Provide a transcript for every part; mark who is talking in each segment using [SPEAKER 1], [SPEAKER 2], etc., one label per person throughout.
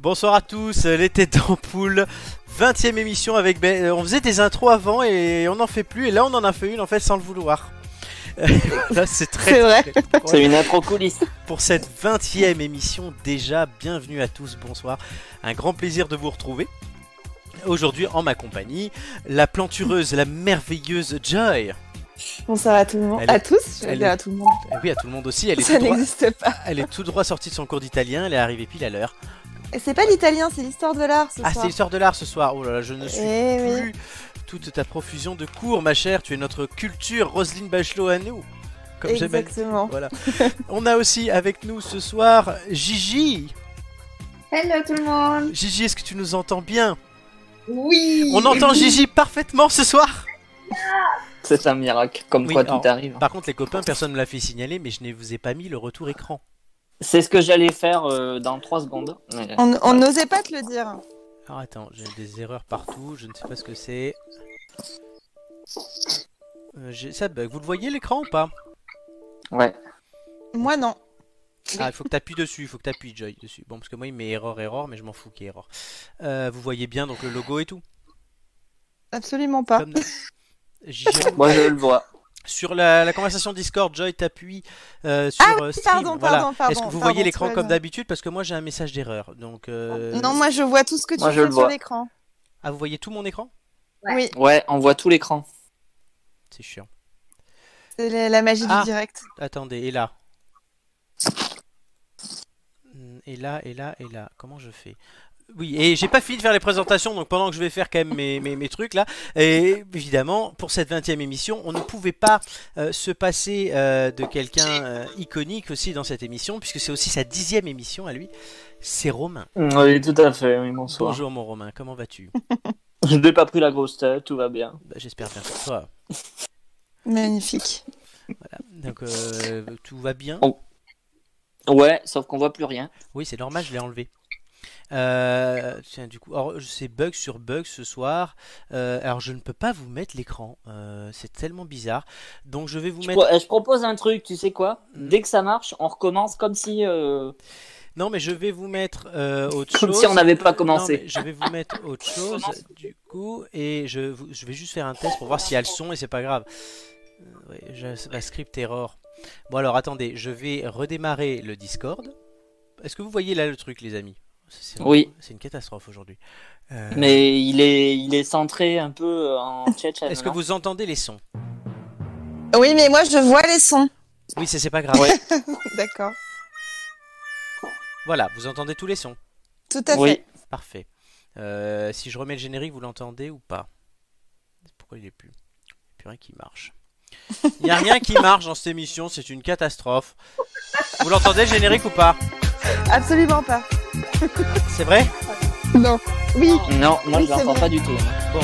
[SPEAKER 1] Bonsoir à tous, les têtes en poule, 20ème émission avec Ben. On faisait des intros avant et on n'en fait plus, et là on en a fait une en fait sans le vouloir. là c'est très,
[SPEAKER 2] C'est vrai.
[SPEAKER 1] très drôle.
[SPEAKER 3] C'est une intro coulisse.
[SPEAKER 1] pour cette 20e émission déjà. Bienvenue à tous, bonsoir. Un grand plaisir de vous retrouver. Aujourd'hui en ma compagnie, la plantureuse, la merveilleuse Joy.
[SPEAKER 2] Bonsoir à tout le monde.
[SPEAKER 1] Elle est-
[SPEAKER 2] À tous Je
[SPEAKER 1] elle
[SPEAKER 2] vais dire
[SPEAKER 1] est-
[SPEAKER 2] à tout le monde.
[SPEAKER 1] Eh oui, à tout le monde aussi, elle est,
[SPEAKER 2] Ça
[SPEAKER 1] tout droit,
[SPEAKER 2] n'existe pas.
[SPEAKER 1] elle est tout droit sortie de son cours d'italien, elle est arrivée pile à l'heure.
[SPEAKER 2] Et C'est pas l'italien, c'est l'histoire de l'art ce
[SPEAKER 1] Ah, c'est
[SPEAKER 2] soir.
[SPEAKER 1] l'histoire de l'art ce soir, oh là là, je ne suis
[SPEAKER 2] Eh oui.
[SPEAKER 1] plus toute ta profusion de cours, ma chère, tu es notre culture, Roselyne Bachelot à nous. Comme j'aime à le dire.
[SPEAKER 2] Exactement.
[SPEAKER 1] Voilà. On a aussi avec nous ce soir Gigi.
[SPEAKER 4] Hello tout le monde
[SPEAKER 1] Gigi, est-ce que tu nous entends bien
[SPEAKER 4] Oui
[SPEAKER 1] On entend Gigi parfaitement ce soir
[SPEAKER 3] C'est un miracle. Comme
[SPEAKER 1] Oui,
[SPEAKER 3] quoi
[SPEAKER 1] alors-
[SPEAKER 3] tout arrive.
[SPEAKER 1] Par contre, les copains, personne ne me l'a fait signaler, mais je ne vous ai pas mis le retour écran.
[SPEAKER 3] C'est ce que j'allais faire euh, dans 3 secondes. Mais-
[SPEAKER 2] On on n'osait pas te le dire.
[SPEAKER 1] Alors attends, j'ai des erreurs partout, je ne sais pas ce que c'est. Euh, j'ai- ça bug. Vous le voyez l'écran ou pas
[SPEAKER 3] Ouais.
[SPEAKER 2] Moi non.
[SPEAKER 1] Ah, il faut que tu appuies dessus, il faut que tu appuies Joy dessus. Bon, parce que moi il met erreur, erreur, mais je m'en fous qu'il y ait erreur. Euh, vous voyez bien donc le logo et tout
[SPEAKER 2] Absolument pas.
[SPEAKER 1] Comme d'hab. Gigi,
[SPEAKER 3] Moi je le vois.
[SPEAKER 1] Sur la, la conversation Discord, Joy t'appuie euh, sur euh, stream.
[SPEAKER 2] Ah pardon,
[SPEAKER 1] voilà.
[SPEAKER 2] pardon, pardon,
[SPEAKER 1] Est-ce que vous
[SPEAKER 2] pardon,
[SPEAKER 1] voyez l'écran
[SPEAKER 2] tu as
[SPEAKER 1] comme
[SPEAKER 2] raison.
[SPEAKER 1] d'habitude Parce que moi j'ai un message d'erreur. Donc euh,
[SPEAKER 2] Non, moi je vois tout ce que tu
[SPEAKER 3] Moi, je
[SPEAKER 2] fais
[SPEAKER 3] le
[SPEAKER 2] sur
[SPEAKER 3] vois.
[SPEAKER 2] l'écran.
[SPEAKER 1] ah vous voyez tout mon écran
[SPEAKER 4] Ouais.
[SPEAKER 2] Oui,
[SPEAKER 3] Ouais, on voit tout l'écran.
[SPEAKER 1] C'est chiant.
[SPEAKER 2] c'est la, la magie
[SPEAKER 1] Ah.
[SPEAKER 2] du direct.
[SPEAKER 1] Attendez, et là Hmm, Et là, et là, et là. Comment je fais oui, et j'ai pas fini de faire les présentations, donc pendant que je vais faire quand même mes, mes, mes trucs là, et évidemment, pour cette 20e émission, on ne pouvait pas euh, se passer euh, de quelqu'un euh, iconique aussi dans cette émission, puisque c'est aussi sa dixième émission à lui, c'est Romain.
[SPEAKER 3] Mm, Oui, tout à fait. Oui, bonsoir.
[SPEAKER 1] Bonjour mon Romain, comment vas-tu
[SPEAKER 3] Je n'ai pas pris la grosse tête, tout va bien.
[SPEAKER 1] Bah, J'espère bien pour toi.
[SPEAKER 2] Magnifique.
[SPEAKER 1] Donc euh, tout va bien
[SPEAKER 3] Ouais, sauf qu'on voit plus rien.
[SPEAKER 1] Oui, c'est normal, je l'ai enlevé. Euh, tiens, du coup, alors, c'est bug sur bug ce soir. Euh, alors, je ne peux pas vous mettre l'écran. Euh, c'est tellement bizarre. Donc, je vais vous
[SPEAKER 3] Je,
[SPEAKER 1] mettre.
[SPEAKER 3] pro- euh, je propose un truc, tu sais quoi
[SPEAKER 1] Mm.
[SPEAKER 3] Dès que ça marche, on recommence comme si. euh,
[SPEAKER 1] Non, mais je vais vous mettre euh, autre
[SPEAKER 3] Comme
[SPEAKER 1] chose.
[SPEAKER 3] si on n'avait pas
[SPEAKER 1] Euh,
[SPEAKER 3] commencé.
[SPEAKER 1] non, mais je vais vous mettre autre chose, du coup, et je, vous- je vais juste faire un test pour voir s'il y a le son, et c'est pas grave. Euh, ouais, je- c'est pas script error. Bon, alors attendez, je vais redémarrer le Discord. Est-ce que vous voyez là le truc, les amis C'est- c'est-
[SPEAKER 3] Oui.
[SPEAKER 1] C'est une catastrophe aujourd'hui. Euh,
[SPEAKER 3] Mais il est, il est centré un peu euh, en tchétchène.
[SPEAKER 1] Est-ce que vous entendez les sons
[SPEAKER 2] Oui, mais moi je vois les sons.
[SPEAKER 1] Oui, c'est c'est pas grave.
[SPEAKER 2] D'accord.
[SPEAKER 1] Voilà, vous entendez tous les sons.
[SPEAKER 2] Tout à
[SPEAKER 3] Oui.
[SPEAKER 2] fait.
[SPEAKER 1] Parfait. Euh, si je remets le générique, vous l'entendez ou pas Pourquoi il est plus il y a plus rien qui marche. Il n'y a rien qui marche dans cette émission, c'est une catastrophe. Vous l'entendez le générique ou pas
[SPEAKER 2] Absolument pas.
[SPEAKER 1] C'est vrai
[SPEAKER 2] Non. Oui.
[SPEAKER 3] Non, moi
[SPEAKER 2] Oui,
[SPEAKER 3] je
[SPEAKER 2] c'est
[SPEAKER 3] l'entends
[SPEAKER 2] vrai.
[SPEAKER 3] pas du tout.
[SPEAKER 1] Bon,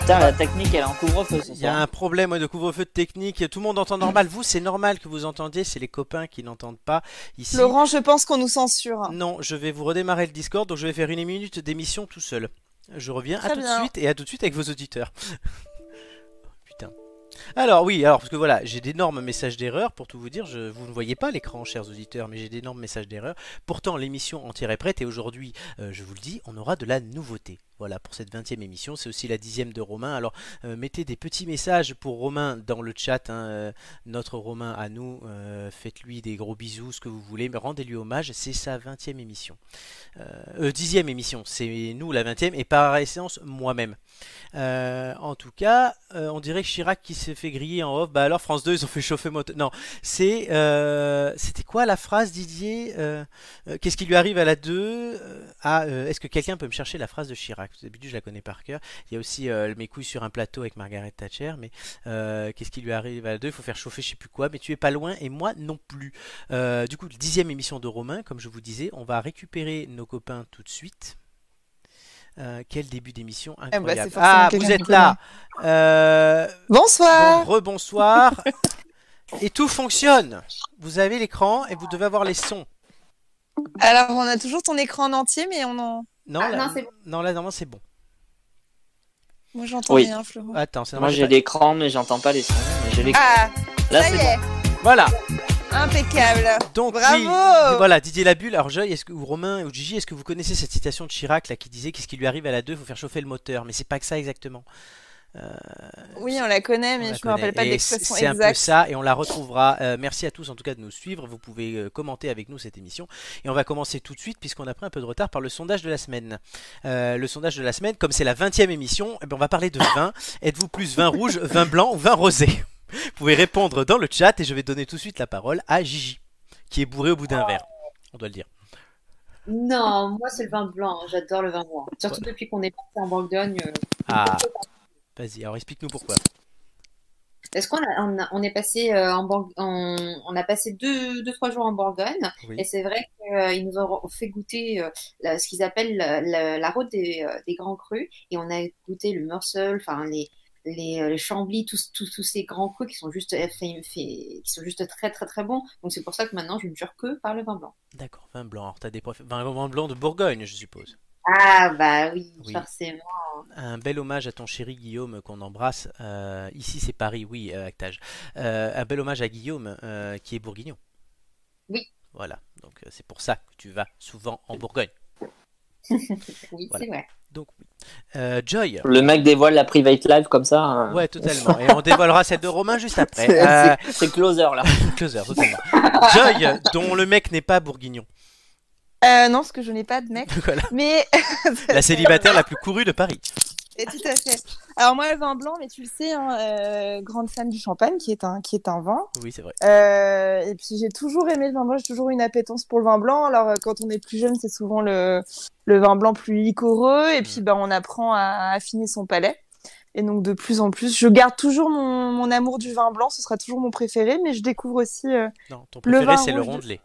[SPEAKER 3] Putain, la technique elle est en couvre-feu ce
[SPEAKER 1] il y a
[SPEAKER 3] soir.
[SPEAKER 1] un problème ouais, de couvre-feu de technique. Tout le monde entend normal. Vous, c'est normal que vous entendiez, c'est les copains qui n'entendent pas ici.
[SPEAKER 2] Laurent, je pense qu'on nous censure.
[SPEAKER 1] Non, je vais vous redémarrer le Discord, donc je vais faire une minute d'émission tout seul. Je reviens à
[SPEAKER 2] Très
[SPEAKER 1] tout de
[SPEAKER 2] bien.
[SPEAKER 1] suite et à tout de suite avec vos auditeurs. Putain. Alors oui, alors parce que voilà, j'ai d'énormes messages d'erreur pour tout vous dire. Je, vous ne voyez pas l'écran, chers auditeurs, mais j'ai d'énormes messages d'erreur. Pourtant, l'émission entière est prête et aujourd'hui, euh, je vous le dis, on aura de la nouveauté. Voilà pour cette 20e émission, c'est aussi la dixième de Romain. Alors euh, mettez des petits messages pour Romain dans le chat. hein, euh, notre Romain à nous, euh, faites-lui des gros bisous, ce que vous voulez, mais rendez-lui hommage. C'est sa 20e émission, euh, dixième émission. C'est nous la 20e et par essence moi-même. Euh, en tout cas, euh, on dirait que Chirac qui s'est fait griller en off. Bah alors France 2, ils ont fait chauffer moto. Non, c'est euh, c'était quoi la phrase Didier Euh, euh, Qu'est-ce qui lui arrive à la 2 Euh, Ah, euh, est-ce que quelqu'un peut me chercher la phrase de Chirac Parce que D'habitude, je la connais par cœur. Il y a aussi euh, mes couilles sur un plateau avec Margaret Thatcher, mais euh, qu'est-ce qui lui arrive à la 2 Il faut faire chauffer, je sais plus quoi. Mais tu es pas loin et moi non plus. Euh, du coup, dixième émission de Romain, comme je vous disais, on va récupérer nos copains tout de suite. Euh, quel début d'émission
[SPEAKER 2] bah,
[SPEAKER 1] incroyable.
[SPEAKER 2] c'est forcément
[SPEAKER 1] ah,
[SPEAKER 2] quelqu'un
[SPEAKER 1] vous êtes
[SPEAKER 2] qu'on
[SPEAKER 1] là. Euh,
[SPEAKER 2] Bonsoir.
[SPEAKER 1] bon, rebonsoir. et tout fonctionne. Vous avez l'écran et vous devez avoir les sons.
[SPEAKER 2] Alors, on a toujours ton écran en entier, mais on en.
[SPEAKER 1] Non,
[SPEAKER 4] Ah,
[SPEAKER 1] là,
[SPEAKER 4] non, c'est bon.
[SPEAKER 1] non, là, normalement, c'est bon.
[SPEAKER 2] Moi, j'entends
[SPEAKER 3] Oui.
[SPEAKER 2] rien, Florent.
[SPEAKER 1] Attends, c'est
[SPEAKER 3] Moi
[SPEAKER 1] normal. j'ai
[SPEAKER 3] j'ai l'écran mais j'entends pas les sons. mais j'ai l'écran.
[SPEAKER 2] Ah,
[SPEAKER 3] Là
[SPEAKER 2] ça
[SPEAKER 3] c'est
[SPEAKER 2] y est.
[SPEAKER 3] bon.
[SPEAKER 1] pas- Voilà.
[SPEAKER 2] Impeccable.
[SPEAKER 1] Donc, oui,
[SPEAKER 2] Bravo.
[SPEAKER 1] voilà, Didier Labulle, alors Joy, est-ce que, ou Romain, ou Gigi, est-ce que vous connaissez cette citation de Chirac là, qui disait Qu'est-ce qui lui arrive à la 2 faut faire chauffer le moteur Mais c'est pas que ça exactement.
[SPEAKER 2] Oui, on la connaît, mais
[SPEAKER 1] On la
[SPEAKER 2] je me rappelle
[SPEAKER 1] connaît.
[SPEAKER 2] pas de
[SPEAKER 1] Et
[SPEAKER 2] l'expression
[SPEAKER 1] C'est un peu
[SPEAKER 2] exacte.
[SPEAKER 1] ça, et on la retrouvera. Euh, merci à tous en tout cas de nous suivre. Vous pouvez euh, commenter avec nous cette émission. Et on va commencer tout de suite, puisqu'on a pris un peu de retard par le sondage de la semaine. Euh, le sondage de la semaine, comme c'est la 20 e émission, eh ben, on va parler de vin. Êtes-vous plus vin rouge, vin blanc ou vin rosé Vous pouvez répondre dans le chat, et je vais donner tout de suite la parole à Gigi, qui est bourré au bout d'un verre. On doit le dire.
[SPEAKER 4] Non, moi c'est le vin blanc, hein. j'adore le vin blanc. Surtout depuis qu'on est parti en Bourgogne. euh,
[SPEAKER 1] Ah, vas-y, alors explique-nous pourquoi.
[SPEAKER 4] Parce qu'on a- on a- on est passé euh, en Bourg- on, on a passé deux, deux trois jours en Bourgogne
[SPEAKER 1] Oui.
[SPEAKER 4] et c'est vrai qu'ils nous ont fait goûter euh, la- ce qu'ils appellent la, la- la route des, euh, des grands crus et on a goûté le Meursault, enfin les les, euh, les Chambly, tous, tous, tous ces grands crus qui sont juste euh, fait- fait- qui sont juste très très très bons. Donc c'est pour ça que maintenant je ne jure que par le vin blanc.
[SPEAKER 1] D'accord, vin blanc. Alors, t'as des préf- vin- vin blanc de Bourgogne, je suppose.
[SPEAKER 4] Ah bah oui,
[SPEAKER 1] Oui.
[SPEAKER 4] forcément.
[SPEAKER 1] Un bel hommage à ton chéri Guillaume qu'on embrasse. Euh, ici c'est Paris, oui, euh, Actage. Euh, un bel hommage à Guillaume euh, qui est bourguignon.
[SPEAKER 4] Oui.
[SPEAKER 1] Voilà, donc euh, c'est pour ça que tu vas souvent en Bourgogne.
[SPEAKER 4] Oui,
[SPEAKER 1] Voilà.
[SPEAKER 4] c'est vrai.
[SPEAKER 1] Donc oui. Euh, Joy.
[SPEAKER 3] Le mec dévoile la private live comme ça.
[SPEAKER 2] Ah.
[SPEAKER 3] hein.
[SPEAKER 1] Ouais, totalement. Et on dévoilera celle de Romain juste après.
[SPEAKER 3] C'est-
[SPEAKER 1] Euh,
[SPEAKER 3] c'est- C'est closer là.
[SPEAKER 1] closer, totalement. Joy, dont le mec n'est pas bourguignon.
[SPEAKER 2] Euh, non, parce que je n'ai pas de mec.
[SPEAKER 1] Voilà.
[SPEAKER 2] Mais
[SPEAKER 1] La célibataire la plus courue de Paris.
[SPEAKER 2] Et tout à fait. Alors moi, le vin blanc, mais tu le sais, hein, euh, grande fan du champagne, qui est un, qui est un vin.
[SPEAKER 1] Oui, c'est vrai.
[SPEAKER 2] Euh, et puis j'ai toujours aimé le vin blanc, j'ai toujours eu une appétence pour le vin blanc. Alors euh, quand on est plus jeune, c'est souvent le, le vin blanc plus liquoreux, et puis ben, on apprend à affiner son palais. Et donc de plus en plus, je garde toujours mon, mon amour du vin blanc, ce sera toujours mon préféré, mais je découvre aussi... euh,
[SPEAKER 1] Non, ton
[SPEAKER 2] Le
[SPEAKER 1] préféré
[SPEAKER 2] vin
[SPEAKER 1] c'est le
[SPEAKER 2] rouge de-
[SPEAKER 1] rondelet.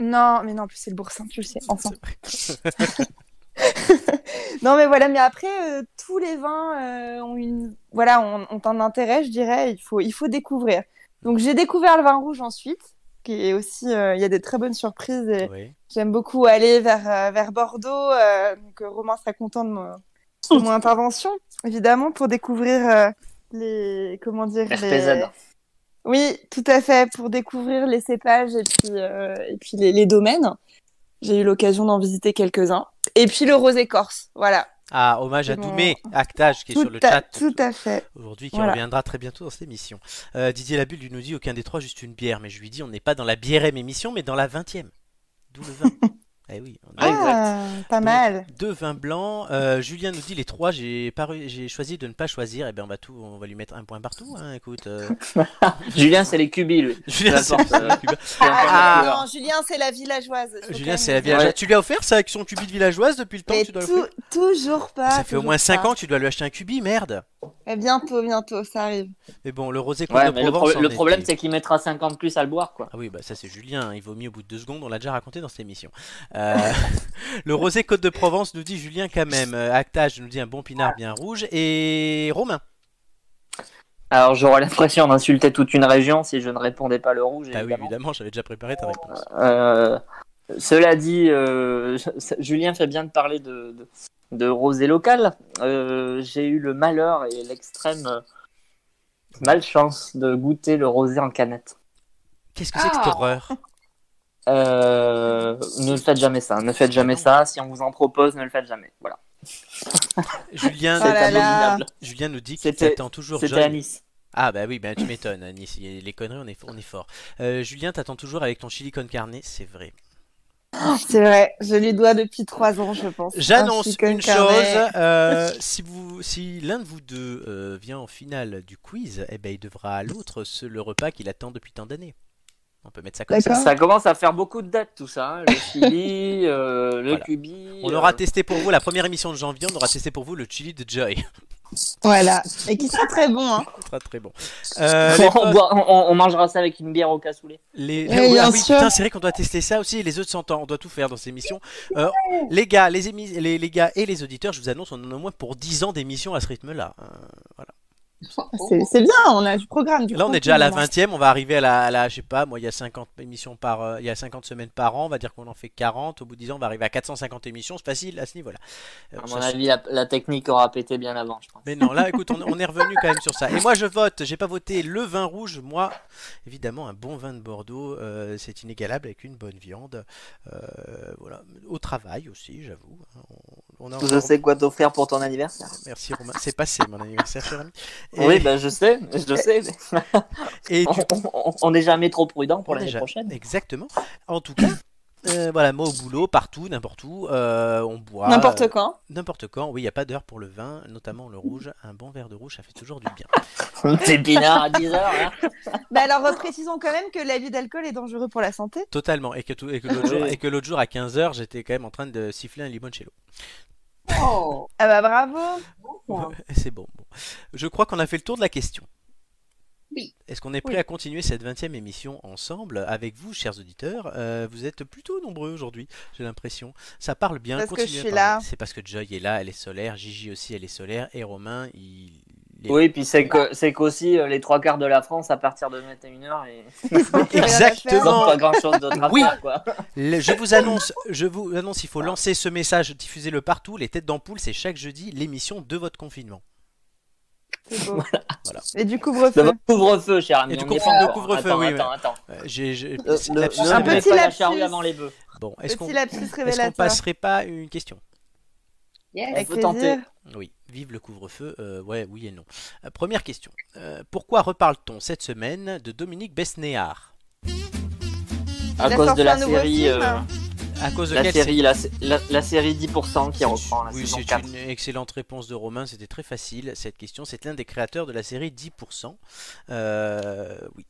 [SPEAKER 2] Non, mais non, en plus c'est le boursin, tu le sais, enfin.
[SPEAKER 1] C'est vrai.
[SPEAKER 2] Non, mais voilà, mais après, euh, tous les vins euh, ont, une... voilà, ont, ont un intérêt, je dirais, il faut, il faut découvrir. Donc, j'ai découvert le vin rouge ensuite, qui est aussi, euh, il y a des très bonnes surprises et
[SPEAKER 1] Oui.
[SPEAKER 2] j'aime beaucoup aller vers, euh, vers Bordeaux. euh, donc, euh, Romain sera content de mon, de mon intervention, évidemment, pour découvrir euh, les. Comment dire les-
[SPEAKER 3] RPZ.
[SPEAKER 2] oui, tout à fait, pour découvrir les cépages et puis, euh, et puis les, les domaines. J'ai eu l'occasion d'en visiter quelques-uns. Et puis le rosé corse, voilà.
[SPEAKER 1] Ah, hommage à
[SPEAKER 2] Bon.
[SPEAKER 1] Doumé, Actage qui est
[SPEAKER 2] Tout
[SPEAKER 1] sur le
[SPEAKER 2] à-
[SPEAKER 1] chat.
[SPEAKER 2] Tout à fait.
[SPEAKER 1] aujourd'hui, qui
[SPEAKER 2] Voilà.
[SPEAKER 1] reviendra très bientôt dans cette émission. Euh, Didier Labulle lui nous dit aucun des trois, juste une bière. Mais je lui dis, on n'est pas dans la bière émission, mais dans la 20 e D'où le vin. eh oui, on a
[SPEAKER 3] Ah, exact.
[SPEAKER 2] Ah, pas mal.
[SPEAKER 1] deux vins blancs. Euh, Julien nous dit les trois, j'ai pas reu- j'ai choisi de ne pas choisir. Eh bien, on va tout, on va lui mettre un point partout. hein, écoute, euh,
[SPEAKER 3] Julien, c'est les cubis lui.
[SPEAKER 1] Julien, c'est
[SPEAKER 3] J'apporte, euh, peu importe
[SPEAKER 1] Ah.
[SPEAKER 3] la
[SPEAKER 2] non,
[SPEAKER 3] couleur.
[SPEAKER 2] non, Julien, c'est la villageoise. Faut
[SPEAKER 1] Julien,
[SPEAKER 2] quand
[SPEAKER 1] c'est la
[SPEAKER 2] même dire.
[SPEAKER 1] vierge.
[SPEAKER 3] Ouais.
[SPEAKER 1] Tu lui as offert ça avec son cubi de villageoise depuis le temps
[SPEAKER 2] Mais
[SPEAKER 1] que tu dois
[SPEAKER 2] tout-
[SPEAKER 1] l'offrir
[SPEAKER 2] toujours pas.
[SPEAKER 1] Ça fait au
[SPEAKER 2] toujours
[SPEAKER 1] moins 5
[SPEAKER 2] pas.
[SPEAKER 1] ans, tu dois lui acheter un cubi, merde.
[SPEAKER 2] Mais bientôt, bientôt, ça arrive.
[SPEAKER 1] Mais bon, le rosé Côte
[SPEAKER 3] Ouais,
[SPEAKER 1] de
[SPEAKER 3] mais le,
[SPEAKER 1] Provence.
[SPEAKER 3] pro- le
[SPEAKER 1] en est-
[SPEAKER 3] problème, c'est qu'il mettra 50 plus à le boire, quoi.
[SPEAKER 1] Ah oui, bah ça c'est Julien, hein, il vaut mieux au bout de deux secondes, on l'a déjà raconté dans cette émission. Euh, le rosé Côte de Provence nous dit Julien quand même, Euh, Actage nous dit un bon pinard bien rouge, et Romain. Ah
[SPEAKER 3] Alors, j'aurais l'impression d'insulter toute une région si je ne répondais pas le rouge.
[SPEAKER 1] Bah oui,
[SPEAKER 3] évidemment.
[SPEAKER 1] évidemment, j'avais déjà préparé ta réponse.
[SPEAKER 3] Euh, cela dit, euh, Julien fait bien de parler de, de, de rosé local. Euh, J'ai eu le malheur et l'extrême euh, malchance de goûter le rosé en canette.
[SPEAKER 1] Qu'est-ce que c'est que cette
[SPEAKER 4] Ah.
[SPEAKER 1] horreur
[SPEAKER 3] Euh, ne faites jamais ça, ne faites jamais ça. Si on vous en propose, ne le faites jamais. Voilà.
[SPEAKER 1] Julien,
[SPEAKER 2] Oh
[SPEAKER 3] C'est
[SPEAKER 2] là là.
[SPEAKER 3] abominable.
[SPEAKER 1] Julien nous dit qu'il
[SPEAKER 3] C'était-
[SPEAKER 1] t'attend toujours
[SPEAKER 3] C'était
[SPEAKER 1] Joy.
[SPEAKER 3] à Nice.
[SPEAKER 1] Ah bah oui, bah tu m'étonnes, à Nice, il y a- les conneries, on est, on est fort. Euh, Julien t'attend toujours avec ton chili con carne, c'est vrai.
[SPEAKER 2] C'est vrai, je lui dois depuis trois ans, je pense.
[SPEAKER 1] J'annonce
[SPEAKER 2] Ainsi qu'un
[SPEAKER 1] une
[SPEAKER 2] carnet.
[SPEAKER 1] chose. euh, si vous, si l'un de vous deux euh, vient en finale du quiz, eh ben il devra à l'autre ce- le repas qu'il attend depuis tant d'années. On peut mettre ça comme ça.
[SPEAKER 2] D'accord.
[SPEAKER 3] Ça commence à faire beaucoup de dates tout ça. hein. Le chili, euh, le
[SPEAKER 1] Voilà.
[SPEAKER 3] cubi.
[SPEAKER 1] On
[SPEAKER 3] euh,
[SPEAKER 1] aura testé pour vous la première émission de janvier. On aura testé pour vous le chili de Joy.
[SPEAKER 2] Voilà. Et qui sera très bon, hein.
[SPEAKER 1] Ce sera très bon. Euh, les
[SPEAKER 3] on,
[SPEAKER 1] potes-
[SPEAKER 3] boit- on- on mangera ça avec une bière au cassoulet.
[SPEAKER 1] les-
[SPEAKER 2] Oui,
[SPEAKER 1] ah
[SPEAKER 2] Eh, bien
[SPEAKER 1] oui,
[SPEAKER 2] sûr.
[SPEAKER 1] putain, c'est vrai qu'on doit tester ça aussi. Les œufs de 100 ans, on doit tout faire dans ces émissions. Euh, les gars, les, hein. émis- les, les gars et les auditeurs, je vous annonce, on en a au moins pour 10 ans d'émissions à ce rythme-là. Euh, voilà.
[SPEAKER 3] Oh.
[SPEAKER 4] Oh,
[SPEAKER 2] C'est c'est bien, on a du programme. Du
[SPEAKER 1] Là, on est déjà à la
[SPEAKER 2] contenu,
[SPEAKER 1] 20 e on va arriver à la, à la- je sais pas, moi, il y a 50 émissions par, euh, il y a 50 semaines par an, on va dire qu'on en fait 40, au bout de 10 ans, on va arriver à 450 émissions, c'est facile à ce niveau-là. Euh,
[SPEAKER 3] À
[SPEAKER 1] ça
[SPEAKER 3] mon
[SPEAKER 1] se-
[SPEAKER 3] avis, la, la technique aura pété bien avant, je pense.
[SPEAKER 1] Mais non, là, écoute, on, on est revenu quand même sur ça. Et moi, je vote. J'ai pas voté le vin rouge. Moi, évidemment, un bon vin de Bordeaux, euh, c'est inégalable avec une bonne viande. Euh, voilà. Au travail aussi, j'avoue. hein. On, on a
[SPEAKER 3] Je
[SPEAKER 1] encore-
[SPEAKER 3] sais quoi t'offrir pour ton anniversaire.
[SPEAKER 1] Merci Romain. C'est passé mon anniversaire, cher ami. Et,
[SPEAKER 3] Oui, ben je sais, je sais. mais
[SPEAKER 1] et
[SPEAKER 3] on- on- On n'est jamais trop prudent pour
[SPEAKER 1] On est
[SPEAKER 3] l'année
[SPEAKER 1] ja-
[SPEAKER 3] prochaine.
[SPEAKER 1] Exactement. En tout cas. euh, voilà, moi au boulot, partout, n'importe où, euh, on boit.
[SPEAKER 2] N'importe quoi.
[SPEAKER 1] N'importe quand, oui, il n'y a pas d'heure pour le vin, notamment le rouge. Un bon verre de rouge, ça fait toujours du bien.
[SPEAKER 3] Des pinards à 10 heures. hein.
[SPEAKER 2] Bah alors, euh, précisons quand même que l'abus d'alcool est dangereux pour la santé.
[SPEAKER 1] Totalement. Et que, tout- et que l'autre
[SPEAKER 3] Oui.
[SPEAKER 1] jour, et que l'autre jour, à 15h, j'étais quand même en train de siffler un limoncello.
[SPEAKER 4] Oh,
[SPEAKER 2] Ah bah bravo.
[SPEAKER 4] bon.
[SPEAKER 1] C'est bon, bon. Je crois qu'on a fait le tour de la question.
[SPEAKER 4] Oui.
[SPEAKER 1] Est-ce qu'on est prêt
[SPEAKER 2] Oui.
[SPEAKER 1] à continuer cette 20e émission ensemble avec vous, chers auditeurs Euh, Vous êtes plutôt nombreux aujourd'hui, j'ai l'impression. Ça parle bien.
[SPEAKER 2] Parce que
[SPEAKER 1] continuez
[SPEAKER 2] je
[SPEAKER 1] à
[SPEAKER 2] suis
[SPEAKER 1] parler.
[SPEAKER 2] là.
[SPEAKER 1] C'est parce que Joy est là, elle est solaire. Gigi aussi, elle est solaire. Et Romain, il. il est-
[SPEAKER 3] Oui, puis c'est que c'est qu'aussi euh, les trois quarts de la France à partir de 21h et ils
[SPEAKER 1] Exactement.
[SPEAKER 3] n'ont pas grand chose d'autre à
[SPEAKER 1] Oui.
[SPEAKER 3] faire quoi.
[SPEAKER 1] Le- je vous annonce, je vous annonce, il faut lancer ce message, diffusez-le partout. Les têtes d'ampoule, c'est chaque jeudi l'émission de votre confinement.
[SPEAKER 2] C'est beau.
[SPEAKER 1] Voilà.
[SPEAKER 2] Et du
[SPEAKER 3] De
[SPEAKER 2] couvre-feu.
[SPEAKER 3] votre couvre-feu, cher ami.
[SPEAKER 1] Et du
[SPEAKER 3] on
[SPEAKER 1] couvre-
[SPEAKER 3] est pas
[SPEAKER 1] de
[SPEAKER 3] encore.
[SPEAKER 1] couvre-feu,
[SPEAKER 3] Attends,
[SPEAKER 1] oui,
[SPEAKER 3] Attends, attends.
[SPEAKER 1] Euh, j'ai- j'ai- c'est
[SPEAKER 3] Ne-
[SPEAKER 1] lapsus
[SPEAKER 3] ne
[SPEAKER 2] Un
[SPEAKER 1] révélateur.
[SPEAKER 3] mets
[SPEAKER 2] petit
[SPEAKER 3] pas la
[SPEAKER 2] lapsus.
[SPEAKER 3] charrue avant les bœufs.
[SPEAKER 1] Bon, est-ce qu'on
[SPEAKER 2] Petit lapsus
[SPEAKER 1] est-ce qu'on
[SPEAKER 2] révélateur.
[SPEAKER 1] passerait pas une question
[SPEAKER 4] Yes.
[SPEAKER 2] Avec
[SPEAKER 3] peut tenter.
[SPEAKER 2] plaisir.
[SPEAKER 1] Oui, vive le couvre-feu, euh, ouais, oui et non. Euh, première question. Euh, pourquoi reparle-t-on cette semaine de Dominique Besnéard
[SPEAKER 3] À
[SPEAKER 2] a
[SPEAKER 3] cause
[SPEAKER 2] sorti
[SPEAKER 3] de
[SPEAKER 2] un
[SPEAKER 3] la
[SPEAKER 2] nouveau
[SPEAKER 3] série,
[SPEAKER 2] film.
[SPEAKER 3] euh,
[SPEAKER 1] À cause de
[SPEAKER 3] la
[SPEAKER 1] quelle
[SPEAKER 3] série, la, la- la série 10% qui
[SPEAKER 1] C'est-
[SPEAKER 3] reprend la
[SPEAKER 1] oui,
[SPEAKER 3] saison
[SPEAKER 1] c'est
[SPEAKER 3] 4.
[SPEAKER 1] une excellente réponse de Romain, c'était très facile cette question. C'est l'un des créateurs de la série 10%. Euh, oui.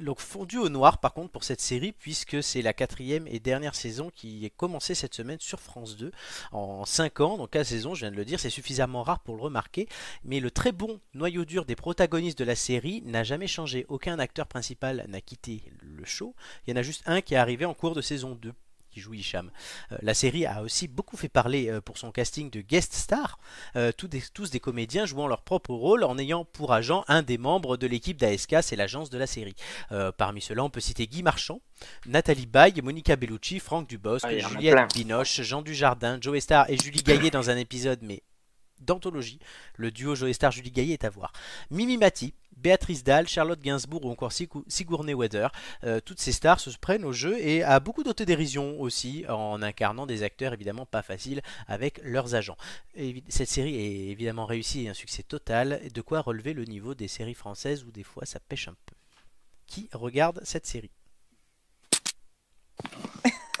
[SPEAKER 1] Donc fondu au noir par contre pour cette série puisque c'est la quatrième et dernière saison qui est commencée cette semaine sur France 2 en 5 ans, donc 4 saisons je viens de le dire, c'est suffisamment rare pour le remarquer, mais le très bon noyau dur des protagonistes de la série n'a jamais changé, aucun acteur principal n'a quitté le show, il y en a juste un qui est arrivé en cours de saison 2 qui joue Hicham. Euh, la série a aussi beaucoup fait parler euh, pour son casting de guest stars, euh, tous, des, tous des comédiens jouant leur propre rôle en ayant pour agent un des membres de l'équipe d'ASK, c'est l'agence de la série. Euh, parmi ceux-là, on peut citer Guy Marchand, Nathalie Baye, Monica Bellucci, Franck Dubosc,
[SPEAKER 3] Ah, il y en a plein.
[SPEAKER 1] Juliette Binoche, Jean Dujardin, Joe Star et Julie Gaillet dans un épisode, mais d'anthologie. Le duo Joe Star-Julie Gaillet est à voir. Mimi Mati, Béatrice Dalle, Charlotte Gainsbourg ou encore Sigou- Sigourney Weather. Euh, toutes ces stars se prennent au jeu et a beaucoup d'autodérision aussi en incarnant des acteurs évidemment pas faciles avec leurs agents. Évi- Cette série est évidemment réussie et un succès total, de quoi relever le niveau des séries françaises où des fois ça pêche un peu. Qui regarde cette série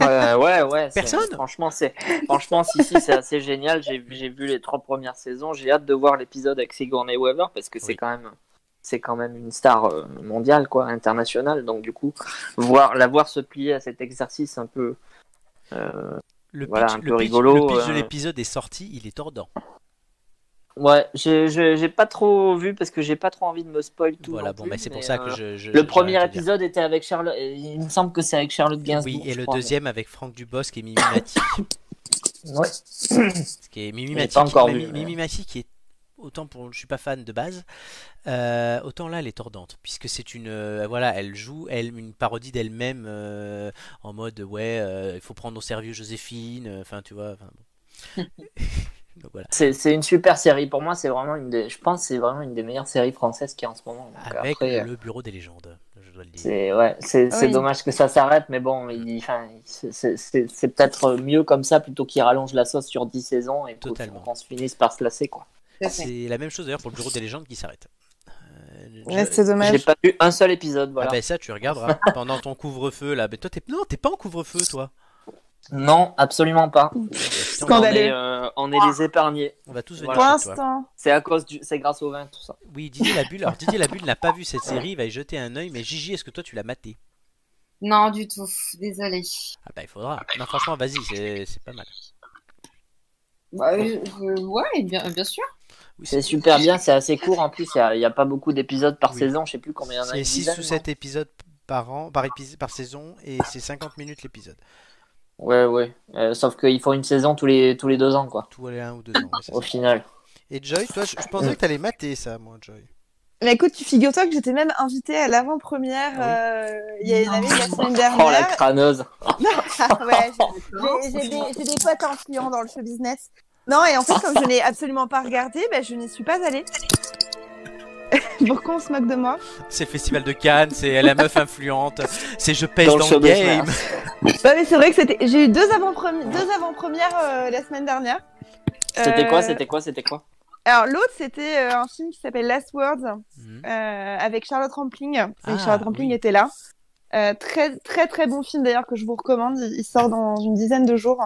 [SPEAKER 3] Ouais, ouais, ouais. c'est-
[SPEAKER 1] Personne
[SPEAKER 3] Franchement, c'est franchement, si, si, c'est assez génial. J'ai j'ai vu les trois premières saisons. J'ai hâte de voir l'épisode avec Sigourney Weaver parce que c'est
[SPEAKER 1] Oui.
[SPEAKER 3] quand même c'est quand même une star euh, mondiale, quoi, internationale. Donc du coup, voir la voir se plier à cet exercice un peu.
[SPEAKER 1] Le pitch,
[SPEAKER 3] Voilà, un
[SPEAKER 1] le
[SPEAKER 3] peu
[SPEAKER 1] pitch-
[SPEAKER 3] rigolo,
[SPEAKER 1] le pitch de
[SPEAKER 3] euh.
[SPEAKER 1] l'épisode est sorti, il est tordant.
[SPEAKER 3] Ouais, j'ai- j'ai j'ai pas trop vu parce que j'ai pas trop envie de me spoil tout.
[SPEAKER 1] voilà,
[SPEAKER 3] non
[SPEAKER 1] bon,
[SPEAKER 3] plus,
[SPEAKER 1] bah, c'est pour
[SPEAKER 3] mais,
[SPEAKER 1] ça
[SPEAKER 3] euh,
[SPEAKER 1] que je. je-
[SPEAKER 3] Le
[SPEAKER 1] j'arrête de
[SPEAKER 3] premier
[SPEAKER 1] dire.
[SPEAKER 3] épisode était avec Charlotte. Il me semble que c'est avec Charlotte Gainsbourg.
[SPEAKER 1] Oui, et
[SPEAKER 3] je
[SPEAKER 1] le
[SPEAKER 3] crois, mais-
[SPEAKER 1] deuxième avec Franck Dubosc et Mimi Mati.
[SPEAKER 3] Ouais.
[SPEAKER 1] Ce qui est Mimi
[SPEAKER 3] J'ai
[SPEAKER 1] Mati,
[SPEAKER 3] pas
[SPEAKER 1] qui-
[SPEAKER 3] encore
[SPEAKER 1] Mimi-
[SPEAKER 3] vu,
[SPEAKER 1] Mimi Mati qui est autant pour je suis pas fan de base euh, autant là elle est tordante puisque c'est une euh, voilà elle joue elle une parodie d'elle-même euh, en mode ouais euh, il faut prendre au sérieux Joséphine euh, enfin tu vois enfin, bon. donc voilà
[SPEAKER 3] C'est c'est une super série. Pour moi, c'est vraiment une des. Je pense que c'est vraiment une des meilleures séries françaises qui y a en ce moment. Donc,
[SPEAKER 1] avec
[SPEAKER 3] après, euh,
[SPEAKER 1] le bureau des légendes je dois le dire
[SPEAKER 3] c'est ouais, c'est c'est
[SPEAKER 2] Ah Oui.
[SPEAKER 3] dommage que ça s'arrête, mais bon, il- enfin, c'est- c'est c'est- c'est peut-être mieux comme ça plutôt qu'il rallonge la sauce sur 10 saisons et qu'au-
[SPEAKER 1] Totalement.
[SPEAKER 3] qu'on se finisse par se lasser quoi.
[SPEAKER 4] tout à fait.
[SPEAKER 1] c'est la même chose d'ailleurs pour le bureau des légendes qui s'arrête Euh,
[SPEAKER 2] Ouais,
[SPEAKER 1] je-
[SPEAKER 2] c'est dommage.
[SPEAKER 3] J'ai pas vu un seul épisode,
[SPEAKER 1] Ah
[SPEAKER 3] voilà.
[SPEAKER 1] ben ça tu regarderas pendant ton couvre-feu là. Mais toi t'es non t'es pas en couvre-feu toi. ben.
[SPEAKER 3] Non, absolument pas.
[SPEAKER 1] Putain,
[SPEAKER 3] On
[SPEAKER 2] Scandaleux.
[SPEAKER 3] est, euh, on est les épargnés.
[SPEAKER 1] On va tous venir
[SPEAKER 3] Voilà.
[SPEAKER 2] Pour
[SPEAKER 1] chez toi.
[SPEAKER 2] l'instant.
[SPEAKER 3] C'est à cause du, c'est grâce au vin tout ça.
[SPEAKER 1] Oui, Didier Labulle. Alors, Didier Labulle n'a pas vu cette série, il va y jeter un œil. Mais Gigi, est-ce que toi, tu l'as maté
[SPEAKER 4] Non, du tout. Désolée.
[SPEAKER 1] Ah, bah, il faudra. Non, franchement, vas-y, c'est c'est pas mal.
[SPEAKER 4] Bah, euh, euh, ouais, bien, bien sûr.
[SPEAKER 1] Oui,
[SPEAKER 3] C'est super bien, c'est assez court en plus. Il y a- il y a, pas beaucoup d'épisodes par
[SPEAKER 1] Oui.
[SPEAKER 3] saison. Je sais plus combien il y en a.
[SPEAKER 1] C'est
[SPEAKER 3] une
[SPEAKER 1] 6
[SPEAKER 3] dizaine,
[SPEAKER 1] ou
[SPEAKER 3] non
[SPEAKER 1] 7 épisodes par an, par, épis- par saison, et c'est 50 minutes l'épisode.
[SPEAKER 3] Ouais, ouais. Euh, sauf qu'ils font une saison tous les, tous les deux ans, quoi.
[SPEAKER 1] Tous les 1 ou 2 ans. ouais, c'est
[SPEAKER 3] Au
[SPEAKER 1] ça.
[SPEAKER 3] final.
[SPEAKER 1] Et Joy, toi, je, je pensais que t'allais mater ça, moi, Joy.
[SPEAKER 2] Mais écoute, tu figures-toi que j'étais même invitée à l'avant-première
[SPEAKER 1] Ah
[SPEAKER 2] euh, il y a une
[SPEAKER 4] Non.
[SPEAKER 2] année, la semaine
[SPEAKER 3] Oh la
[SPEAKER 2] dernière.
[SPEAKER 3] crâneuse.
[SPEAKER 2] Ah ouais, j'ai- j'ai des, j'ai des potes influents dans le show business. Non, et en fait, comme je n'ai absolument pas regardé, bah, je n'y suis pas allée. Pourquoi on se moque de moi
[SPEAKER 1] C'est le festival de Cannes, c'est la meuf influente, c'est je pèse
[SPEAKER 3] Dans
[SPEAKER 1] dans,
[SPEAKER 3] le
[SPEAKER 1] le
[SPEAKER 3] show
[SPEAKER 1] game.
[SPEAKER 3] business.
[SPEAKER 2] Bah, mais c'est vrai que c'était... j'ai eu deux, avant-premi- deux avant-premières euh, la semaine dernière.
[SPEAKER 3] C'était
[SPEAKER 2] Euh,
[SPEAKER 3] quoi C'était quoi C'était quoi
[SPEAKER 2] Alors, l'autre, c'était euh, un film qui s'appelle Last Words.
[SPEAKER 1] Mhm.
[SPEAKER 2] euh, avec Charlotte Rampling. Et
[SPEAKER 1] Ah,
[SPEAKER 2] Charlotte Rampling
[SPEAKER 1] oui.
[SPEAKER 2] était là. Euh, très très très bon film d'ailleurs que je vous recommande. Il, il sort dans une dizaine de jours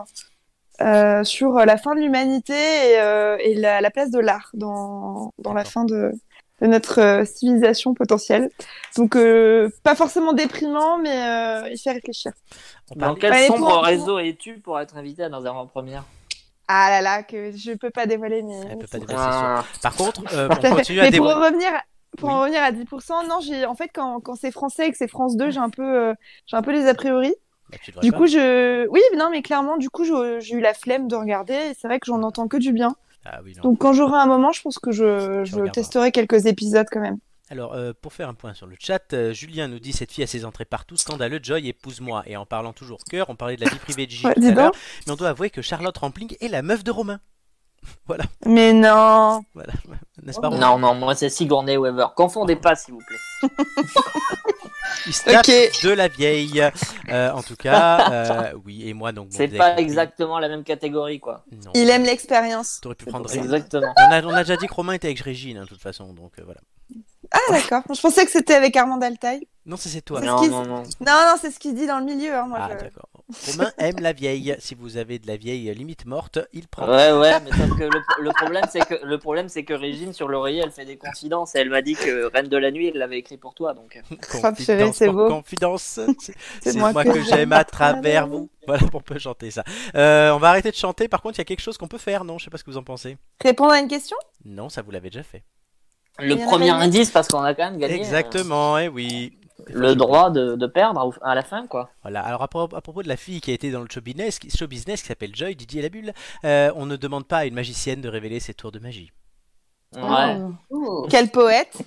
[SPEAKER 2] euh, sur la fin de l'humanité et, euh, et la, la place de l'art dans, dans la
[SPEAKER 1] D'accord.
[SPEAKER 2] fin de, de notre euh, civilisation potentielle. Donc euh, pas forcément déprimant, mais euh, il fait réfléchir.
[SPEAKER 1] On
[SPEAKER 3] Dans
[SPEAKER 1] parlait-
[SPEAKER 3] quel
[SPEAKER 2] Allez, pour-
[SPEAKER 3] sombre
[SPEAKER 2] pour-
[SPEAKER 3] réseau es-tu pour être invité à dans un première
[SPEAKER 2] Ah là là que je peux pas dévoiler mes.
[SPEAKER 1] Elle
[SPEAKER 2] mes
[SPEAKER 1] peut pas
[SPEAKER 2] secrets.
[SPEAKER 1] dévoiler. Par contre, euh,
[SPEAKER 3] Ah.
[SPEAKER 2] Tout à
[SPEAKER 1] on
[SPEAKER 2] fait.
[SPEAKER 1] continue à
[SPEAKER 2] Mais pour
[SPEAKER 1] dévoiler.
[SPEAKER 2] en revenir, pour
[SPEAKER 1] Oui.
[SPEAKER 2] en revenir à 10%, non, j'ai en fait quand, quand c'est français et que c'est France 2, j'ai un peu euh, j'ai un peu les a priori.
[SPEAKER 1] Bah, tu devrais
[SPEAKER 2] Du
[SPEAKER 1] pas.
[SPEAKER 2] coup, je oui, non, mais clairement, du coup, je- j'ai eu la flemme de regarder. et C'est vrai que j'en entends que du bien.
[SPEAKER 1] Ah oui, non.
[SPEAKER 2] Donc quand j'aurai un moment, je pense que je, je
[SPEAKER 1] regarderas.
[SPEAKER 2] testerai quelques épisodes quand même.
[SPEAKER 1] Alors, euh, pour faire un point sur le chat, euh, Julien nous dit cette fille à ses entrées partout, scandaleux, Joy, épouse-moi. Et en parlant toujours cœur, on parlait de la vie privée de Gigi
[SPEAKER 2] Ouais,
[SPEAKER 1] tout
[SPEAKER 2] dis
[SPEAKER 1] à l'heure,
[SPEAKER 2] donc.
[SPEAKER 1] mais on doit avouer que Charlotte Rampling est la meuf de Romain.
[SPEAKER 2] Mais non.
[SPEAKER 1] Voilà, n'est-ce pas Romain
[SPEAKER 3] Ah, Non, non, moi c'est Sigourney Weaver. Confondez pas, s'il vous plaît.
[SPEAKER 1] Il se tape
[SPEAKER 2] Ok.
[SPEAKER 1] de la vieille. Euh, en tout cas, euh, oui, et moi donc. bon,
[SPEAKER 3] C'est
[SPEAKER 1] vous avez
[SPEAKER 3] pas
[SPEAKER 1] compris.
[SPEAKER 3] exactement la même catégorie, quoi.
[SPEAKER 1] Non.
[SPEAKER 2] Il aime l'expérience.
[SPEAKER 1] T'aurais pu
[SPEAKER 3] C'est pour
[SPEAKER 1] prendre
[SPEAKER 3] ça,
[SPEAKER 1] Régine.
[SPEAKER 3] Exactement.
[SPEAKER 1] On a, on a déjà dit que Romain était avec Régine, hein, de toute façon, donc euh, voilà.
[SPEAKER 2] Ah d'accord. Je pensais que c'était avec Armand Altaï.
[SPEAKER 1] Non, ça, c'est toi.
[SPEAKER 2] C'est
[SPEAKER 3] Non,
[SPEAKER 2] ce qui-
[SPEAKER 3] non, non.
[SPEAKER 2] Non, non, c'est ce qu'il dit dans le milieu. hein, moi,
[SPEAKER 1] Ah,
[SPEAKER 2] je-
[SPEAKER 1] d'accord. Romain aime la vieille. Si vous avez de la vieille euh, limite morte, il prend.
[SPEAKER 3] Ouais, ouais, mais sauf que le, le problème, c'est que le problème, c'est que Régine sur l'oreiller, elle fait des confidences. Et elle m'a dit que Reine de la nuit, elle l'avait écrit pour toi, donc. euh,
[SPEAKER 2] Oh, purée, c'est
[SPEAKER 1] pour
[SPEAKER 2] beau.
[SPEAKER 1] confidence. C'est- C'est moi, que j'aime à travers vous. Voilà, on peut chanter ça. Euh, on va arrêter de chanter. Par contre, il y a quelque chose qu'on peut faire, non Je sais pas ce que vous en pensez.
[SPEAKER 2] Répondre à une question.
[SPEAKER 1] Non, ça vous l'avez déjà fait.
[SPEAKER 3] Le
[SPEAKER 2] Il y en a
[SPEAKER 3] premier
[SPEAKER 2] une autre.
[SPEAKER 3] indice, parce qu'on a quand même gagné. euh,
[SPEAKER 1] Exactement, eh oui.
[SPEAKER 3] Le droit de, de perdre à à la fin, quoi.
[SPEAKER 1] Voilà. Alors à, pro- à propos de la fille qui a été dans le show business, qui- show business qui s'appelle Joy, Didier Labulle, euh, on ne demande pas à une magicienne de révéler ses tours de magie.
[SPEAKER 3] Ouais.
[SPEAKER 4] Oh.
[SPEAKER 2] Quel poète.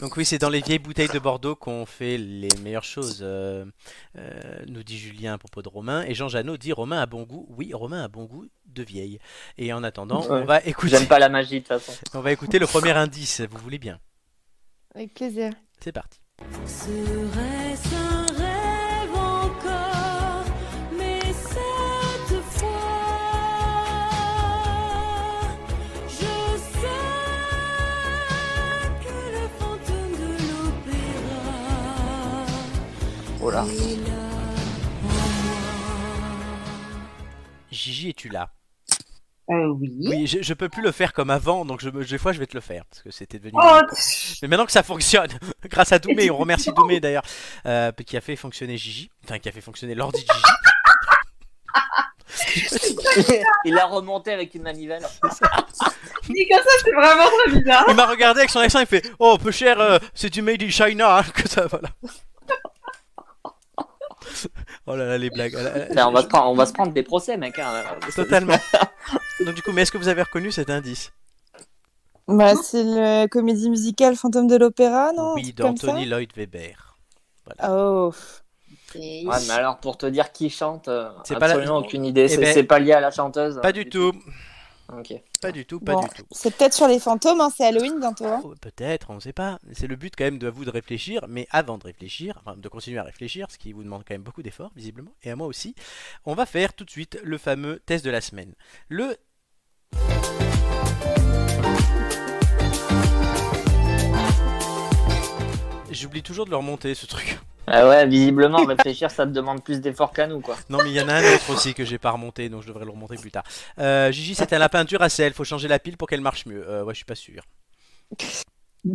[SPEAKER 1] Donc oui, c'est dans les vieilles bouteilles de Bordeaux qu'on fait les meilleures choses, euh, euh, nous dit Julien à propos de Romain. Et Jean Janot dit Romain a bon goût. Oui, Romain a bon goût de vieille. Et en attendant, on
[SPEAKER 3] Ouais.
[SPEAKER 1] va écouter,
[SPEAKER 3] J'aime pas la magie de toute façon.
[SPEAKER 1] on va écouter le premier indice. Vous voulez bien
[SPEAKER 2] Avec plaisir.
[SPEAKER 1] C'est parti.
[SPEAKER 5] Serait-ce un rêve encore, mais cette fois, je sais que le fantôme de l'opéra
[SPEAKER 3] Voilà.
[SPEAKER 5] est là en moi.
[SPEAKER 1] Gigi, es-tu là
[SPEAKER 4] Euh, oui.
[SPEAKER 1] Oui, je, je peux plus le faire comme avant, donc je, me- des fois je vais te le faire parce que c'était devenu.
[SPEAKER 4] Oh,
[SPEAKER 1] Mais maintenant que ça fonctionne, grâce à Doumé, on remercie Doumé d'ailleurs, euh, qui a fait fonctionner Gigi, enfin qui a fait fonctionner l'ordi de Gigi.
[SPEAKER 3] Il a remonté avec une manivelle.
[SPEAKER 4] dit comme ça, c'est vraiment très bizarre.
[SPEAKER 1] Il m'a regardé avec son accent, il fait Oh, peu cher, euh, c'est du made in China hein, que ça, voilà. oh là là, les blagues. ah là là,
[SPEAKER 3] Enfin, on, va se prendre, on va se prendre des procès, mec. hein.
[SPEAKER 1] Totalement. Donc, du coup, mais est-ce que vous avez reconnu cet indice
[SPEAKER 2] Bah, c'est le comédie musicale Fantôme de l'Opéra, non un
[SPEAKER 1] Oui,
[SPEAKER 2] truc comme
[SPEAKER 1] d'Anthony Lloyd Webber.
[SPEAKER 2] ça Oh.
[SPEAKER 4] Et-
[SPEAKER 3] Ouais, mais alors pour te dire qui chante, euh,
[SPEAKER 1] C'est pas la-
[SPEAKER 3] absolument aucune idée.
[SPEAKER 1] Eh
[SPEAKER 3] C'est
[SPEAKER 1] ben-
[SPEAKER 3] c'est pas lié à la chanteuse.
[SPEAKER 1] Pas du tout,
[SPEAKER 3] Ok.
[SPEAKER 1] pas du tout, pas
[SPEAKER 2] Bon.
[SPEAKER 1] du tout.
[SPEAKER 2] C'est peut-être sur les fantômes, hein, c'est Halloween bientôt. Hein.
[SPEAKER 1] Oh, Peut-être, on ne sait pas. C'est le but quand même de à vous de réfléchir, mais avant de réfléchir, enfin de continuer à réfléchir, ce qui vous demande quand même beaucoup d'efforts, visiblement, et à moi aussi, on va faire tout de suite le fameux test de la semaine. Le... J'oublie toujours de leur monter ce truc.
[SPEAKER 3] Ah ouais, visiblement, réfléchir, ça te demande plus d'efforts qu'à nous, quoi.
[SPEAKER 1] Non mais il y en a un autre aussi que j'ai pas remonté, donc je devrais le remonter plus tard. Euh, Gigi, c'est à la peinture à sel, faut changer la pile pour qu'elle marche mieux. Euh, ouais, je suis pas sûr.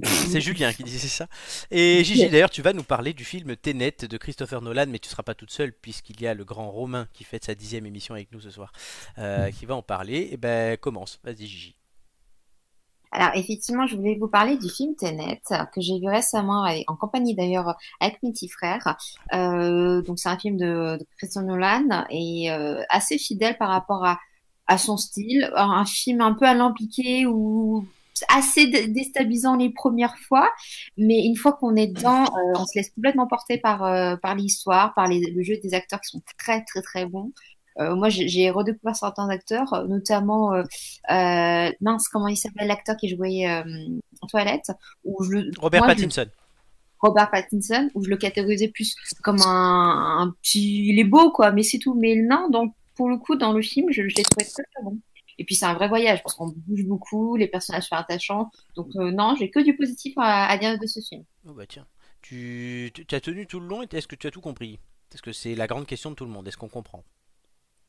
[SPEAKER 1] C'est Julien qui disait ça. Et Gigi, d'ailleurs, tu vas nous parler du film Tenet de Christopher Nolan, mais tu seras pas toute seule puisqu'il y a le grand Romain qui fête sa dixième émission avec nous ce soir, euh, qui va en parler. Et ben commence, vas-y Gigi.
[SPEAKER 4] Alors effectivement, je voulais vous parler du film Tenet euh, que j'ai vu récemment avec- en compagnie d'ailleurs avec mes petits frères. Euh, donc c'est un film de, de Christian Nolan et euh, assez fidèle par rapport à, à son style, un un film un peu alambiqué où assez dé- déstabilisant les premières fois, mais une fois qu'on est dedans, euh, on se laisse complètement porter par, euh, par l'histoire, par les- le jeu des acteurs qui sont très très très bons. Euh, moi, j'ai j'ai redécouvert certains acteurs, euh, notamment euh, euh, mince, comment il s'appelle l'acteur qui jouait euh, en toilette, où je, le-
[SPEAKER 1] Robert
[SPEAKER 4] moi, je-
[SPEAKER 1] Pattinson.
[SPEAKER 4] Robert Pattinson, où je le catégorisais plus comme un, un petit. Il est beau, quoi, mais c'est tout. Mais non, donc, pour le coup, dans le film, je, je l'ai trouvé très, très bon. Et puis, c'est un vrai voyage, parce qu'on bouge beaucoup, les personnages sont attachants. Donc, euh, non, j'ai que du positif à, à dire de ce film.
[SPEAKER 1] Oh bah tiens. Tu, tu- tu as tenu tout le long et est-ce que tu as tout compris Parce que c'est la grande question de tout le monde. Est-ce qu'on comprend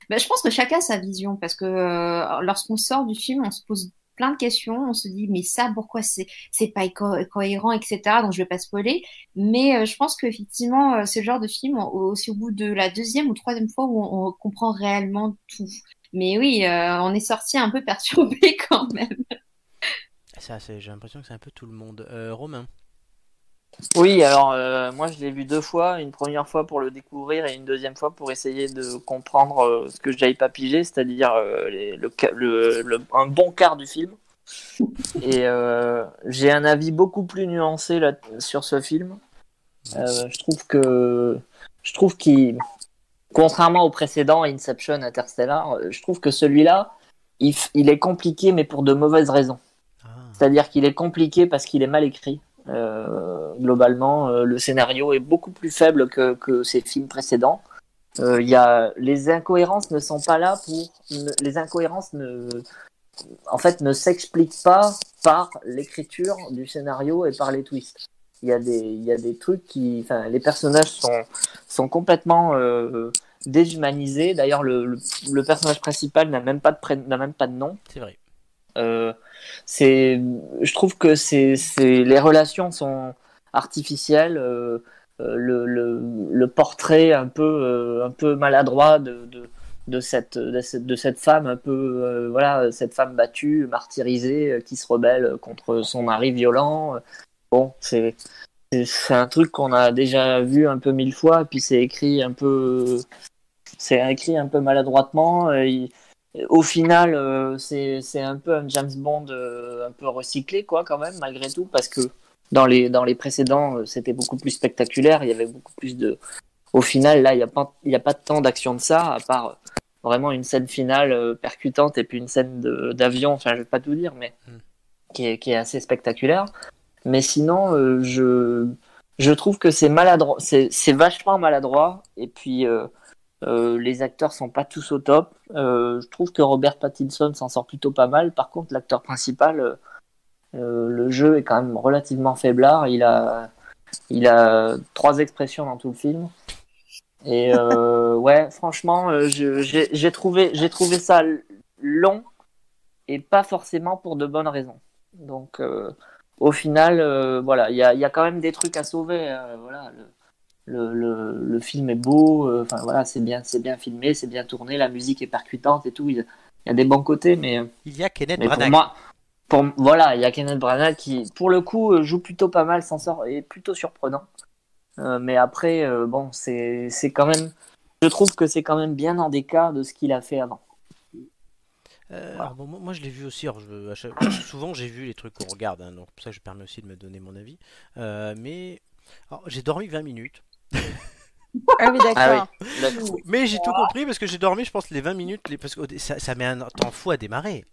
[SPEAKER 4] Ben, je pense que chacun a sa vision, parce que euh, lorsqu'on sort du film, on se pose plein de questions, on se dit mais ça pourquoi c'est c'est pas éco- cohérent etc donc je vais pas spoiler mais euh, je pense qu'effectivement euh, c'est le genre de film au- aussi au bout de la deuxième ou troisième fois où on, on comprend réellement tout mais oui euh, on est sorti un peu perturbé quand même
[SPEAKER 1] Ça, c'est- j'ai l'impression que c'est un peu tout le monde. Euh, Romain.
[SPEAKER 3] Oui, alors euh, moi je l'ai vu deux fois, une première fois pour le découvrir et une deuxième fois pour essayer de comprendre euh, ce que j'avais pas pigé, c'est-à-dire euh, les- le, ca- le- le- un bon quart du film. Et euh, j'ai un avis beaucoup plus nuancé là, sur ce film. Euh, je trouve que je trouve qu'il, contrairement au précédent Inception, Interstellar, euh, je trouve que celui-là, il f- il est compliqué mais pour de mauvaises raisons.
[SPEAKER 1] Ah.
[SPEAKER 3] C'est-à-dire qu'il est compliqué parce qu'il est mal écrit. Euh, globalement, euh, le scénario est beaucoup plus faible que, que ses films précédents. Euh, il y a, les incohérences ne sont pas là pour. ne- les incohérences ne, en fait, ne s'expliquent pas par l'écriture du scénario et par les twists. Il y a des, il y a des trucs qui. Enfin, les personnages sont, sont complètement euh, déshumanisés. D'ailleurs, le, le, le personnage principal n'a même, pas de pré- n'a même pas de nom.
[SPEAKER 1] C'est vrai.
[SPEAKER 3] Euh, c'est, je trouve que c'est, c'est, les relations sont artificielles. euh, euh, le, le, le portrait un peu, euh, un peu maladroit de, de, de, cette, de, cette, de cette femme, un peu, euh, voilà, cette femme battue, martyrisée, euh, qui se rebelle contre son mari violent. Bon, c'est, c'est, c'est un truc qu'on a déjà vu un peu mille fois, puis c'est écrit un peu, c'est écrit un peu maladroitement. euh, il- au final, euh, c'est c'est un peu un James Bond euh, un peu recyclé, quoi, quand même, malgré tout, parce que dans les, dans les précédents, euh, c'était beaucoup plus spectaculaire, il y avait beaucoup plus de. Au final, là, il n'y a, pas- il y a pas tant d'action de ça, à part euh, vraiment une scène finale euh, percutante et puis une scène de- d'avion, enfin, je vais pas tout dire, mais
[SPEAKER 1] Mm.
[SPEAKER 3] qui, est, qui est assez spectaculaire. Mais sinon, euh, je, je trouve que c'est maladroit, c'est c'est vachement maladroit, et puis. euh, euh, les acteurs sont pas tous au top. Euh, je trouve que Robert Pattinson s'en sort plutôt pas mal. Par contre, l'acteur principal, euh, euh, le jeu est quand même relativement faiblard. Il a, il a trois expressions dans tout le film. Et euh, ouais, franchement, euh, je- j'ai j'ai trouvé, j'ai trouvé ça l- long et pas forcément pour de bonnes raisons. Donc, euh, au final, euh, voilà, il y a, il y a quand même des trucs à sauver. euh, voilà. Le, le, le, le film est beau, euh, enfin voilà, c'est bien, c'est bien filmé, c'est bien tourné, la musique est percutante et tout. Il y a- il y a des bons côtés, mais,
[SPEAKER 1] Il y a Kenneth
[SPEAKER 3] mais pour
[SPEAKER 1] Branagh.
[SPEAKER 3] moi, pour, voilà, il y a Kenneth Branagh qui, pour le coup, euh, joue plutôt pas mal, s'en sort et est plutôt surprenant. Euh, mais après, euh, bon, c'est c'est quand même, je trouve que c'est quand même bien en décart de ce qu'il a fait avant.
[SPEAKER 1] Euh, alors, bon, moi, moi, je l'ai vu aussi. Alors, je- à chaque- souvent j'ai vu les trucs qu'on regarde, hein, donc pour ça je permets aussi de me donner mon avis. Euh, mais alors, j'ai dormi 20 minutes.
[SPEAKER 2] Ah oui, d'accord.
[SPEAKER 3] Ah
[SPEAKER 1] Mais j'ai tout compris parce que j'ai dormi, je pense, les 20 minutes. les- Parce que au dé- ça, ça met un temps fou à démarrer.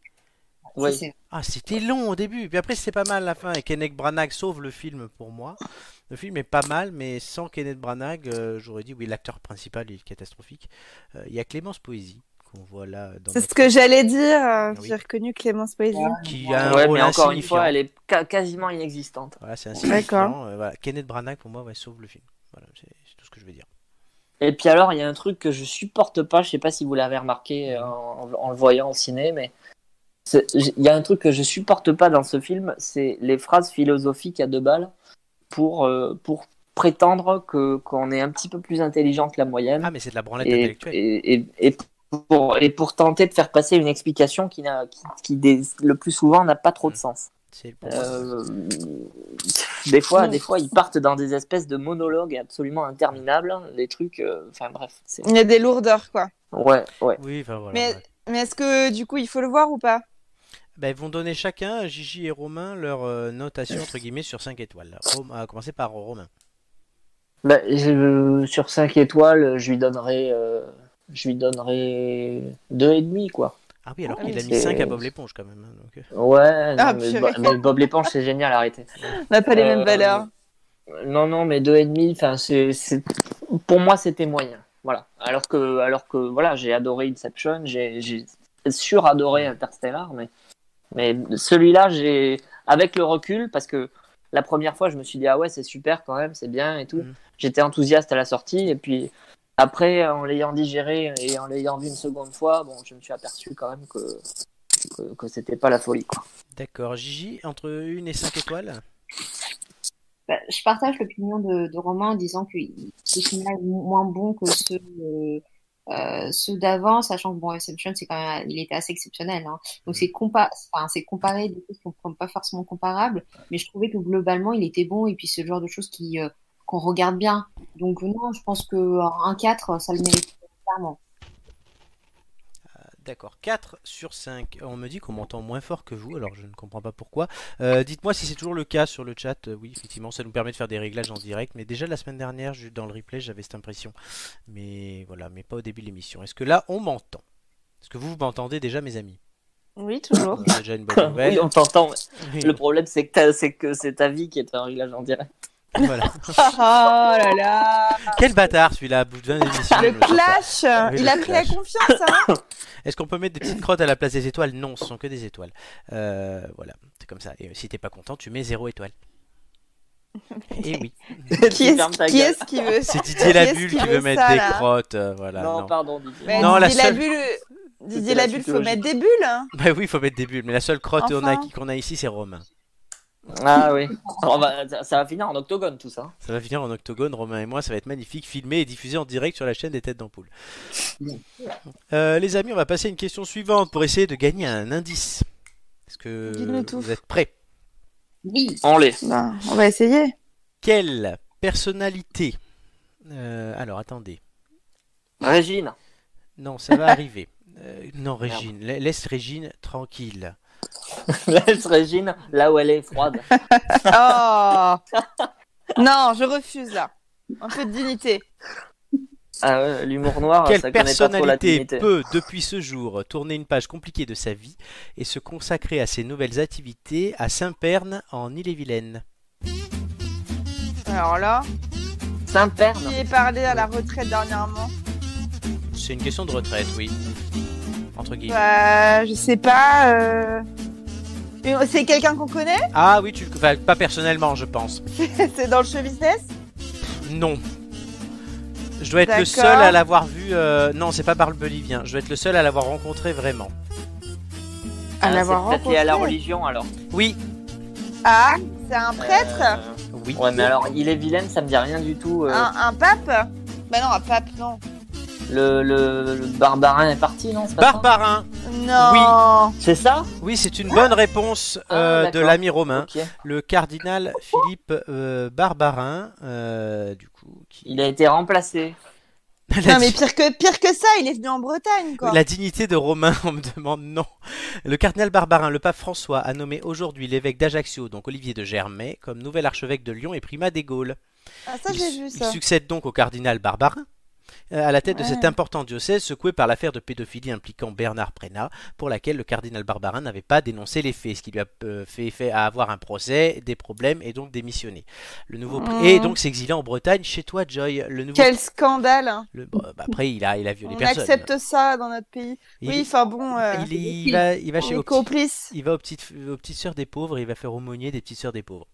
[SPEAKER 3] Oui.
[SPEAKER 4] C'est-
[SPEAKER 1] Ah, c'était long au début. Puis après, c'est pas mal la fin. Et Kenneth Branagh sauve le film pour moi. Le film est pas mal, mais sans Kenneth Branagh, euh, j'aurais dit oui, l'acteur principal il est catastrophique. Euh, Il y a Clémence Poésie qu'on voit là. dans
[SPEAKER 2] C'est ce
[SPEAKER 1] notre-
[SPEAKER 2] que j'allais dire. euh,
[SPEAKER 1] Ah Oui.
[SPEAKER 2] J'ai reconnu Clémence Poésie.
[SPEAKER 1] qui a un
[SPEAKER 3] Ouais,
[SPEAKER 1] rôle
[SPEAKER 3] mais encore une
[SPEAKER 1] insignifiant.
[SPEAKER 3] fois, elle est ca- quasiment inexistante.
[SPEAKER 1] Voilà, c'est
[SPEAKER 2] D'accord.
[SPEAKER 1] insignifiant. Euh, voilà. Kenneth Branagh, pour moi, ouais, sauve le film. Voilà, c'est c'est tout ce que je veux dire.
[SPEAKER 3] Et puis alors, il y a un truc que je supporte pas, je sais pas si vous l'avez remarqué euh, en, en le voyant au ciné, mais c'est- j- il y a un truc que je supporte pas dans ce film, c'est les phrases philosophiques à deux balles pour, euh, pour prétendre que qu'on est un petit peu plus intelligent que la moyenne
[SPEAKER 1] Ah, mais c'est de la branlette
[SPEAKER 3] Mm. et,
[SPEAKER 1] intellectuelle.
[SPEAKER 3] et, et, et pour, et pour tenter de faire passer une explication qui, n'a- qui, qui dé- le plus souvent n'a pas trop de sens.
[SPEAKER 1] C'est pour moi,
[SPEAKER 3] Euh, des fois, des fois, ils partent dans des espèces de monologues absolument interminables, les trucs. euh, Enfin bref, c'est
[SPEAKER 2] Il y a des lourdeurs, quoi.
[SPEAKER 3] ouais, ouais.
[SPEAKER 1] Oui, enfin voilà.
[SPEAKER 2] Mais-
[SPEAKER 1] ouais.
[SPEAKER 2] Mais est-ce que du coup il faut le voir ou pas
[SPEAKER 1] ben, ils vont donner chacun, Gigi et Romain, leur euh, notation entre guillemets sur 5 étoiles. Rom- à commencer par Romain.
[SPEAKER 3] Bah, je- sur 5 étoiles, je lui donnerais, euh, je lui donnerais deux et demi, quoi.
[SPEAKER 1] Ah oui, alors
[SPEAKER 2] Ah
[SPEAKER 1] qu'il
[SPEAKER 2] oui,
[SPEAKER 1] a mis
[SPEAKER 3] c'est-
[SPEAKER 1] 5 à Bob l'éponge quand même. hein, donc, euh.
[SPEAKER 3] Ouais,
[SPEAKER 2] Ah,
[SPEAKER 3] non, mais,
[SPEAKER 2] purée.
[SPEAKER 3] Bo- mais Bob l'éponge, c'est génial, arrêtez.
[SPEAKER 2] On n'a pas les mêmes
[SPEAKER 3] Euh,
[SPEAKER 2] valeurs.
[SPEAKER 3] Non, non, mais deux et demi, enfin, c'est, c'est- pour moi, c'était moyen. Voilà. Alors que, alors que, voilà, j'ai adoré Inception, j'ai, j'ai suradoré Interstellar, mais, mais celui-là, j'ai, avec le recul, parce que la première fois, je me suis dit, ah ouais, c'est super quand même, c'est bien et tout.
[SPEAKER 1] Mhm.
[SPEAKER 3] J'étais enthousiaste à la sortie, et puis après, en l'ayant digéré et en l'ayant vu une seconde fois, bon, je me suis aperçu quand même que, que, que c'était pas la folie, quoi.
[SPEAKER 1] D'accord, Gigi, entre 1 et 5 étoiles
[SPEAKER 4] Bah, je partage l'opinion de, de Romain en disant que ce film-là est mo- moins bon que ceux, euh, euh, ceux d'avant, sachant que bon, Inception, c'est quand même, il était assez exceptionnel. hein.
[SPEAKER 1] Mm.
[SPEAKER 4] Donc c'est compa enfin, c'est comparé des choses qui ne sont pas forcément comparables, mais je trouvais que globalement, il était bon et puis c'est le genre de choses qui euh, qu'on regarde bien. Donc non, je pense que un 4, ça le mérite clairement.
[SPEAKER 1] D'accord, 4 sur 5. On me dit qu'on m'entend moins fort que vous, alors je ne comprends pas pourquoi. Euh, Dites-moi si c'est toujours le cas sur le chat. Euh, Oui, effectivement, ça nous permet de faire des réglages en direct. Mais déjà la semaine dernière, je- dans le replay, j'avais cette impression. Mais voilà, mais pas au début de l'émission. Est-ce que là, on m'entend Est-ce que vous, vous m'entendez déjà, mes amis
[SPEAKER 2] Oui, toujours.
[SPEAKER 1] C'est déjà une bonne nouvelle.
[SPEAKER 3] Oui, on t'entend.
[SPEAKER 1] Oui,
[SPEAKER 3] Le problème, c'est que, t'as- c'est que c'est ta vie qui est un réglage en direct.
[SPEAKER 1] voilà.
[SPEAKER 2] oh là là
[SPEAKER 1] Quel bâtard celui-là, bout de 20 émissions. Ah, je
[SPEAKER 2] Le
[SPEAKER 1] me sens pas. Ah,
[SPEAKER 2] clash
[SPEAKER 1] Oui,
[SPEAKER 2] Il
[SPEAKER 1] le
[SPEAKER 2] a pris la
[SPEAKER 1] clash.
[SPEAKER 2] confiance, hein
[SPEAKER 1] Est-ce qu'on peut mettre des petites crottes à la place des étoiles Non, ce sont que des étoiles. Euh, voilà, c'est comme ça. Et euh, si t'es pas content, tu mets 0 étoile. Et oui,
[SPEAKER 2] Qui
[SPEAKER 3] Ferme ta
[SPEAKER 2] est-ce qui,
[SPEAKER 3] gueule.
[SPEAKER 2] est-ce qui veut
[SPEAKER 1] c'est Didier
[SPEAKER 2] Qui est-ce
[SPEAKER 1] Labulle
[SPEAKER 2] qui
[SPEAKER 1] qui
[SPEAKER 2] veut
[SPEAKER 1] veut mettre
[SPEAKER 2] ça,
[SPEAKER 1] des
[SPEAKER 2] là
[SPEAKER 1] crottes. euh, voilà,
[SPEAKER 3] non,
[SPEAKER 1] non.
[SPEAKER 3] pardon, Didier.
[SPEAKER 2] Mais
[SPEAKER 1] Non, la
[SPEAKER 2] Didier
[SPEAKER 1] seule-
[SPEAKER 2] Labulle, Didier
[SPEAKER 3] C'était la
[SPEAKER 2] Labulle, faut
[SPEAKER 3] chute
[SPEAKER 2] mettre des bulles. hein.
[SPEAKER 1] Bah oui, faut mettre des bulles. Mais la seule crotte on a-
[SPEAKER 2] Enfin.
[SPEAKER 1] qu'on a ici, c'est Romain.
[SPEAKER 3] Ah oui. Alors, bah, ça- ça va finir en octogone tout ça.
[SPEAKER 1] Ça va finir en octogone, Romain et moi, ça va être magnifique, filmé et diffusé en direct sur la chaîne des têtes d'ampoule. Euh, les amis, on va passer à une question suivante pour essayer de gagner un indice. Est-ce que
[SPEAKER 2] Dis-nous tout.
[SPEAKER 1] vous êtes prêts
[SPEAKER 4] Oui,
[SPEAKER 3] On l'est.
[SPEAKER 2] Ben, on va essayer.
[SPEAKER 1] Quelle personnalité Euh, Alors attendez.
[SPEAKER 3] Régine.
[SPEAKER 1] Non, ça va arriver. Euh, non, Régine, la- laisse Régine tranquille.
[SPEAKER 3] Laisse Régine là où elle est froide.
[SPEAKER 2] Oh Non, je refuse là. Un peu de dignité.
[SPEAKER 3] Ah ouais, L'humour noir,
[SPEAKER 1] Quelle
[SPEAKER 3] ça connaît pas trop la
[SPEAKER 1] personnalité
[SPEAKER 3] dignité.
[SPEAKER 1] peut, depuis ce jour, tourner une page compliquée de sa vie et se consacrer à ses nouvelles activités à Saint-Perne en Ille-et-Vilaine
[SPEAKER 2] Alors là,
[SPEAKER 3] Saint-Perne.
[SPEAKER 2] qui est parlé à la retraite dernièrement
[SPEAKER 1] C'est une question de retraite, oui. Entre guillemets.
[SPEAKER 2] Bah, je sais pas. euh, mais C'est quelqu'un qu'on connaît
[SPEAKER 1] Ah oui, tu... enfin, pas personnellement, je pense.
[SPEAKER 2] C'est dans le show business
[SPEAKER 1] Non. Je dois être le
[SPEAKER 2] D'accord.
[SPEAKER 1] seul à l'avoir vu. euh, Non, c'est pas par le Bolivien. Je dois être le seul à l'avoir rencontré vraiment.
[SPEAKER 2] À
[SPEAKER 3] Ah,
[SPEAKER 2] l'avoir
[SPEAKER 3] c'est peut-être lié à la
[SPEAKER 2] rencontré.
[SPEAKER 3] religion alors.
[SPEAKER 1] Oui.
[SPEAKER 2] Ah, c'est un prêtre
[SPEAKER 3] Euh,
[SPEAKER 1] Oui.
[SPEAKER 3] Ouais, mais alors, il est vilaine, ça me dit rien du tout. euh,
[SPEAKER 2] un, un pape Bah non, un pape, non.
[SPEAKER 3] le, le, le barbarin est parti, non c'est pas ça
[SPEAKER 1] Barbarin.
[SPEAKER 2] Non
[SPEAKER 3] C'est ça
[SPEAKER 1] Oui, c'est une bonne réponse euh,
[SPEAKER 3] Ah,
[SPEAKER 1] de
[SPEAKER 3] d'accord.
[SPEAKER 1] l'ami Romain.
[SPEAKER 3] Ok.
[SPEAKER 1] le cardinal Philippe euh, Barbarin, euh, du coup, qui...
[SPEAKER 3] Il a été remplacé.
[SPEAKER 1] la,
[SPEAKER 2] Non, mais
[SPEAKER 1] di-
[SPEAKER 2] pire que, pire que ça, il est venu en Bretagne, quoi.
[SPEAKER 1] la dignité de Romain, on me demande non. Le cardinal Barbarin, le pape François, a nommé aujourd'hui l'évêque d'Ajaccio, donc Olivier de Germay, comme nouvel archevêque de Lyon et primat des Gaules.
[SPEAKER 2] Ah, ça,
[SPEAKER 1] il,
[SPEAKER 2] j'ai
[SPEAKER 1] su-
[SPEAKER 2] vu
[SPEAKER 1] il
[SPEAKER 2] ça.
[SPEAKER 1] succède donc au cardinal Barbarin. euh, À la tête de
[SPEAKER 2] Ouais.
[SPEAKER 1] cet important diocèse secoué par l'affaire de pédophilie impliquant Bernard Prénat, pour laquelle le cardinal Barbarin n'avait pas dénoncé les faits, ce qui lui a euh, fait, fait à avoir un procès, des problèmes et donc démissionner. Le nouveau
[SPEAKER 2] Mm.
[SPEAKER 1] et donc s'exiler en Bretagne chez toi, Joy. Le nouveau
[SPEAKER 2] Quel scandale hein.
[SPEAKER 1] Le- bon, bah, après, il a, il a violé
[SPEAKER 2] On
[SPEAKER 1] personne.
[SPEAKER 2] accepte ça dans notre pays.
[SPEAKER 1] Il,
[SPEAKER 2] Oui, enfin bon, euh,
[SPEAKER 1] il, il va, il va
[SPEAKER 2] on
[SPEAKER 1] chez
[SPEAKER 2] est
[SPEAKER 1] aux petits-
[SPEAKER 2] complices.
[SPEAKER 1] il va aux petites, aux petites sœurs des pauvres et il va faire aumônier des petites sœurs des pauvres.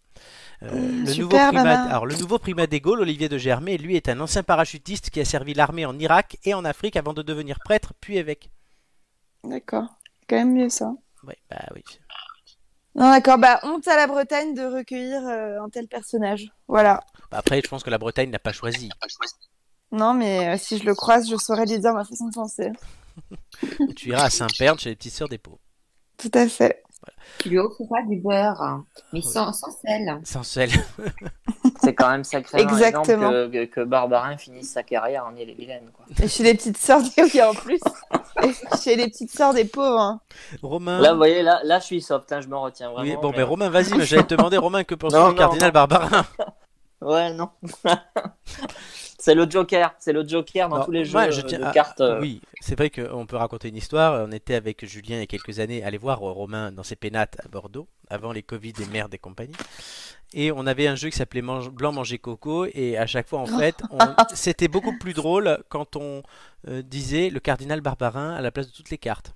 [SPEAKER 1] Euh, le,
[SPEAKER 2] super,
[SPEAKER 1] nouveau primat,
[SPEAKER 2] Bernard.
[SPEAKER 1] alors, le nouveau primat des Gaules, Olivier de Germay, lui est un ancien parachutiste qui a servi l'armée en Irak et en Afrique avant de devenir prêtre puis évêque.
[SPEAKER 2] D'accord. C'est quand même mieux ça.
[SPEAKER 1] Ouais, bah oui.
[SPEAKER 2] Non, d'accord. Bah, honte à la Bretagne de recueillir euh, un tel personnage. Voilà.
[SPEAKER 1] Bah, après, je pense que la Bretagne n'a pas choisi.
[SPEAKER 2] Non, mais euh, si je le croise, je saurais lui dire ma façon de penser.
[SPEAKER 1] Tu iras à Saint-Perne chez les petites sœurs des pauvres.
[SPEAKER 2] Tout à fait.
[SPEAKER 4] tu lui offres pas du beurre, hein, mais
[SPEAKER 1] Ouais.
[SPEAKER 4] sans, sans sel.
[SPEAKER 1] Sans sel.
[SPEAKER 3] C'est quand même sacrément
[SPEAKER 2] Exactement.
[SPEAKER 3] énorme que, que, que Barbarin finisse sa carrière en Ille-et-Vilaine. quoi.
[SPEAKER 2] Et chez les petites sœurs des oui, en plus. Et chez les petites sœurs des pauvres. hein.
[SPEAKER 1] Romain.
[SPEAKER 3] Là, vous voyez, là, là, je suis soft, hein, je me retiens vraiment.
[SPEAKER 1] Ah. Oui, bon,
[SPEAKER 3] mais-
[SPEAKER 1] ben Romain, vas-y, mais j'allais te demander, Romain, que penses-tu
[SPEAKER 3] Non,
[SPEAKER 1] du
[SPEAKER 3] non,
[SPEAKER 1] cardinal
[SPEAKER 3] non.
[SPEAKER 1] Barbarin
[SPEAKER 3] Ouais, non. c'est le Joker, c'est le Joker dans
[SPEAKER 1] Non,
[SPEAKER 3] tous les jeux
[SPEAKER 1] moi,
[SPEAKER 3] euh,
[SPEAKER 1] Bah, tiens
[SPEAKER 3] de
[SPEAKER 1] à-
[SPEAKER 3] cartes. euh,
[SPEAKER 1] Oui, c'est vrai qu'on peut raconter une histoire. On était avec Julien il y a quelques années, allez voir euh, Romain dans ses pénates à Bordeaux, avant les Covid et merdes et compagnie. Et on avait un jeu qui s'appelait Mange- Blanc manger coco, et à chaque fois, en fait, on- c'était beaucoup plus drôle quand on euh, disait le cardinal Barbarin à la place de toutes les cartes.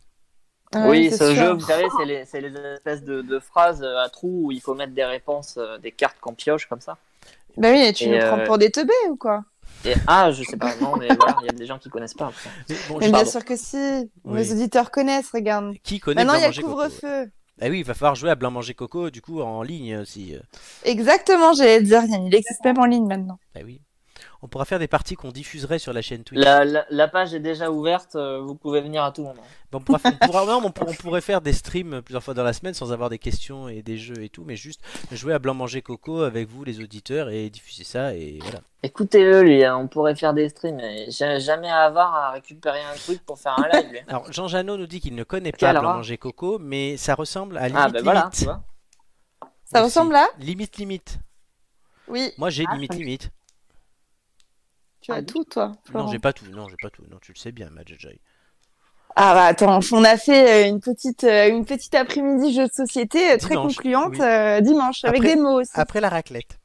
[SPEAKER 2] Ouais,
[SPEAKER 3] oui,
[SPEAKER 2] Ah, c'est
[SPEAKER 3] ce
[SPEAKER 2] sûr.
[SPEAKER 3] jeu, vous savez, c'est les, c'est les espèces de, de phrases euh, à trous où il faut mettre des réponses, euh, des cartes qu'on pioche comme ça.
[SPEAKER 2] Bah oui, tu
[SPEAKER 3] Et,
[SPEAKER 2] nous prends
[SPEAKER 3] euh,
[SPEAKER 2] pour des teubés ou quoi
[SPEAKER 3] Et ah, je sais pas, non, mais voilà, il y a des gens qui connaissent pas. après.
[SPEAKER 1] Mais bon,
[SPEAKER 2] Mais
[SPEAKER 1] je-
[SPEAKER 2] bien
[SPEAKER 3] pardon.
[SPEAKER 2] sûr que si.
[SPEAKER 1] Oui.
[SPEAKER 2] Mes auditeurs connaissent, regarde.
[SPEAKER 1] Qui connaît Blanc
[SPEAKER 2] Maintenant, il y a le
[SPEAKER 1] manger coco
[SPEAKER 2] couvre-feu.
[SPEAKER 1] Ah oui, il va falloir jouer à Blanc manger coco, du coup, en ligne aussi. euh.
[SPEAKER 2] Exactement, j'allais le dire, Yann. Il existe même en ligne maintenant.
[SPEAKER 1] Bah oui. On pourra faire des parties qu'on diffuserait sur la chaîne Twitch.
[SPEAKER 3] La, la, la page est déjà ouverte, euh, vous pouvez venir à tout moment.
[SPEAKER 1] Bon, on, pourra- on pourra- non, mais on pour- on pourrait faire des streams plusieurs fois dans la semaine sans avoir des questions et des jeux et tout, mais juste jouer à Blanc Manger Coco avec vous, les auditeurs, et diffuser ça. Et voilà.
[SPEAKER 3] Écoutez-le, lui, hein, on pourrait faire des streams, mais j'ai jamais avare à récupérer un truc pour faire un live. lui.
[SPEAKER 1] Alors, Jean Janot nous dit qu'il ne connaît pas
[SPEAKER 3] Quelle
[SPEAKER 1] Blanc
[SPEAKER 3] horreur.
[SPEAKER 1] Manger Coco, mais ça ressemble à Limite
[SPEAKER 3] hein. Ah, ben voilà, tu
[SPEAKER 1] Limite.
[SPEAKER 3] vois.
[SPEAKER 2] Ça
[SPEAKER 1] Aussi.
[SPEAKER 2] ressemble à Ah,
[SPEAKER 1] Limite Limite.
[SPEAKER 2] Oui,
[SPEAKER 1] Moi, j'ai Limite Limite.
[SPEAKER 2] tu as
[SPEAKER 3] Ah,
[SPEAKER 2] tout, toi. Florent.
[SPEAKER 1] Non, j'ai pas tout. Non, j'ai pas tout. Non, tu le sais bien, Madjajai.
[SPEAKER 2] Ah bah attends, on a fait euh, une petite, euh, une petite après-midi jeu de société euh, très
[SPEAKER 1] Dimanche,
[SPEAKER 2] concluante
[SPEAKER 1] oui.
[SPEAKER 2] euh, dimanche, avec
[SPEAKER 1] Après-
[SPEAKER 2] des mots aussi.
[SPEAKER 1] Après la raclette.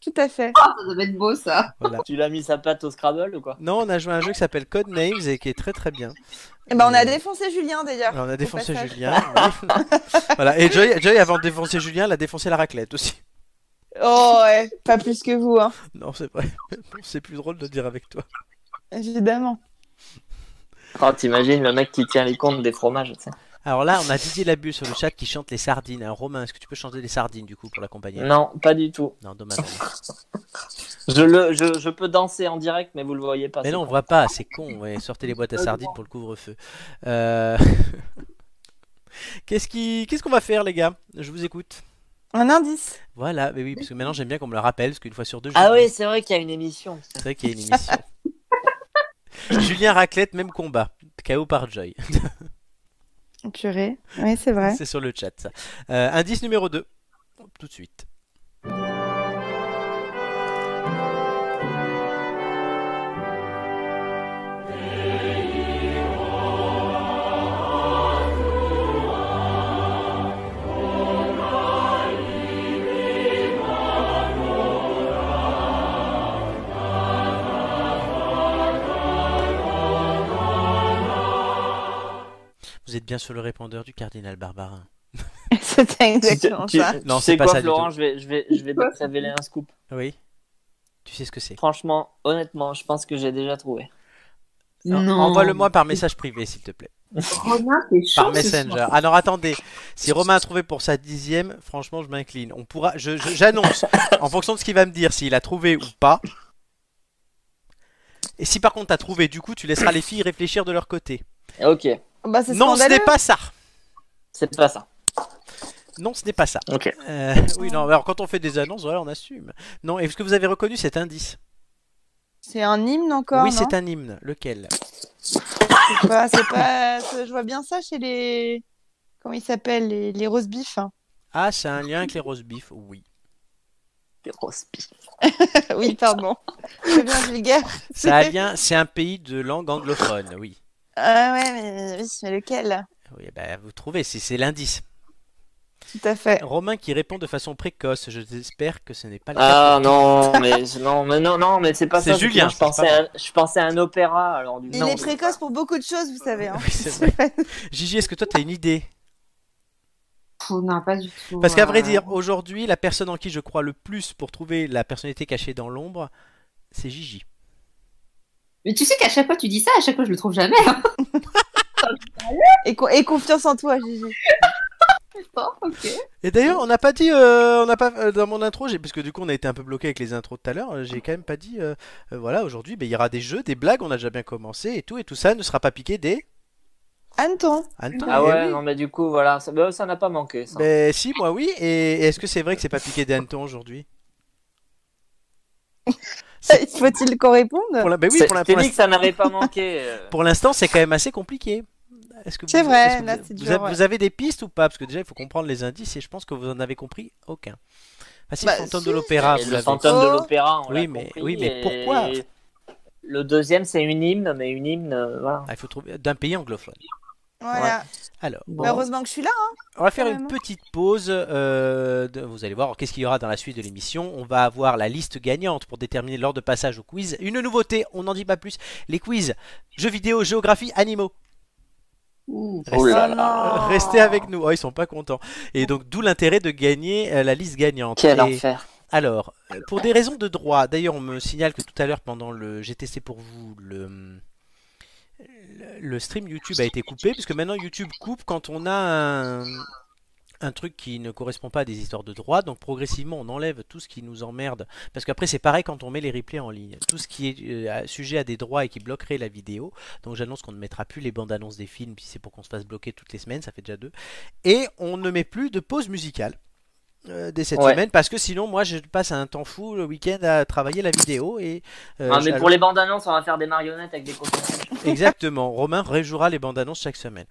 [SPEAKER 2] Tout à fait.
[SPEAKER 4] Ça doit être beau ça.
[SPEAKER 1] Voilà.
[SPEAKER 3] Tu l'as mis sa patte au Scrabble ou quoi
[SPEAKER 1] Non, on a joué à un jeu qui s'appelle Code Names et qui est très très bien.
[SPEAKER 2] Et ben on a
[SPEAKER 1] Mais-
[SPEAKER 2] défoncé Julien d'ailleurs.
[SPEAKER 1] Alors, on a
[SPEAKER 2] au
[SPEAKER 1] défoncé
[SPEAKER 2] passage.
[SPEAKER 1] Julien. oui. voilà. Et Joy, Joy, avant de défoncer Julien, elle a défoncé la raclette aussi.
[SPEAKER 2] Oh ouais, pas plus que vous, hein,
[SPEAKER 1] Non, c'est vrai. C'est plus drôle de dire avec toi.
[SPEAKER 2] évidemment.
[SPEAKER 3] Oh, t'imagines le mec qui tient les comptes des fromages, tu sais.
[SPEAKER 1] Alors là, on a Didier Labu sur le chat qui chante les sardines. Alors, Romain, est-ce que tu peux chanter les sardines du coup pour l'accompagner
[SPEAKER 3] Non, pas du tout.
[SPEAKER 1] Non, dommage.
[SPEAKER 3] Je, le, je, je peux danser en direct, mais vous le voyez pas.
[SPEAKER 1] Mais
[SPEAKER 3] c'est
[SPEAKER 1] non, on
[SPEAKER 3] con.
[SPEAKER 1] voit pas, c'est con. ouais. Sortez les boîtes à sardines pour le couvre-feu. Euh, Qu'est-ce qui, qu'est-ce qu'on va faire, les gars Je vous écoute.
[SPEAKER 2] Un indice.
[SPEAKER 1] Voilà, mais oui, parce que maintenant j'aime bien qu'on me le rappelle, parce qu'une fois sur deux,
[SPEAKER 3] Ah
[SPEAKER 1] j'oublie.
[SPEAKER 3] oui, c'est vrai qu'il y a une émission.
[SPEAKER 1] c'est vrai qu'il y a une émission. Julien Raclette, même combat, KO par Joy.
[SPEAKER 2] Purée. Oui, c'est vrai.
[SPEAKER 1] C'est sur le chat, ça. Euh, indice numéro 2. Tout de suite. Vous êtes bien sur le répondeur du cardinal Barbarin.
[SPEAKER 2] C'était exactement
[SPEAKER 3] Tu- tu-
[SPEAKER 2] ça.
[SPEAKER 3] tu
[SPEAKER 1] Non, c'est
[SPEAKER 3] sais
[SPEAKER 1] pas
[SPEAKER 3] quoi,
[SPEAKER 1] ça du
[SPEAKER 3] Florent,
[SPEAKER 1] tout.
[SPEAKER 3] je vais, je vais, je vais te révéler un scoop.
[SPEAKER 1] Oui. Tu sais ce que c'est.
[SPEAKER 3] Franchement, honnêtement, je pense que j'ai déjà trouvé.
[SPEAKER 1] Alors, Envoie-le-moi par message privé, s'il te plaît.
[SPEAKER 4] Romain, t'es chaud.
[SPEAKER 1] Par
[SPEAKER 4] ce
[SPEAKER 1] Messenger.
[SPEAKER 4] soir.
[SPEAKER 1] Alors attendez, si Romain a trouvé pour sa dixième, franchement, je m'incline. On pourra, je- je- j'annonce, en fonction de ce qu'il va me dire, s'il a trouvé ou pas. Et si par contre t'as trouvé, du coup, tu laisseras les filles réfléchir de leur côté.
[SPEAKER 3] Ok,
[SPEAKER 2] Bah, c'est
[SPEAKER 1] Non, ce
[SPEAKER 2] scandaleux.
[SPEAKER 1] n'est pas ça.
[SPEAKER 3] c'est pas ça.
[SPEAKER 1] Non, ce n'est pas ça.
[SPEAKER 3] Ok.
[SPEAKER 1] Euh, oui, non. Alors quand on fait des annonces, voilà, on assume. Non. Est-ce que vous avez reconnu cet indice
[SPEAKER 2] C'est un hymne encore.
[SPEAKER 1] Oui,
[SPEAKER 2] non
[SPEAKER 1] c'est un hymne. Lequel
[SPEAKER 2] C'est pas- c'est pas- c'est- Je vois bien ça chez les. Comment ils s'appellent les... les roast beef. hein.
[SPEAKER 1] Ah, c'est un lien avec les roast beef. Oui.
[SPEAKER 3] Des grosses piles.
[SPEAKER 2] oui, pardon. Je suis bien vulgaire.
[SPEAKER 1] Ça a lien. C'est un pays de langue anglophone. Oui.
[SPEAKER 2] Ah ouais, mais oui, mais lequel
[SPEAKER 1] Oui, bah, vous trouvez, c'est c'est l'indice.
[SPEAKER 2] Tout à fait.
[SPEAKER 1] Romain qui répond de façon précoce. Je espère que ce n'est pas le cas.
[SPEAKER 3] Ah non, mais non, mais non, non, mais c'est pas
[SPEAKER 1] C'est
[SPEAKER 3] ça. que
[SPEAKER 1] Julien,
[SPEAKER 3] moi, Je pensais,
[SPEAKER 1] c'est
[SPEAKER 3] à, je pensais à un opéra. Alors du
[SPEAKER 2] Il
[SPEAKER 3] non,
[SPEAKER 2] est
[SPEAKER 3] c'est
[SPEAKER 2] précoce
[SPEAKER 3] pas-
[SPEAKER 2] pour beaucoup de choses, vous savez. hein.
[SPEAKER 1] Oui, c'est vrai. Gigi, est-ce que toi, tu as une idée
[SPEAKER 4] Pff, non, pas du tout.
[SPEAKER 1] Parce qu'à vrai
[SPEAKER 4] euh,
[SPEAKER 1] dire, aujourd'hui, la personne en qui je crois le plus pour trouver la personnalité cachée dans l'ombre, c'est Gigi.
[SPEAKER 4] Mais tu sais qu'à chaque fois tu dis ça, à chaque fois je le trouve jamais. hein.
[SPEAKER 2] Et, co- et confiance en toi, Gigi.
[SPEAKER 4] Bon, ok.
[SPEAKER 1] Et d'ailleurs, on n'a pas dit, euh, on n'a pas euh, dans mon intro, j'ai- parce que du coup, on a été un peu bloqué avec les intros de tout à l'heure. euh, J'ai quand même pas dit, euh, euh, voilà, aujourd'hui, ben, il y aura des jeux, des blagues, on a déjà bien commencé et tout, et tout ça ne sera pas piqué des.
[SPEAKER 2] Anton.
[SPEAKER 1] Anton,
[SPEAKER 3] Ah
[SPEAKER 1] eh
[SPEAKER 3] ouais,
[SPEAKER 1] oui.
[SPEAKER 3] non, mais du coup, voilà, ça bah, ça n'a pas manqué. Ça.
[SPEAKER 1] Bah, Ben si, moi oui. Et et est-ce que c'est vrai que c'est pas piqué des hannetons aujourd'hui
[SPEAKER 2] Faut-il qu'on réponde
[SPEAKER 1] Pour la- ben oui,
[SPEAKER 3] C'est-
[SPEAKER 1] pour la-
[SPEAKER 3] je t'ai
[SPEAKER 1] pour
[SPEAKER 3] dit
[SPEAKER 1] l'inst-
[SPEAKER 3] que ça n'avait pas manqué. euh.
[SPEAKER 1] pour l'instant, c'est quand même assez compliqué. Est-ce que
[SPEAKER 2] C'est
[SPEAKER 1] vous-
[SPEAKER 2] vrai,
[SPEAKER 1] est-ce que
[SPEAKER 2] là,
[SPEAKER 1] vous,
[SPEAKER 2] c'est
[SPEAKER 1] vous
[SPEAKER 2] dur,
[SPEAKER 1] avez-
[SPEAKER 2] ouais.
[SPEAKER 1] vous avez des pistes ou pas Parce que déjà, il faut comprendre les indices et je pense que vous en avez compris aucun. Ah, si,
[SPEAKER 2] Bah,
[SPEAKER 1] le fantôme
[SPEAKER 2] si,
[SPEAKER 1] de l'opéra,
[SPEAKER 3] Et
[SPEAKER 1] vous
[SPEAKER 3] le
[SPEAKER 1] l'avez.
[SPEAKER 3] fantôme de
[SPEAKER 2] Oh.
[SPEAKER 3] l'opéra, on
[SPEAKER 1] Oui,
[SPEAKER 3] l'a
[SPEAKER 1] mais-
[SPEAKER 3] compris,
[SPEAKER 1] oui, mais
[SPEAKER 3] et
[SPEAKER 1] pourquoi
[SPEAKER 3] Le deuxième, c'est une hymne, mais une hymne, euh, voilà.
[SPEAKER 1] Ah, il faut trouver d'un pays anglophone.
[SPEAKER 2] Voilà.
[SPEAKER 1] Alors,
[SPEAKER 3] Bon.
[SPEAKER 2] Bah, heureusement que je suis là. hein.
[SPEAKER 1] on va faire une
[SPEAKER 2] Carrément.
[SPEAKER 1] petite pause. euh, de- vous allez voir qu'est-ce qu'il y aura dans la suite de l'émission. On va avoir la liste gagnante pour déterminer l'ordre de passage au quiz. Une nouveauté, on n'en dit pas plus. Les quiz jeux vidéo, géographie, animaux.
[SPEAKER 3] Oh là
[SPEAKER 2] Oh
[SPEAKER 3] là.
[SPEAKER 2] non.
[SPEAKER 1] Restez avec nous. Oh, ils sont pas contents. Et donc, d'où l'intérêt de gagner euh, la liste gagnante.
[SPEAKER 3] Quel
[SPEAKER 1] Et-
[SPEAKER 3] enfer.
[SPEAKER 1] Alors, euh, pour des raisons de droit, d'ailleurs, on me signale que tout à l'heure, pendant le GTC pour vous, le, hum, le- le stream YouTube a été coupé, puisque maintenant YouTube coupe quand on a un, un truc qui ne correspond pas à des histoires de droit. Donc, progressivement, on enlève tout ce qui nous emmerde. Parce qu'après, c'est pareil quand on met les replays en ligne. Tout ce qui est euh, sujet à des droits et qui bloquerait la vidéo. Donc, j'annonce qu'on ne mettra plus les bandes annonces des films, puis c'est pour qu'on se fasse bloquer toutes les semaines, ça fait déjà deux. Et on ne met plus de pause musicale euh, dès cette
[SPEAKER 3] Ouais.
[SPEAKER 1] semaine parce que sinon moi je passe un temps fou le week-end à travailler la vidéo et euh,
[SPEAKER 3] Ah,
[SPEAKER 1] je-
[SPEAKER 3] mais pour les bandes annonces, on va faire des marionnettes avec des copains.
[SPEAKER 1] exactement Romain réjouera les bandes annonces chaque semaine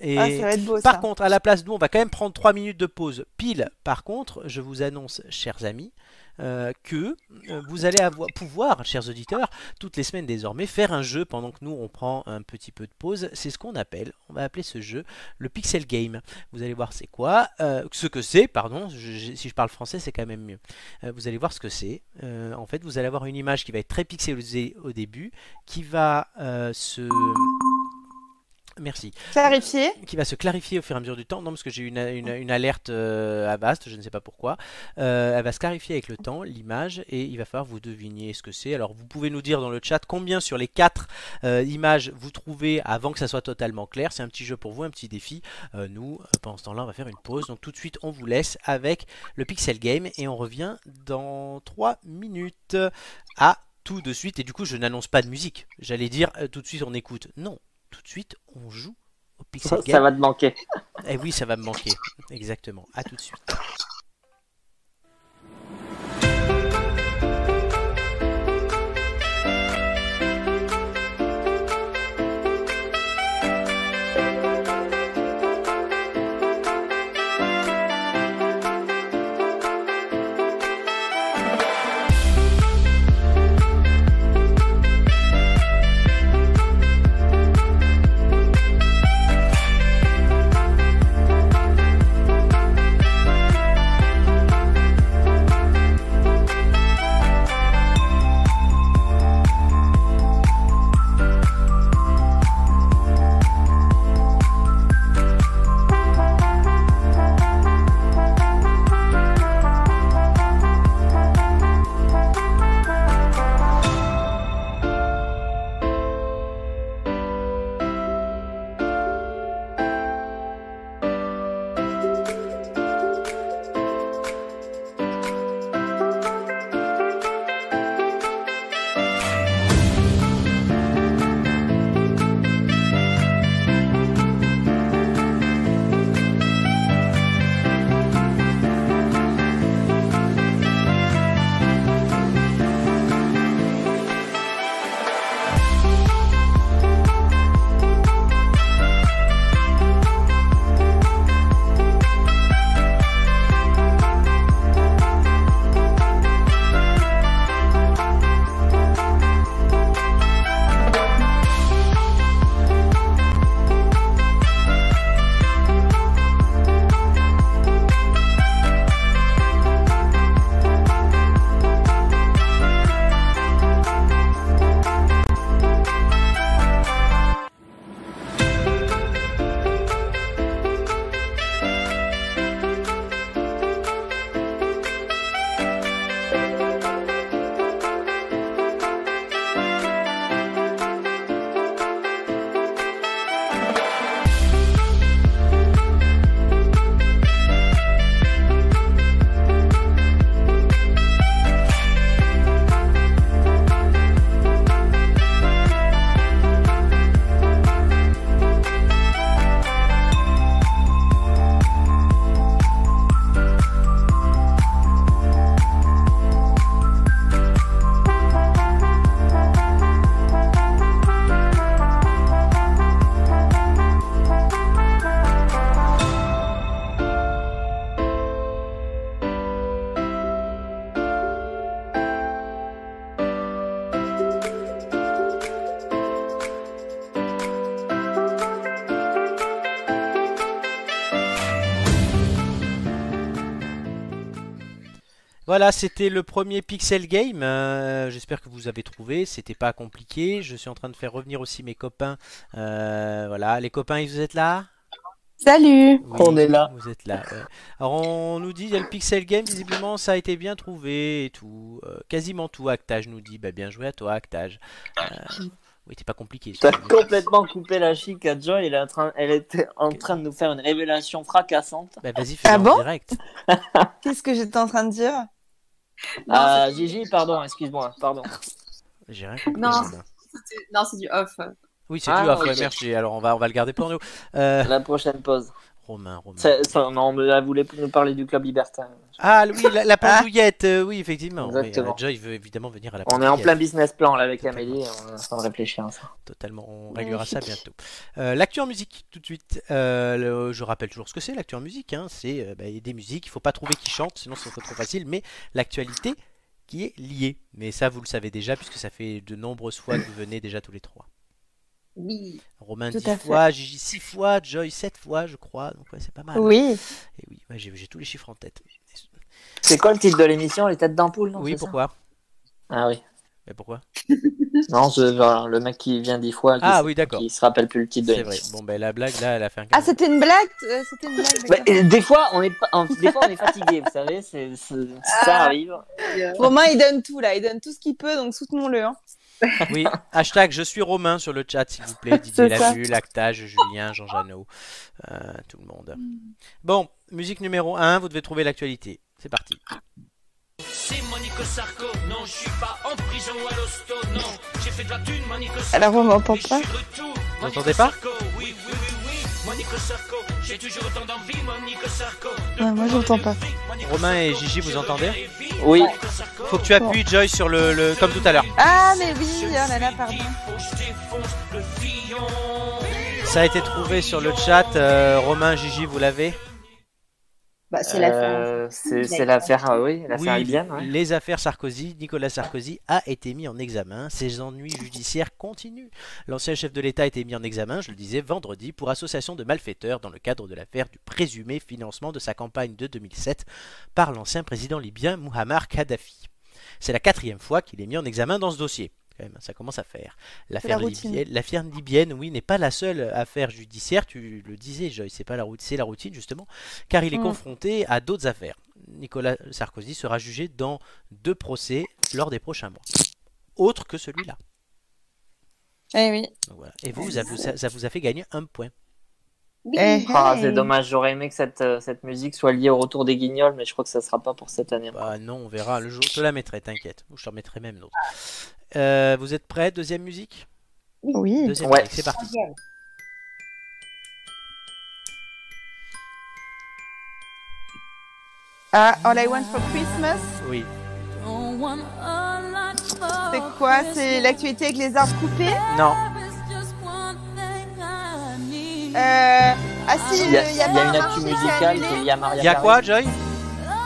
[SPEAKER 1] et
[SPEAKER 2] Ah, ça va être beau,
[SPEAKER 1] par
[SPEAKER 2] ça.
[SPEAKER 1] contre à la place nous on va quand même prendre 3 minutes de pause pile par contre je vous annonce chers amis euh, que euh, vous allez avoir, pouvoir, chers auditeurs, toutes les semaines désormais, faire un jeu pendant que nous on prend un petit peu de pause. C'est ce qu'on appelle, on va appeler ce jeu le Pixel Game. Vous allez voir c'est quoi, euh, ce que c'est, pardon, je- je- si je parle français c'est quand même mieux. Euh, vous allez voir ce que c'est. Euh, en fait, vous allez avoir une image qui va être très pixelisée au début, qui va euh, se. Merci
[SPEAKER 2] Clarifié.
[SPEAKER 1] qui va se clarifier au fur et à mesure du temps. Non, parce que j'ai eu une, une- une alerte euh, à Bast, je ne sais pas pourquoi. Euh, elle va se clarifier avec le temps, l'image, et il va falloir vous deviner ce que c'est. Alors, vous pouvez nous dire dans le chat combien sur les quatre euh, images vous trouvez avant que ça soit totalement clair. C'est un petit jeu pour vous, un petit défi. Euh, nous, euh, pendant ce temps-là, on va faire une pause. Donc, tout de suite, on vous laisse avec le Pixel Game, et on revient dans 3 minutes. À tout de suite, et du coup, je n'annonce pas de musique. J'allais dire euh, tout de suite, on écoute. Non, tout de suite, on joue. au Pixel Game.
[SPEAKER 3] Ça va te manquer.
[SPEAKER 1] Eh oui, ça va me manquer. Exactement. À tout de suite.
[SPEAKER 5] Thank
[SPEAKER 1] Voilà, c'était le premier Pixel Game. Euh, J'espère que vous avez trouvé. C'était pas compliqué. Je suis en train de faire revenir aussi mes copains. Euh, voilà, les copains, vous êtes là
[SPEAKER 2] Salut
[SPEAKER 1] Oui,
[SPEAKER 3] On est là.
[SPEAKER 1] Vous êtes là. ouais. Alors on nous dit il y a le Pixel Game, visiblement ça a été bien trouvé et tout. Euh, quasiment tout Actage nous dit. Bah, bien joué à toi Actage. Euh, oui, t'es pas compliqué.
[SPEAKER 3] T'as
[SPEAKER 1] celui-là.
[SPEAKER 3] complètement coupé la chic à Joy. Elle, est en train- elle était en train de nous faire une révélation fracassante.
[SPEAKER 1] Bah, vas-y, fais-le
[SPEAKER 2] Ah
[SPEAKER 1] en
[SPEAKER 2] bon
[SPEAKER 1] direct.
[SPEAKER 2] Qu'est-ce que j'étais en train de dire
[SPEAKER 4] Non,
[SPEAKER 3] Ah, Gigi, pardon, excuse-moi, pardon.
[SPEAKER 1] J'ai rien compris.
[SPEAKER 4] Non.
[SPEAKER 1] Romain.
[SPEAKER 4] c'est du- non, c'est du off.
[SPEAKER 1] Oui, c'est
[SPEAKER 3] Ah,
[SPEAKER 1] du off,
[SPEAKER 3] ok.
[SPEAKER 1] ouais, merci. Alors on va, on va le garder pour nous. Euh,
[SPEAKER 3] La prochaine pause.
[SPEAKER 1] Romain, Romain.
[SPEAKER 3] C'est- c'est- non, mais elle voulait nous parler du club libertin.
[SPEAKER 1] Ah oui, la, la pendouillette, euh, oui, effectivement. Oui,
[SPEAKER 3] Exactement.
[SPEAKER 1] euh, Joy veut évidemment venir à la
[SPEAKER 3] On est en
[SPEAKER 1] pendouillette.
[SPEAKER 3] plein business plan là avec Amélie. On est en train de réfléchir à ça.
[SPEAKER 1] Totalement, on réglera ça
[SPEAKER 2] Magnifique.
[SPEAKER 1] bientôt. Euh, l'actu en musique, tout de suite. Euh, le- je rappelle toujours ce que c'est l'actu en musique. hein. C'est euh, bah, des musiques, il faut pas trouver qui chante, sinon c'est trop facile. Mais l'actualité qui est liée. Mais ça, vous le savez déjà, puisque ça fait de nombreuses fois que vous venez déjà tous les trois.
[SPEAKER 4] Oui.
[SPEAKER 1] Romain
[SPEAKER 2] Tout
[SPEAKER 1] 10
[SPEAKER 2] à fait.
[SPEAKER 1] fois, Gigi 6 fois, Joy 7 fois, je crois. Donc ouais, c'est pas mal.
[SPEAKER 2] Oui.
[SPEAKER 1] Et oui, ouais, j'ai j'ai tous les chiffres en tête.
[SPEAKER 3] C'est quoi le titre de l'émission Les têtes d'ampoule non,
[SPEAKER 1] oui,
[SPEAKER 3] c'est ça
[SPEAKER 1] pourquoi
[SPEAKER 3] Ah oui.
[SPEAKER 1] Mais pourquoi
[SPEAKER 3] Non, je- genre, le mec qui vient dix fois, qui,
[SPEAKER 1] Ah oui, d'accord.
[SPEAKER 3] qui se rappelle plus le titre de
[SPEAKER 1] C'est vrai.
[SPEAKER 3] l'émission.
[SPEAKER 1] Bon, ben la blague, là, elle a fait un
[SPEAKER 2] Ah,
[SPEAKER 1] cadeau.
[SPEAKER 2] c'était une blague euh, C'était une blague.
[SPEAKER 3] Bah,
[SPEAKER 2] d'accord.
[SPEAKER 3] et des fois, on est pas, en- des fois, on est fatigué, vous savez, c'est, c'est-
[SPEAKER 4] Ah.
[SPEAKER 3] ça arrive.
[SPEAKER 4] Et, euh,
[SPEAKER 2] Romain, il donne tout là, il donne tout ce qu'il peut, donc soutenons-le. hein.
[SPEAKER 1] Oui, hashtag je suis Romain sur le chat, s'il vous plaît. Didier
[SPEAKER 2] C'est ça.
[SPEAKER 1] Lavu, Lactage, Julien, Jean Jeannot, euh, tout le monde. Bon, musique numéro 1, vous devez trouver l'actualité. C'est parti.
[SPEAKER 6] C'est Monico Sarko, non, je suis pas en prison ou à l'hosto, non. J'ai fait de la thune, Monico Sarko.
[SPEAKER 2] Alors, on m'entend
[SPEAKER 6] mais je suis
[SPEAKER 2] pas
[SPEAKER 6] de tout. Monico
[SPEAKER 1] m'entendez pas
[SPEAKER 6] Sarko, Oui, oui, oui, oui. Monico Sarko, j'ai toujours autant d'envie, Monico Sarko. De
[SPEAKER 2] Ouais, moi,
[SPEAKER 6] pouvoir
[SPEAKER 2] j'entends
[SPEAKER 6] de
[SPEAKER 2] pas.
[SPEAKER 6] vie, Monico
[SPEAKER 1] Romain et
[SPEAKER 6] Sarko,
[SPEAKER 1] Gigi, vous
[SPEAKER 6] je
[SPEAKER 1] entendez
[SPEAKER 6] reviens et vis,
[SPEAKER 3] Oui.
[SPEAKER 6] Monico Sarko.
[SPEAKER 1] Faut que tu appuies Joy sur le, le- comme tout à l'heure.
[SPEAKER 2] Ah, mais oui, oh là là, pardon.
[SPEAKER 6] Je défonce le fillon.
[SPEAKER 1] Ça a été trouvé sur le chat. euh, Romain, Gigi, vous l'avez
[SPEAKER 4] Bah, c'est la fin.
[SPEAKER 3] Euh, c'est, c'est l'affaire, euh, oui, l'affaire
[SPEAKER 1] Oui,
[SPEAKER 3] Ibiane, ouais.
[SPEAKER 1] les affaires Sarkozy, Nicolas Sarkozy a été mis en examen. Ses ennuis judiciaires continuent. L'ancien chef de l'État a été mis en examen, je le disais, vendredi pour association de malfaiteurs dans le cadre de l'affaire du présumé financement de sa campagne de 2007 par l'ancien président libyen Muammar Kadhafi. C'est la quatrième fois qu'il est mis en examen dans ce dossier. Quand même, ça commence à faire. L'affaire
[SPEAKER 2] la routine.
[SPEAKER 1] libyenne, l'affaire libyenne, oui, n'est pas la seule affaire judiciaire. Tu le disais, Joy, c'est pas la route, c'est la routine justement, car il est
[SPEAKER 2] Mm.
[SPEAKER 1] confronté à d'autres affaires. Nicolas Sarkozy sera jugé dans deux procès lors des prochains mois, autre que celui-là.
[SPEAKER 2] Eh oui.
[SPEAKER 1] Donc voilà. Et vous, vous avez- ça, ça vous a fait gagner un point.
[SPEAKER 4] Oui.
[SPEAKER 2] Eh,
[SPEAKER 4] Oh,
[SPEAKER 3] Ah,
[SPEAKER 2] hey.
[SPEAKER 3] c'est dommage, j'aurais aimé que cette, euh, cette musique soit liée au retour des guignols, mais je crois que ça sera pas pour cette année.
[SPEAKER 1] Bah non, on verra. Le jour, je te la mettrai, t'inquiète. Ou je t'en mettrai même d'autres. Euh, vous êtes prêts Deuxième musique
[SPEAKER 2] Oui.
[SPEAKER 1] Deuxième
[SPEAKER 3] Ouais.
[SPEAKER 1] musique, c'est parti.
[SPEAKER 4] Troisième.
[SPEAKER 2] Ah, All I Want for Christmas,
[SPEAKER 1] Oui.
[SPEAKER 2] c'est quoi C'est l'actualité avec les arbres coupés
[SPEAKER 1] Non.
[SPEAKER 2] Euh, Ah si,
[SPEAKER 3] Il
[SPEAKER 2] il
[SPEAKER 3] y a, il y a
[SPEAKER 2] pas un
[SPEAKER 3] une actu
[SPEAKER 2] marché qui est
[SPEAKER 3] musicale
[SPEAKER 2] annulé
[SPEAKER 3] qui est liée à Maria
[SPEAKER 1] Ah, Il y a
[SPEAKER 3] Carey.
[SPEAKER 1] quoi, Joy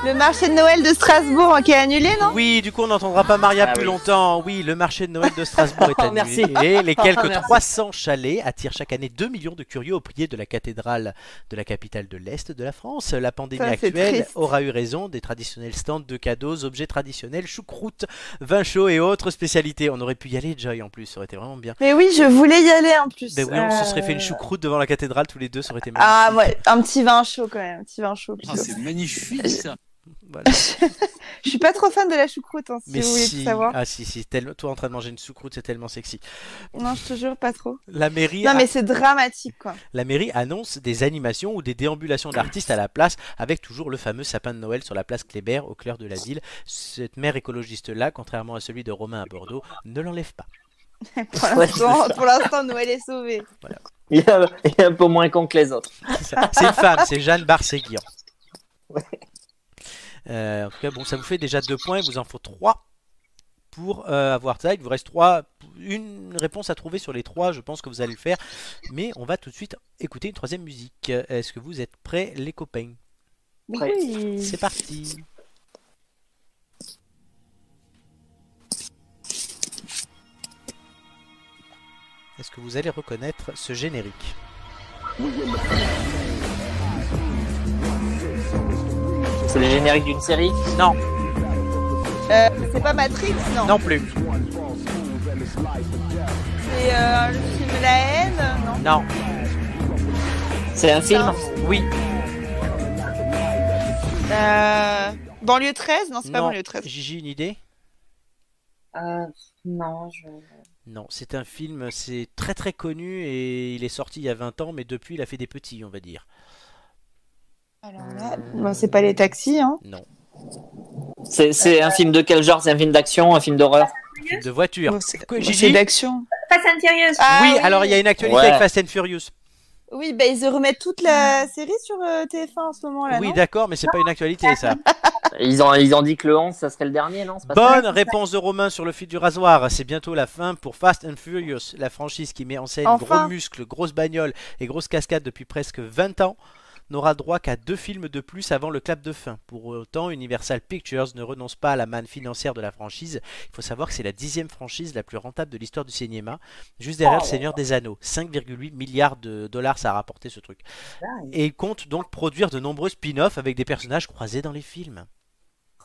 [SPEAKER 2] Le marché de Noël de Strasbourg hein, qui est annulé, non
[SPEAKER 1] Oui, du coup, on n'entendra pas Maria
[SPEAKER 3] Ah
[SPEAKER 1] plus
[SPEAKER 3] oui.
[SPEAKER 1] longtemps. Oui, le marché de Noël de Strasbourg
[SPEAKER 2] Oh,
[SPEAKER 1] est annulé.
[SPEAKER 3] Merci.
[SPEAKER 1] Et les quelques
[SPEAKER 3] Merci.
[SPEAKER 1] 300 chalets attirent chaque année 2 millions de curieux au pied de la cathédrale de la capitale de l'Est de la France. La pandémie
[SPEAKER 2] Ça, c'est
[SPEAKER 1] actuelle
[SPEAKER 2] triste.
[SPEAKER 1] aura eu raison des traditionnels stands de cadeaux, objets traditionnels, choucroute, vin chaud et autres spécialités. On aurait pu y aller, Joy, en plus. Ça aurait été vraiment bien.
[SPEAKER 2] Mais oui, je voulais y aller en plus.
[SPEAKER 1] Ben oui, on se serait fait une
[SPEAKER 2] Euh,
[SPEAKER 1] choucroute devant la cathédrale tous les deux, ça aurait été magnifique.
[SPEAKER 2] Ah, ouais, un petit vin chaud quand même, un petit vin chaud. plutôt.
[SPEAKER 7] Ah, magnifique ça.
[SPEAKER 1] Voilà.
[SPEAKER 2] Je suis pas trop fan de la choucroute, hein, si
[SPEAKER 1] Mais
[SPEAKER 2] vous voulez
[SPEAKER 1] si,
[SPEAKER 2] tout savoir.
[SPEAKER 1] ah si, si, tellement- toi en train de manger une choucroute, c'est tellement sexy.
[SPEAKER 2] Non, je te jure, pas trop.
[SPEAKER 1] La mairie,
[SPEAKER 2] Non,
[SPEAKER 1] a-
[SPEAKER 2] mais c'est dramatique, quoi.
[SPEAKER 1] la mairie annonce des animations ou des déambulations d'artistes à la place, avec toujours le fameux sapin de Noël sur la place Kléber au cœur de la ville. Cette maire écologiste-là, contrairement à celui de Romain à Bordeaux, ne l'enlève pas.
[SPEAKER 2] Pour
[SPEAKER 3] Ouais,
[SPEAKER 2] l'instant, pour l'instant, Noël est sauvé.
[SPEAKER 3] Il est un- il est un peu moins con que les autres.
[SPEAKER 1] C'est ça. C'est une femme, c'est Jeanne Barséguian.
[SPEAKER 3] Ouais.
[SPEAKER 1] Euh, en tout cas, bon, ça vous fait déjà deux points, il vous en faut trois pour euh, avoir ça. Il vous reste trois, une réponse à trouver sur les trois, je pense que vous allez le faire. Mais on va tout de suite écouter une troisième musique. Est-ce que vous êtes prêts, les copains
[SPEAKER 3] Après,
[SPEAKER 1] C'est parti. Est-ce que vous allez reconnaître ce générique
[SPEAKER 3] C'est le générique d'une série
[SPEAKER 1] Non.
[SPEAKER 2] Euh, c'est pas Matrix, non.
[SPEAKER 1] Non plus.
[SPEAKER 2] C'est euh, le film La haine, non.
[SPEAKER 1] Non.
[SPEAKER 3] C'est un film
[SPEAKER 1] Oui.
[SPEAKER 2] Euh, banlieue 13, non, c'est pas
[SPEAKER 1] non.
[SPEAKER 2] banlieue 13.
[SPEAKER 1] Gigi, une idée
[SPEAKER 4] Euh, non, je.
[SPEAKER 1] Non, c'est un film, c'est très très connu et il est sorti il y a 20 ans, mais depuis il a fait des petits, on va dire.
[SPEAKER 2] Alors là, bon, c'est pas les taxis, hein.
[SPEAKER 1] Non.
[SPEAKER 3] C'est c'est un film de quel genre C'est un film d'action, un film d'horreur
[SPEAKER 1] Film de voiture.
[SPEAKER 2] Bon, c'est
[SPEAKER 1] Quoi,
[SPEAKER 2] bon,
[SPEAKER 1] Gigi
[SPEAKER 2] c'est d'action.
[SPEAKER 4] Face intérieuse.
[SPEAKER 2] Ah
[SPEAKER 1] oui, alors il y a une actualité
[SPEAKER 3] Ouais.
[SPEAKER 1] avec Fast and Furious.
[SPEAKER 2] Oui, bah, ils remettent toute la série sur euh, TF1 en ce moment là.
[SPEAKER 1] oui,
[SPEAKER 2] non
[SPEAKER 1] d'accord, mais c'est pas une actualité ça.
[SPEAKER 3] ils ont, ils ont dit que le 11, ça serait le dernier, non C'est pas ça
[SPEAKER 1] Bonne réponse de Romain sur le fil du rasoir. C'est bientôt la fin pour Fast and Furious, la franchise qui met en scène
[SPEAKER 2] Enfin.
[SPEAKER 1] gros muscles, grosses bagnoles et grosses cascades depuis presque 20 ans n'aura droit qu'à deux films de plus avant le clap de fin. Pour autant, Universal Pictures ne renonce pas à la manne financière de la franchise. Il faut savoir que c'est la dixième franchise la plus rentable de l'histoire du cinéma, juste derrière Le Seigneur des Anneaux. 5,8 milliards de dollars ça a rapporté ce truc. Et il compte donc produire de nombreux spin-offs avec des personnages croisés dans les films.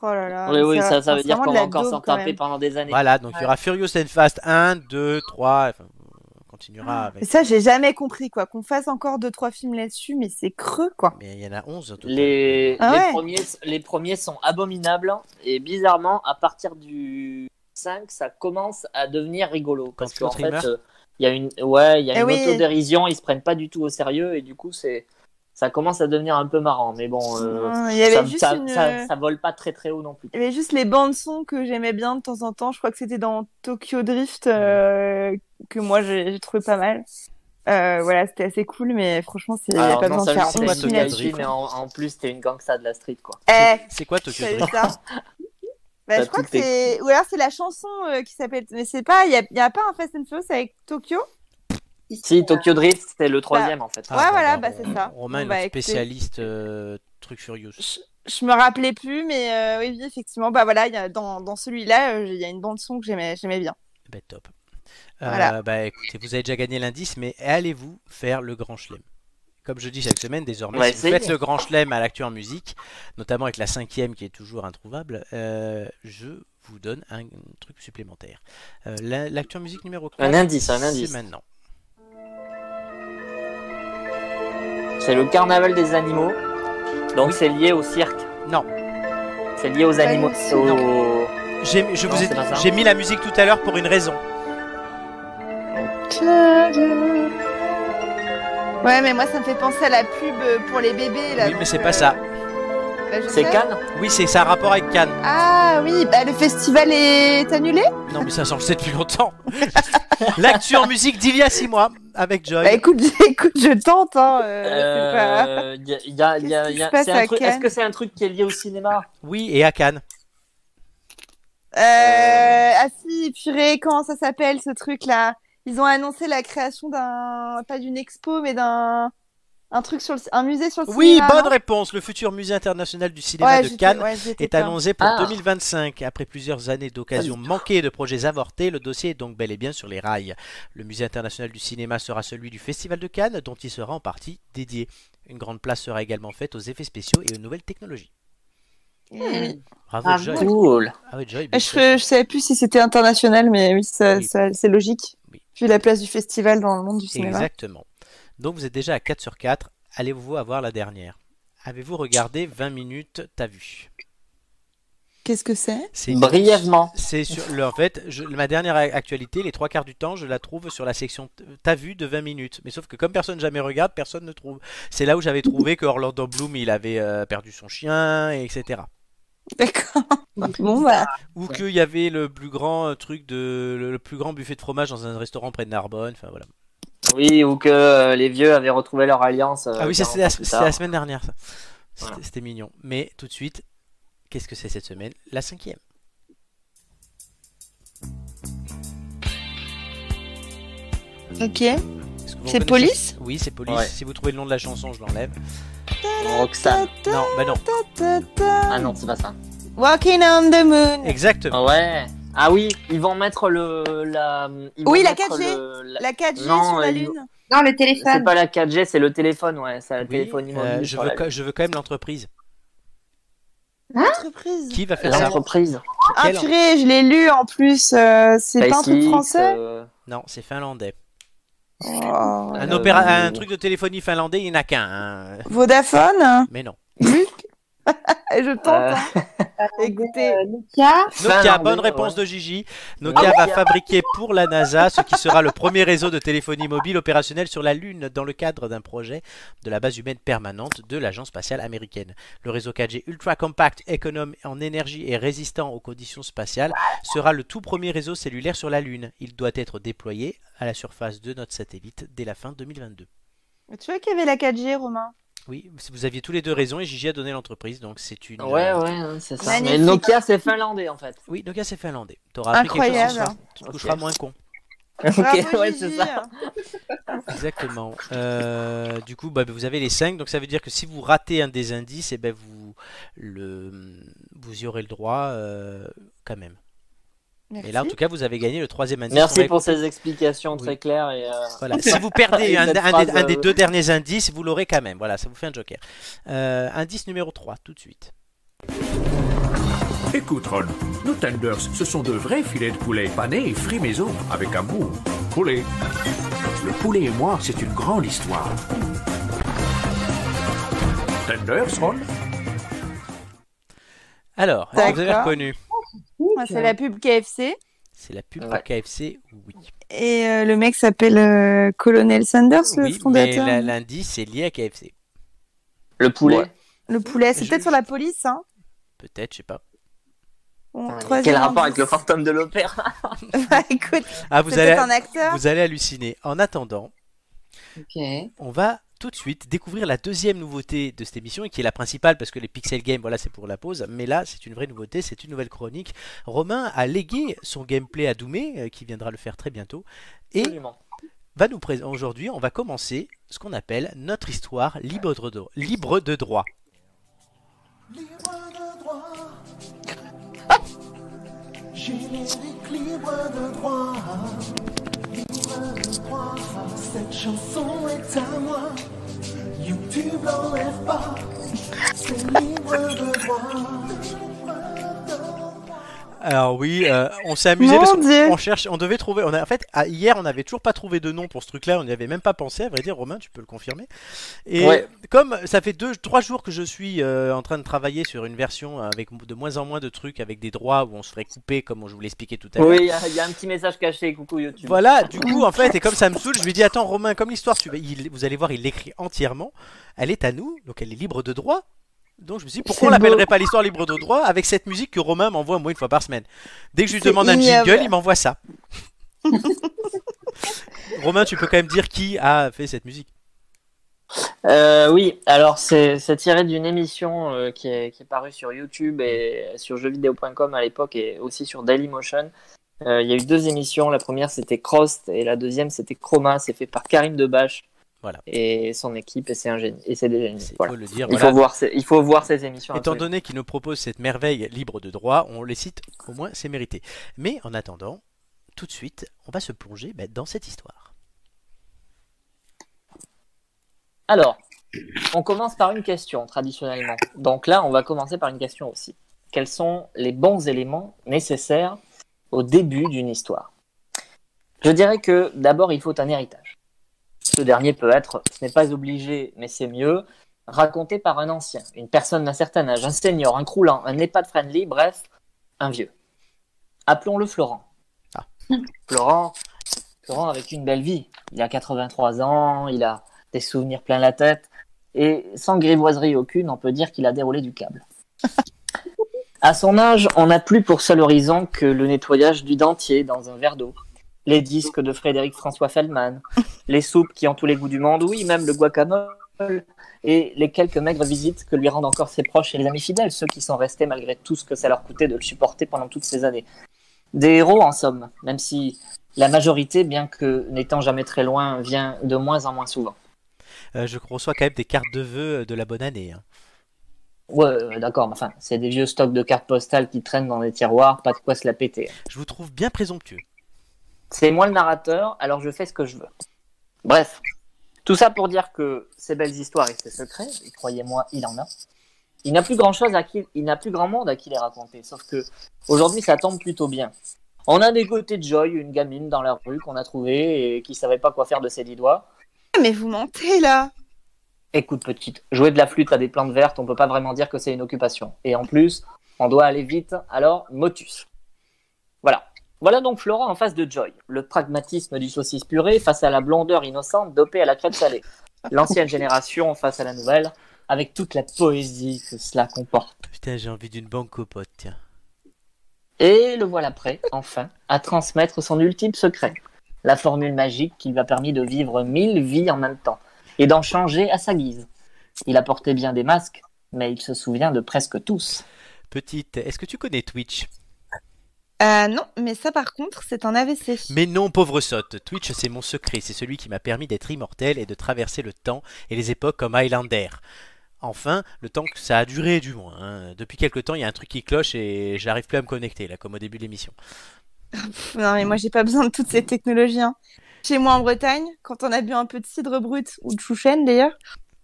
[SPEAKER 2] Oh là là.
[SPEAKER 3] Oui, oui,
[SPEAKER 2] c'est-
[SPEAKER 3] ça, ça veut
[SPEAKER 2] c'est
[SPEAKER 3] dire
[SPEAKER 2] vraiment
[SPEAKER 3] qu'on
[SPEAKER 2] de
[SPEAKER 3] va
[SPEAKER 2] la
[SPEAKER 3] encore
[SPEAKER 2] daube,
[SPEAKER 3] s'en
[SPEAKER 2] quand
[SPEAKER 3] taper
[SPEAKER 2] même.
[SPEAKER 3] pendant des années.
[SPEAKER 1] Voilà, donc il y aura Furious and Fast 1, 2, 3. Enfin, on continuera
[SPEAKER 2] Mais
[SPEAKER 1] avec.
[SPEAKER 2] Ça, j'ai jamais compris quoi. Qu'on fasse encore deux trois films là-dessus, mais c'est creux quoi.
[SPEAKER 1] Mais il y en a 11 au total.
[SPEAKER 3] Les,
[SPEAKER 2] Ah
[SPEAKER 3] les
[SPEAKER 2] ouais.
[SPEAKER 3] premiers, les premiers sont abominables et bizarrement, à partir du 5, ça commence à devenir rigolo. Parce
[SPEAKER 1] Quand
[SPEAKER 3] qu'en
[SPEAKER 1] l'autre, il
[SPEAKER 3] fait,
[SPEAKER 1] meurt.
[SPEAKER 3] euh, il y a une, ouais, il y a
[SPEAKER 2] Eh
[SPEAKER 3] une
[SPEAKER 2] oui.
[SPEAKER 3] autodérision, ils se prennent pas du tout au sérieux et du coup, c'est, ça commence à devenir un peu marrant. Mais bon, euh,
[SPEAKER 2] Ouais, Il y avait
[SPEAKER 3] ça,
[SPEAKER 2] juste
[SPEAKER 3] ça-
[SPEAKER 2] une. euh,
[SPEAKER 3] ça- ça vole pas très très haut non plus.
[SPEAKER 2] Il y avait juste les bandes son que j'aimais bien de temps en temps. Je crois que c'était dans Tokyo Drift euh, que moi j'ai j'ai trouvé pas mal. Euh, voilà, c'était assez cool, mais franchement, c'est il y a
[SPEAKER 3] Alors,
[SPEAKER 2] pas
[SPEAKER 3] non
[SPEAKER 2] besoin de
[SPEAKER 3] seulement
[SPEAKER 2] faire
[SPEAKER 1] c'est
[SPEAKER 2] un
[SPEAKER 1] quoi, Tokyo
[SPEAKER 2] film
[SPEAKER 3] t'es une
[SPEAKER 1] Drift
[SPEAKER 2] là-dessus.
[SPEAKER 3] gâchis, mais en, en plus, t'es une gangsta de la street, quoi.
[SPEAKER 2] Eh,
[SPEAKER 1] C'est quoi Tokyo
[SPEAKER 2] c'est
[SPEAKER 1] Drift
[SPEAKER 2] ça. Bah,
[SPEAKER 3] T'as
[SPEAKER 2] je crois
[SPEAKER 3] tout
[SPEAKER 2] que c'est. Ou alors c'est la chanson euh, qui s'appelle. Mais c'est pas. Il n'y a, il y a pas un Fast and Furious avec Tokyo
[SPEAKER 3] Si, Tokyo Drift, c'est
[SPEAKER 2] Bah,
[SPEAKER 3] le troisième en fait.
[SPEAKER 1] Ah,
[SPEAKER 2] Ouais,
[SPEAKER 1] bon,
[SPEAKER 2] voilà,
[SPEAKER 1] bah,
[SPEAKER 2] bah, c'est ça.
[SPEAKER 1] Romain est notre
[SPEAKER 2] Bon, bah, écoutez.
[SPEAKER 1] spécialiste euh, truc Furious.
[SPEAKER 2] Je me rappelais plus, mais euh, oui, oui, effectivement. Bah voilà, il y a, dans, dans celui-là, euh, il y a une bande-son que j'aimais j'aimais bien.
[SPEAKER 1] Bah, top. Euh,
[SPEAKER 2] Voilà.
[SPEAKER 1] bah, écoutez, vous avez déjà gagné l'indice, mais allez-vous faire le grand chelem Comme je dis chaque semaine, désormais,
[SPEAKER 3] On va
[SPEAKER 1] si vous
[SPEAKER 3] essayer.
[SPEAKER 1] faites le grand chelem à l'actu en musique, notamment avec la cinquième qui est toujours introuvable, euh, je vous donne un, truc supplémentaire. Euh, la- l'actu en musique numéro 4.
[SPEAKER 3] Un indice, un
[SPEAKER 1] C'est
[SPEAKER 3] indice.
[SPEAKER 1] maintenant.
[SPEAKER 3] C'est le carnaval des animaux. Donc c'est lié au cirque.
[SPEAKER 1] Non.
[SPEAKER 3] C'est lié aux animaux.
[SPEAKER 2] Pas
[SPEAKER 3] au-
[SPEAKER 1] J'ai, je
[SPEAKER 3] Non,
[SPEAKER 1] vous ai-
[SPEAKER 3] c'est pas ça.
[SPEAKER 1] j'ai mis la musique tout à l'heure pour une raison.
[SPEAKER 2] Ouais, mais moi, ça me fait penser à la pub euh, pour les bébés. Là,
[SPEAKER 1] oui, mais
[SPEAKER 2] donc,
[SPEAKER 1] c'est
[SPEAKER 2] euh,
[SPEAKER 1] pas ça.
[SPEAKER 2] bah, je
[SPEAKER 3] C'est
[SPEAKER 2] sais.
[SPEAKER 3] Cannes
[SPEAKER 1] Oui, c'est ça a rapport avec Cannes.
[SPEAKER 2] Ah oui, bah, le festival est annulé
[SPEAKER 1] Non, mais ça, ça, on le sait depuis longtemps. L'actu en musique d'il y a 6 mois avec Joy.
[SPEAKER 2] Bah écoute, écoute je tente. Hein, euh, c'est pas-
[SPEAKER 3] Euh, y a- y a- y a-
[SPEAKER 2] Qu'est-ce qui
[SPEAKER 3] y a-
[SPEAKER 2] se passe
[SPEAKER 3] c'est
[SPEAKER 2] à
[SPEAKER 3] un truc- Est-ce
[SPEAKER 2] Cannes
[SPEAKER 3] que c'est un truc qui est lié au cinéma
[SPEAKER 1] Oui, et à Cannes.
[SPEAKER 2] Euh, ah si, purée, comment ça s'appelle ce truc-là? Ils ont annoncé la création d'un, pas d'une expo, mais d'un, un truc sur le, un musée sur le
[SPEAKER 1] Oui,
[SPEAKER 2] cinéma,
[SPEAKER 1] bonne
[SPEAKER 2] non
[SPEAKER 1] réponse. Le futur musée international du cinéma
[SPEAKER 2] Ouais,
[SPEAKER 1] de
[SPEAKER 2] j'étais-
[SPEAKER 1] Cannes
[SPEAKER 2] ouais, j'étais
[SPEAKER 1] est
[SPEAKER 2] pas.
[SPEAKER 1] annoncé pour
[SPEAKER 3] Ah.
[SPEAKER 1] 2025. Après plusieurs années d'occasions manquées de projets avortés, le dossier est donc bel et bien sur les rails. Le musée international du cinéma sera celui du Festival de Cannes, dont il sera en partie dédié. Une grande place sera également faite aux effets spéciaux et aux nouvelles technologies.
[SPEAKER 2] Mm, Oui.
[SPEAKER 1] Bravo,
[SPEAKER 4] Bravo.
[SPEAKER 1] Joy.
[SPEAKER 3] Cool.
[SPEAKER 1] Ah oui, Joy, bien sûr.
[SPEAKER 2] Eh, Je, je savais plus si c'était international, mais oui, ça,
[SPEAKER 1] Oui.
[SPEAKER 2] ça- c'est logique.
[SPEAKER 1] Oui.
[SPEAKER 2] Vu la place du festival dans le monde du cinéma.
[SPEAKER 1] Exactement. Donc vous êtes déjà à 4 sur 4. Allez-vous avoir la dernière Avez-vous regardé 20 minutes T'as vu
[SPEAKER 2] Qu'est-ce que c'est?
[SPEAKER 1] C'est une-
[SPEAKER 3] Brièvement.
[SPEAKER 1] C'est sur le- en fait je- ma dernière a- actualité, les trois quarts du temps, je la trouve sur la section t- T'as vu de 20 minutes. Mais sauf que comme personne jamais regarde, personne ne trouve. C'est là où j'avais trouvé que Orlando Bloom il avait euh, perdu son chien, et etc.
[SPEAKER 2] D'accord. Bon, bah.
[SPEAKER 1] Ou qu'il y avait le plus grand euh, truc de le, le plus grand buffet de fromage dans un restaurant près de Narbonne. Enfin voilà.
[SPEAKER 3] Oui, ou que euh, les vieux avaient retrouvé leur alliance. euh,
[SPEAKER 1] Ah oui, ça,
[SPEAKER 3] 40
[SPEAKER 1] c'était la,
[SPEAKER 3] ans plus
[SPEAKER 1] c'était
[SPEAKER 3] tard.
[SPEAKER 1] la semaine dernière, ça. C'était
[SPEAKER 3] Voilà.
[SPEAKER 1] c'était mignon. Mais tout de suite, qu'est-ce que c'est cette semaine La cinquième. Ah.
[SPEAKER 2] Ok.
[SPEAKER 1] Est-ce que vous
[SPEAKER 2] C'est
[SPEAKER 1] reconnaissez-
[SPEAKER 2] Police
[SPEAKER 1] Oui, c'est Police.
[SPEAKER 3] Ouais.
[SPEAKER 1] Si vous trouvez le nom de la chanson, je l'enlève.
[SPEAKER 3] Roxane.
[SPEAKER 1] Non, bah non.
[SPEAKER 2] Ta, ta.
[SPEAKER 3] Ah non, c'est pas ça.
[SPEAKER 2] Walking on the moon.
[SPEAKER 1] Exactement.
[SPEAKER 3] Ouais. Ah oui, ils vont mettre le la. ils vont
[SPEAKER 2] Oui, la
[SPEAKER 3] mettre
[SPEAKER 2] 4G.
[SPEAKER 3] le- la-
[SPEAKER 2] La 4G
[SPEAKER 3] Non,
[SPEAKER 2] sur la
[SPEAKER 3] elle-
[SPEAKER 2] lune.
[SPEAKER 4] Non, le
[SPEAKER 3] C'est
[SPEAKER 4] téléphone.
[SPEAKER 3] pas la 4G, c'est le téléphone, ouais, c'est la
[SPEAKER 1] Oui,
[SPEAKER 3] téléphonie
[SPEAKER 1] euh,
[SPEAKER 3] mobile.
[SPEAKER 1] je,
[SPEAKER 3] sur
[SPEAKER 1] veux
[SPEAKER 3] la-
[SPEAKER 1] quand- je veux quand même l'entreprise.
[SPEAKER 2] Entreprise.
[SPEAKER 1] Qui va faire ça
[SPEAKER 3] L'entreprise.
[SPEAKER 2] Ah
[SPEAKER 1] Quel-
[SPEAKER 2] purée, je l'ai lu en plus. euh, c'est pas un truc
[SPEAKER 3] Six,
[SPEAKER 2] français
[SPEAKER 3] euh,
[SPEAKER 1] Non, c'est finlandais.
[SPEAKER 2] Oh,
[SPEAKER 1] Un,
[SPEAKER 3] Euh,
[SPEAKER 1] opéra...
[SPEAKER 3] euh,
[SPEAKER 1] un truc de téléphonie finlandais, il n'y en a qu'un. hein.
[SPEAKER 2] Vodafone hein
[SPEAKER 1] Mais non.
[SPEAKER 2] Luc Et Je tente.
[SPEAKER 3] Euh.
[SPEAKER 2] hein. Écoutez,
[SPEAKER 4] Euh, Nokia,
[SPEAKER 1] Nokia,
[SPEAKER 3] Finlandais,
[SPEAKER 1] bonne réponse
[SPEAKER 3] ouais.
[SPEAKER 1] de Gigi. Nokia
[SPEAKER 3] Ah
[SPEAKER 1] va fabriquer pour la NASA ce qui sera le premier réseau de téléphonie mobile opérationnel sur la Lune dans le cadre d'un projet de la base humaine permanente de l'Agence spatiale américaine. Le réseau 4G ultra compact, économe en énergie et résistant aux conditions spatiales sera le tout premier réseau cellulaire sur la Lune. Il doit être déployé à la surface de notre satellite dès la fin 2022.
[SPEAKER 2] tu vois qu'il y avait la 4G, Romain
[SPEAKER 1] Oui, vous aviez tous les deux raison et Gigi a donné l'entreprise, donc c'est une.
[SPEAKER 3] Ouais, ouais, hein, c'est ça.
[SPEAKER 2] Magnifique.
[SPEAKER 3] Mais Nokia, c'est finlandais en fait.
[SPEAKER 1] Oui, Nokia c'est finlandais. T'auras appris quelque chose ce
[SPEAKER 2] Incroyable.
[SPEAKER 1] soir. Tu te coucheras
[SPEAKER 3] Ok.
[SPEAKER 1] moins con.
[SPEAKER 3] ok,
[SPEAKER 2] Bravo,
[SPEAKER 3] ouais,
[SPEAKER 2] Gigi.
[SPEAKER 3] c'est ça.
[SPEAKER 1] Exactement. Euh, du coup, bah, vous avez les 5, donc ça veut dire que si vous ratez un des indices, et ben vous, le, vous y aurez le droit euh, quand même.
[SPEAKER 2] Merci.
[SPEAKER 1] Et là, en tout cas, vous avez gagné le troisième indice. On
[SPEAKER 3] Merci
[SPEAKER 1] avait-
[SPEAKER 3] pour ces explications
[SPEAKER 1] Oui.
[SPEAKER 3] très claires. Et, euh,
[SPEAKER 1] Voilà. Si vous perdez
[SPEAKER 3] Et
[SPEAKER 1] un,
[SPEAKER 3] cette
[SPEAKER 1] un des,
[SPEAKER 3] phrase,
[SPEAKER 1] un des
[SPEAKER 3] euh,
[SPEAKER 1] deux derniers indices, vous l'aurez quand même. Voilà, ça vous fait un joker. Euh, indice numéro 3, tout de suite.
[SPEAKER 7] Écoute Ron, nos tenders, ce sont de vrais filets de poulet panés et frits maison avec amour. Poulet. Le poulet et moi, c'est une grande histoire. Tenders, Ron
[SPEAKER 1] Alors, est-ce que vous avez
[SPEAKER 2] D'accord.
[SPEAKER 1] reconnu
[SPEAKER 2] Ah, C'est la pub KFC.
[SPEAKER 1] C'est la pub
[SPEAKER 3] Ouais.
[SPEAKER 1] pour KFC Oui.
[SPEAKER 2] Et euh, le mec s'appelle euh, Colonel Sanders, le
[SPEAKER 1] Oui, mais
[SPEAKER 2] fondateur. hein.
[SPEAKER 1] la- l'indice est lié à KFC.
[SPEAKER 3] Le poulet.
[SPEAKER 1] Ouais.
[SPEAKER 2] Le poulet, c'est
[SPEAKER 1] Je-
[SPEAKER 2] peut-être sur la police. Hein.
[SPEAKER 1] Peut-être, je sais pas. Ah,
[SPEAKER 2] Bon,
[SPEAKER 3] Putain, mais
[SPEAKER 2] troisième
[SPEAKER 3] Quel rapport avec
[SPEAKER 2] indice.
[SPEAKER 3] le fantôme de l'opéra
[SPEAKER 2] Bah, Écoute,
[SPEAKER 1] Ah,
[SPEAKER 2] c'est
[SPEAKER 1] vous allez,
[SPEAKER 2] peut-être un acteur.
[SPEAKER 1] vous allez halluciner. En attendant,
[SPEAKER 4] ok.
[SPEAKER 1] on va tout de suite découvrir la deuxième nouveauté de cette émission et qui est la principale parce que les Pixel Games, voilà, c'est pour la pause. Mais là, c'est une vraie nouveauté, c'est une nouvelle chronique. Romain a légué son gameplay à Doumé, euh, qui viendra le faire très bientôt, et
[SPEAKER 3] Absolument.
[SPEAKER 1] va nous présenter. Aujourd'hui, on va commencer ce qu'on appelle notre histoire libre de, dro- libre de droit.
[SPEAKER 8] Libre de droit. Générique libre de droit. Libre de droit. Cette chanson est à moi. YouTube l'enlève pas. C'est libre de droit.
[SPEAKER 1] Alors oui, euh, on s'est amusé
[SPEAKER 2] Mon
[SPEAKER 1] parce
[SPEAKER 2] Dieu.
[SPEAKER 1] qu'on on cherche, on devait trouver. On a, en fait, à- hier, on n'avait toujours pas trouvé de nom pour ce truc-là. On n'y avait même pas pensé. À vrai dire, Romain, tu peux le confirmer. Et
[SPEAKER 3] Ouais.
[SPEAKER 1] comme ça fait deux, trois jours que je suis euh, en train de travailler sur une version avec de moins en moins de trucs, avec des droits où on se ferait couper, comme je vous l'expliquais tout à l'heure.
[SPEAKER 3] Oui, il y, a- il y a un petit message caché. Coucou YouTube.
[SPEAKER 1] Voilà, du coup, en fait, et comme ça me saoule, je lui dis Attends, Romain, comme l'histoire, tu, vas- il- vous allez voir, il l'écrit entièrement. Elle est à nous, donc elle est libre de droit. Donc je me suis dit Pourquoi on
[SPEAKER 2] C'est beau.
[SPEAKER 1] l'appellerait pas l'histoire libre de droit avec cette musique que Romain m'envoie moi une fois par semaine Dès que je lui
[SPEAKER 2] C'est
[SPEAKER 1] demande un
[SPEAKER 2] ignoble.
[SPEAKER 1] jingle, il m'envoie ça. Romain, tu peux quand même dire qui a fait cette musique
[SPEAKER 3] Euh, oui, alors c'est c'est tiré d'une émission euh, qui, est, qui est parue sur YouTube et sur jeuxvideo.com à l'époque et aussi sur Dailymotion. Euh, Il y a eu deux émissions. La première c'était Crost et la deuxième c'était Chroma. C'est fait par Karim Debache
[SPEAKER 1] Voilà.
[SPEAKER 3] et son équipe et c'est un génie. Et c'est des génies.
[SPEAKER 1] Il
[SPEAKER 3] Voilà.
[SPEAKER 1] faut le dire.
[SPEAKER 3] Il,
[SPEAKER 1] voilà.
[SPEAKER 3] faut voir ces, il faut voir ces émissions.
[SPEAKER 1] Étant
[SPEAKER 3] absolument.
[SPEAKER 1] donné qu'il nous propose cette merveille libre de droit, on les cite, au moins c'est mérité. Mais en attendant, tout de suite, on va se plonger ben, dans cette histoire.
[SPEAKER 3] Alors, on commence par une question traditionnellement. Donc là, on va commencer par une question aussi. Quels sont les bons éléments nécessaires au début d'une histoire Je dirais que d'abord, il faut un héritage. Ce dernier peut être, ce n'est pas obligé, mais c'est mieux, raconté par un ancien, une personne d'un certain âge, un senior, un croulant, un EHPAD friendly, bref, un vieux. Appelons-le Florent.
[SPEAKER 1] Ah.
[SPEAKER 3] Florent, Florent avec une belle vie. Il a 83 ans, il a des souvenirs plein la tête, et sans grivoiserie aucune, on peut dire qu'il a déroulé du câble. à son âge, on n'a plus pour seul horizon que le nettoyage du dentier dans un verre d'eau, les disques de Frédéric François Feldman, les soupes qui ont tous les goûts du monde, oui, même le guacamole, et les quelques maigres visites que lui rendent encore ses proches et les amis fidèles, ceux qui sont restés malgré tout ce que ça leur coûtait de le supporter pendant toutes ces années. Des héros en somme, même si la majorité, bien que n'étant jamais très loin, vient de moins en moins souvent.
[SPEAKER 1] Euh, je reçois quand même des cartes de vœux de la bonne année. hein.
[SPEAKER 3] Ouais, euh, d'accord, mais enfin, c'est des vieux stocks de cartes postales qui traînent dans les tiroirs, pas de quoi se la péter.
[SPEAKER 1] Je vous trouve bien présomptueux.
[SPEAKER 3] C'est moi le narrateur, alors je fais ce que je veux. Bref, tout ça pour dire que ces belles histoires et ces secrets, et croyez-moi, il en a, il n'a plus grand chose à qui, il n'a plus grand monde à qui les raconter. Sauf que aujourd'hui, ça tombe plutôt bien. On a des côtés de Joy, une gamine dans la rue qu'on a trouvée et qui savait pas quoi faire de ses dix doigts.
[SPEAKER 2] Mais vous mentez là
[SPEAKER 3] Écoute, petite, jouer de la flûte à des plantes vertes, on peut pas vraiment dire que c'est une occupation. Et en plus, on doit aller vite, alors motus. Voilà. Voilà donc Flora en face de Joy, le pragmatisme du saucisse purée face à la blondeur innocente dopée à la crête salée. L'ancienne génération face à la nouvelle, avec toute la poésie que cela comporte.
[SPEAKER 1] Putain, j'ai envie d'une banque aux potes, tiens.
[SPEAKER 3] Et le voilà prêt, enfin, à transmettre son ultime secret. La formule magique qui lui a permis de vivre mille vies en même temps et d'en changer à sa guise. Il a porté bien des masques, mais il se souvient de presque tous.
[SPEAKER 1] Petite, est-ce que tu connais Twitch
[SPEAKER 2] Euh, non, mais ça par contre, c'est un AVC.
[SPEAKER 1] Mais non, pauvre sotte, Twitch c'est mon secret, c'est celui qui m'a permis d'être immortel et de traverser le temps et les époques comme Highlander. Enfin, le temps que ça a duré du moins. hein. Depuis quelque temps, il y a un truc qui cloche et j'arrive plus à me connecter, là, comme au début de l'émission.
[SPEAKER 2] Pff, non, mais moi j'ai pas besoin de toutes ces technologies. hein. Chez moi en Bretagne, quand on a bu un peu de cidre brut, ou de chouchen d'ailleurs,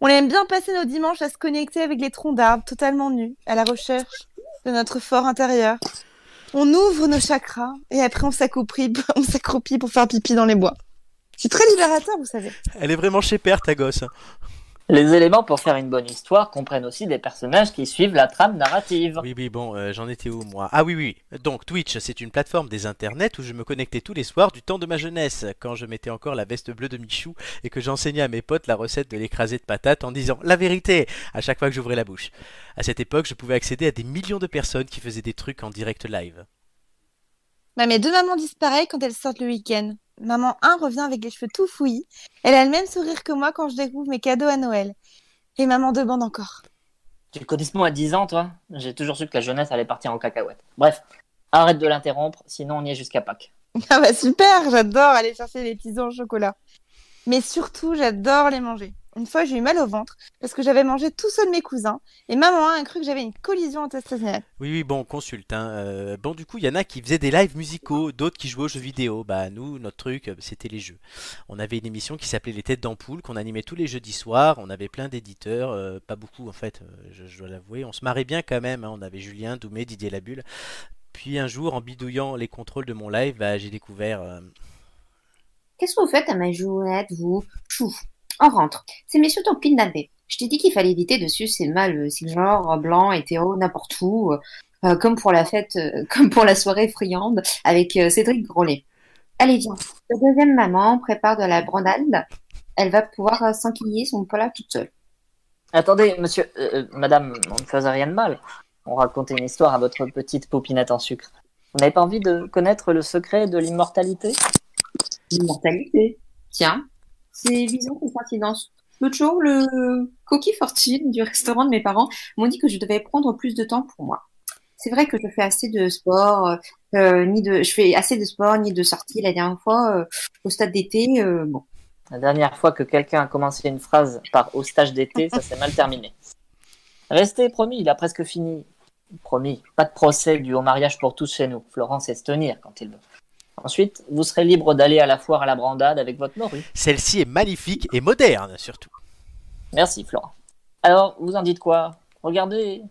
[SPEAKER 2] on aime bien passer nos dimanches à se connecter avec les troncs d'arbres totalement nus, à la recherche de notre fort intérieur. On ouvre nos chakras et après on s'accroupit, on s'accroupit pour faire pipi dans les bois. C'est très libérateur, vous savez.
[SPEAKER 1] Elle est vraiment chez Père, ta gosse. hein.
[SPEAKER 3] Les éléments pour faire une bonne histoire comprennent aussi des personnages qui suivent la trame narrative.
[SPEAKER 1] Oui, oui, bon, euh, j'en étais où, moi Ah oui, oui. oui. Donc, Twitch, c'est une plateforme des internets où je me connectais tous les soirs du temps de ma jeunesse, quand je mettais encore la veste bleue de Michou et que j'enseignais à mes potes la recette de l'écrasé de patate en disant la vérité à chaque fois que j'ouvrais la bouche. À cette époque, je pouvais accéder à des millions de personnes qui faisaient des trucs en direct live.
[SPEAKER 2] Bah, mes deux mamans disparaissent quand elles sortent le week-end. Maman 1 revient avec les cheveux tout fouillis. Elle a le même sourire que moi quand je découvre mes cadeaux à Noël. Et maman demande encore.
[SPEAKER 3] Tu connais ce mot à 10 ans, toi J'ai toujours su que la jeunesse allait partir en cacahuète. Bref, arrête de l'interrompre, sinon on y est jusqu'à Pâques.
[SPEAKER 2] Ah bah super, j'adore aller chercher les petits anges au chocolat. Mais surtout, j'adore les manger. Une fois, j'ai eu mal au ventre parce que j'avais mangé tout seul mes cousins et maman 1 a cru que j'avais une collision intestinale.
[SPEAKER 1] Oui, oui, bon, consulte. Hein. Euh, bon, du coup, il y en a qui faisaient des lives musicaux, d'autres qui jouaient aux jeux vidéo. Bah, nous, notre truc, euh, c'était les jeux. On avait une émission qui s'appelait Les Têtes d'Ampoule, qu'on animait tous les jeudis soirs. On avait plein d'éditeurs, euh, pas beaucoup en fait, euh, je, je dois l'avouer. On se marrait bien quand même. hein. On avait Julien, Doumé, Didier Labulle. Puis un jour, en bidouillant les contrôles de mon live, bah, j'ai découvert. euh,
[SPEAKER 4] Qu'est-ce que vous faites à ma jouette, vous Chou, on rentre. C'est messieurs ton kidnappé. Je t'ai dit qu'il fallait éviter de sucer mal, euh, c'est genre blanc, hétéro, n'importe où, euh, comme pour la fête, euh, comme pour la soirée friande avec euh, Cédric Grolet. Allez, viens. La deuxième maman prépare de la brandade. Elle va pouvoir euh, s'enquiller son pola toute seule.
[SPEAKER 3] Attendez, monsieur, euh, euh, madame, on ne faisait rien de mal. On racontait une histoire à votre petite popinette en sucre. Vous n'avez pas envie de connaître le secret de l'immortalité
[SPEAKER 4] L'immortalité. Tiens, c'est bizarre cette coïncidence. L'autre jour, le coquille fortune du restaurant de mes parents m'ont dit que je devais prendre plus de temps pour moi. C'est vrai que je fais assez de sport, euh, ni de, je fais assez de sport, ni de sortie la dernière fois euh, au stade d'été. euh, bon,
[SPEAKER 3] La dernière fois que quelqu'un a commencé une phrase par au stage d'été, ça s'est mal terminé. Restez, promis, il a presque fini. Promis, pas de procès dû au mariage pour tous chez nous. Florent sait se tenir quand il veut. Ensuite, vous serez libre d'aller à la foire à la brandade avec votre morue.
[SPEAKER 1] Celle-ci est magnifique et moderne surtout.
[SPEAKER 3] Merci, Florent. Alors, vous en dites quoi Regardez,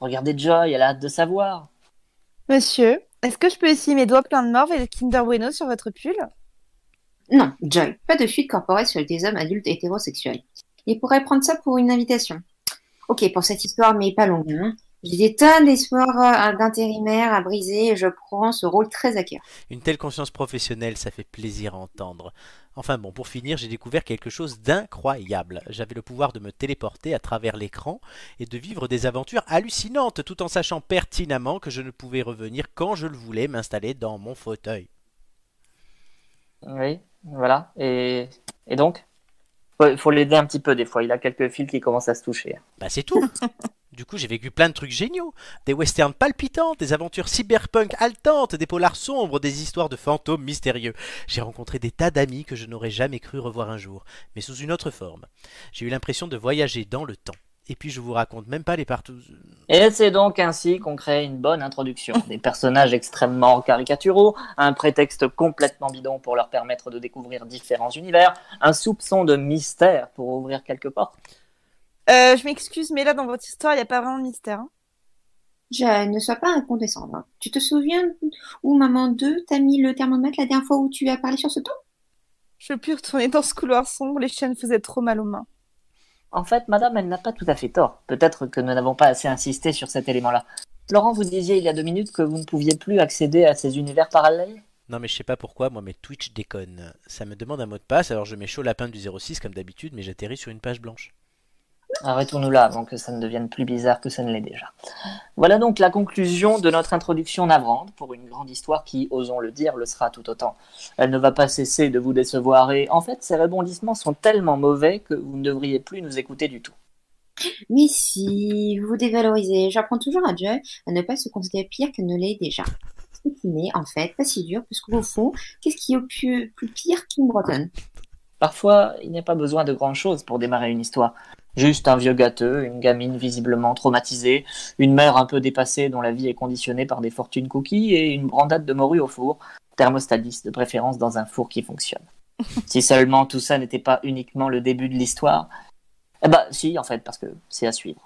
[SPEAKER 3] regardez Joy, elle a hâte de savoir.
[SPEAKER 2] Monsieur, est-ce que je peux essayer mes doigts pleins de morve et de Kinder Bueno sur votre pull
[SPEAKER 4] non, Joy, pas de fuite corporelle sur des hommes adultes hétérosexuels. Ils pourraient prendre ça pour une invitation. Ok, pour cette histoire, mais pas longue. hein. J'ai des tonnes d'espoirs euh, d'intérimaires à briser et je prends ce rôle très à cœur.
[SPEAKER 1] Une telle conscience professionnelle, ça fait plaisir à entendre. Enfin bon, pour finir, j'ai découvert quelque chose d'incroyable. J'avais le pouvoir de me téléporter à travers l'écran et de vivre des aventures hallucinantes tout en sachant pertinemment que je ne pouvais revenir quand je le voulais m'installer dans mon fauteuil.
[SPEAKER 3] Oui, voilà. Et, et donc Il faut l'aider un petit peu des fois, il a quelques fils qui commencent à se toucher.
[SPEAKER 1] Bah c'est tout Du coup, j'ai vécu plein de trucs géniaux. Des westerns palpitants, des aventures cyberpunk haletantes, des polars sombres, des histoires de fantômes mystérieux. J'ai rencontré des tas d'amis que je n'aurais jamais cru revoir un jour, mais sous une autre forme. J'ai eu l'impression de voyager dans le temps. Et puis, je vous raconte même pas les partout.
[SPEAKER 3] Et c'est donc ainsi qu'on crée une bonne introduction. Des personnages extrêmement caricaturaux, un prétexte complètement bidon pour leur permettre de découvrir différents univers, un soupçon de mystère pour ouvrir quelques portes.
[SPEAKER 2] Euh, je m'excuse, mais là, dans votre histoire, il n'y a pas vraiment de mystère. hein.
[SPEAKER 4] Je ne sois pas incondescendant. Tu te souviens où maman 2 t'a mis le thermomètre la dernière fois où tu as parlé sur ce ton
[SPEAKER 2] Je peux plus retourner dans ce couloir sombre, les chaînes faisaient trop mal aux mains.
[SPEAKER 3] En fait, madame, elle n'a pas tout à fait tort. Peut-être que nous n'avons pas assez insisté sur cet élément-là. Laurent, vous disiez il y a deux minutes que vous ne pouviez plus accéder à ces univers parallèles
[SPEAKER 1] Non mais je sais pas pourquoi, moi mes Twitch déconne. Ça me demande un mot de passe, alors je mets chaud lapin du 06 comme d'habitude, mais j'atterris sur une page blanche.
[SPEAKER 3] Arrêtons-nous là avant que ça ne devienne plus bizarre que ça ne l'est déjà. Voilà donc la conclusion de notre introduction navrante pour une grande histoire qui, osons le dire, le sera tout autant. Elle ne va pas cesser de vous décevoir et en fait, ces rebondissements sont tellement mauvais que vous ne devriez plus nous écouter du tout.
[SPEAKER 4] Mais si, vous vous dévalorisez. J'apprends toujours à Joy à ne pas se considérer pire qu'elle ne l'est déjà. Ce qui n'est en fait pas si dur, parce qu'au fond, qu'est-ce qui est au plus, plus pire qu'une bretonne
[SPEAKER 3] Parfois, il n'y a pas besoin de grand-chose pour démarrer une histoire. Juste un vieux gâteux, une gamine visiblement traumatisée, une mère un peu dépassée dont la vie est conditionnée par des fortunes cookies et une brandade de morue au four, thermostat 10 de préférence dans un four qui fonctionne. si seulement tout ça n'était pas uniquement le début de l'histoire. Eh ben, si, en fait, parce que c'est à suivre.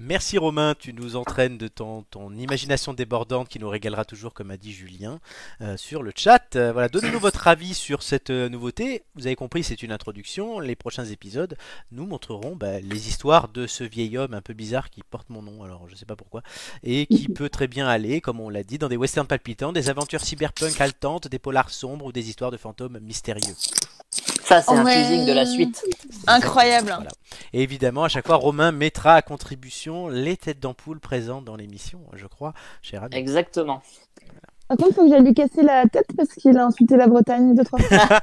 [SPEAKER 1] Merci Romain, tu nous entraînes de ton, ton imagination débordante qui nous régalera toujours, comme a dit Julien, euh, sur le chat. Euh, voilà, donnez-nous votre avis sur cette euh, nouveauté. Vous avez compris, c'est une introduction. Les prochains épisodes nous montreront bah, les histoires de ce vieil homme un peu bizarre qui porte mon nom, alors je sais pas pourquoi, et qui peut très bien aller, comme on l'a dit, dans des westerns palpitants, des aventures cyberpunk haletantes, des polars sombres ou des histoires de fantômes mystérieux.
[SPEAKER 3] Ça, c'est
[SPEAKER 4] Oh
[SPEAKER 3] un
[SPEAKER 4] ouais.
[SPEAKER 3] teasing de la suite.
[SPEAKER 2] Incroyable.
[SPEAKER 1] Voilà. Et évidemment, à chaque fois, Romain mettra à contribution les têtes d'ampoule présentes dans l'émission, je crois, cher ami.
[SPEAKER 3] Exactement.
[SPEAKER 9] Par contre, faut que j'aille lui casser la tête parce qu'il a insulté la Bretagne deux, trois fois.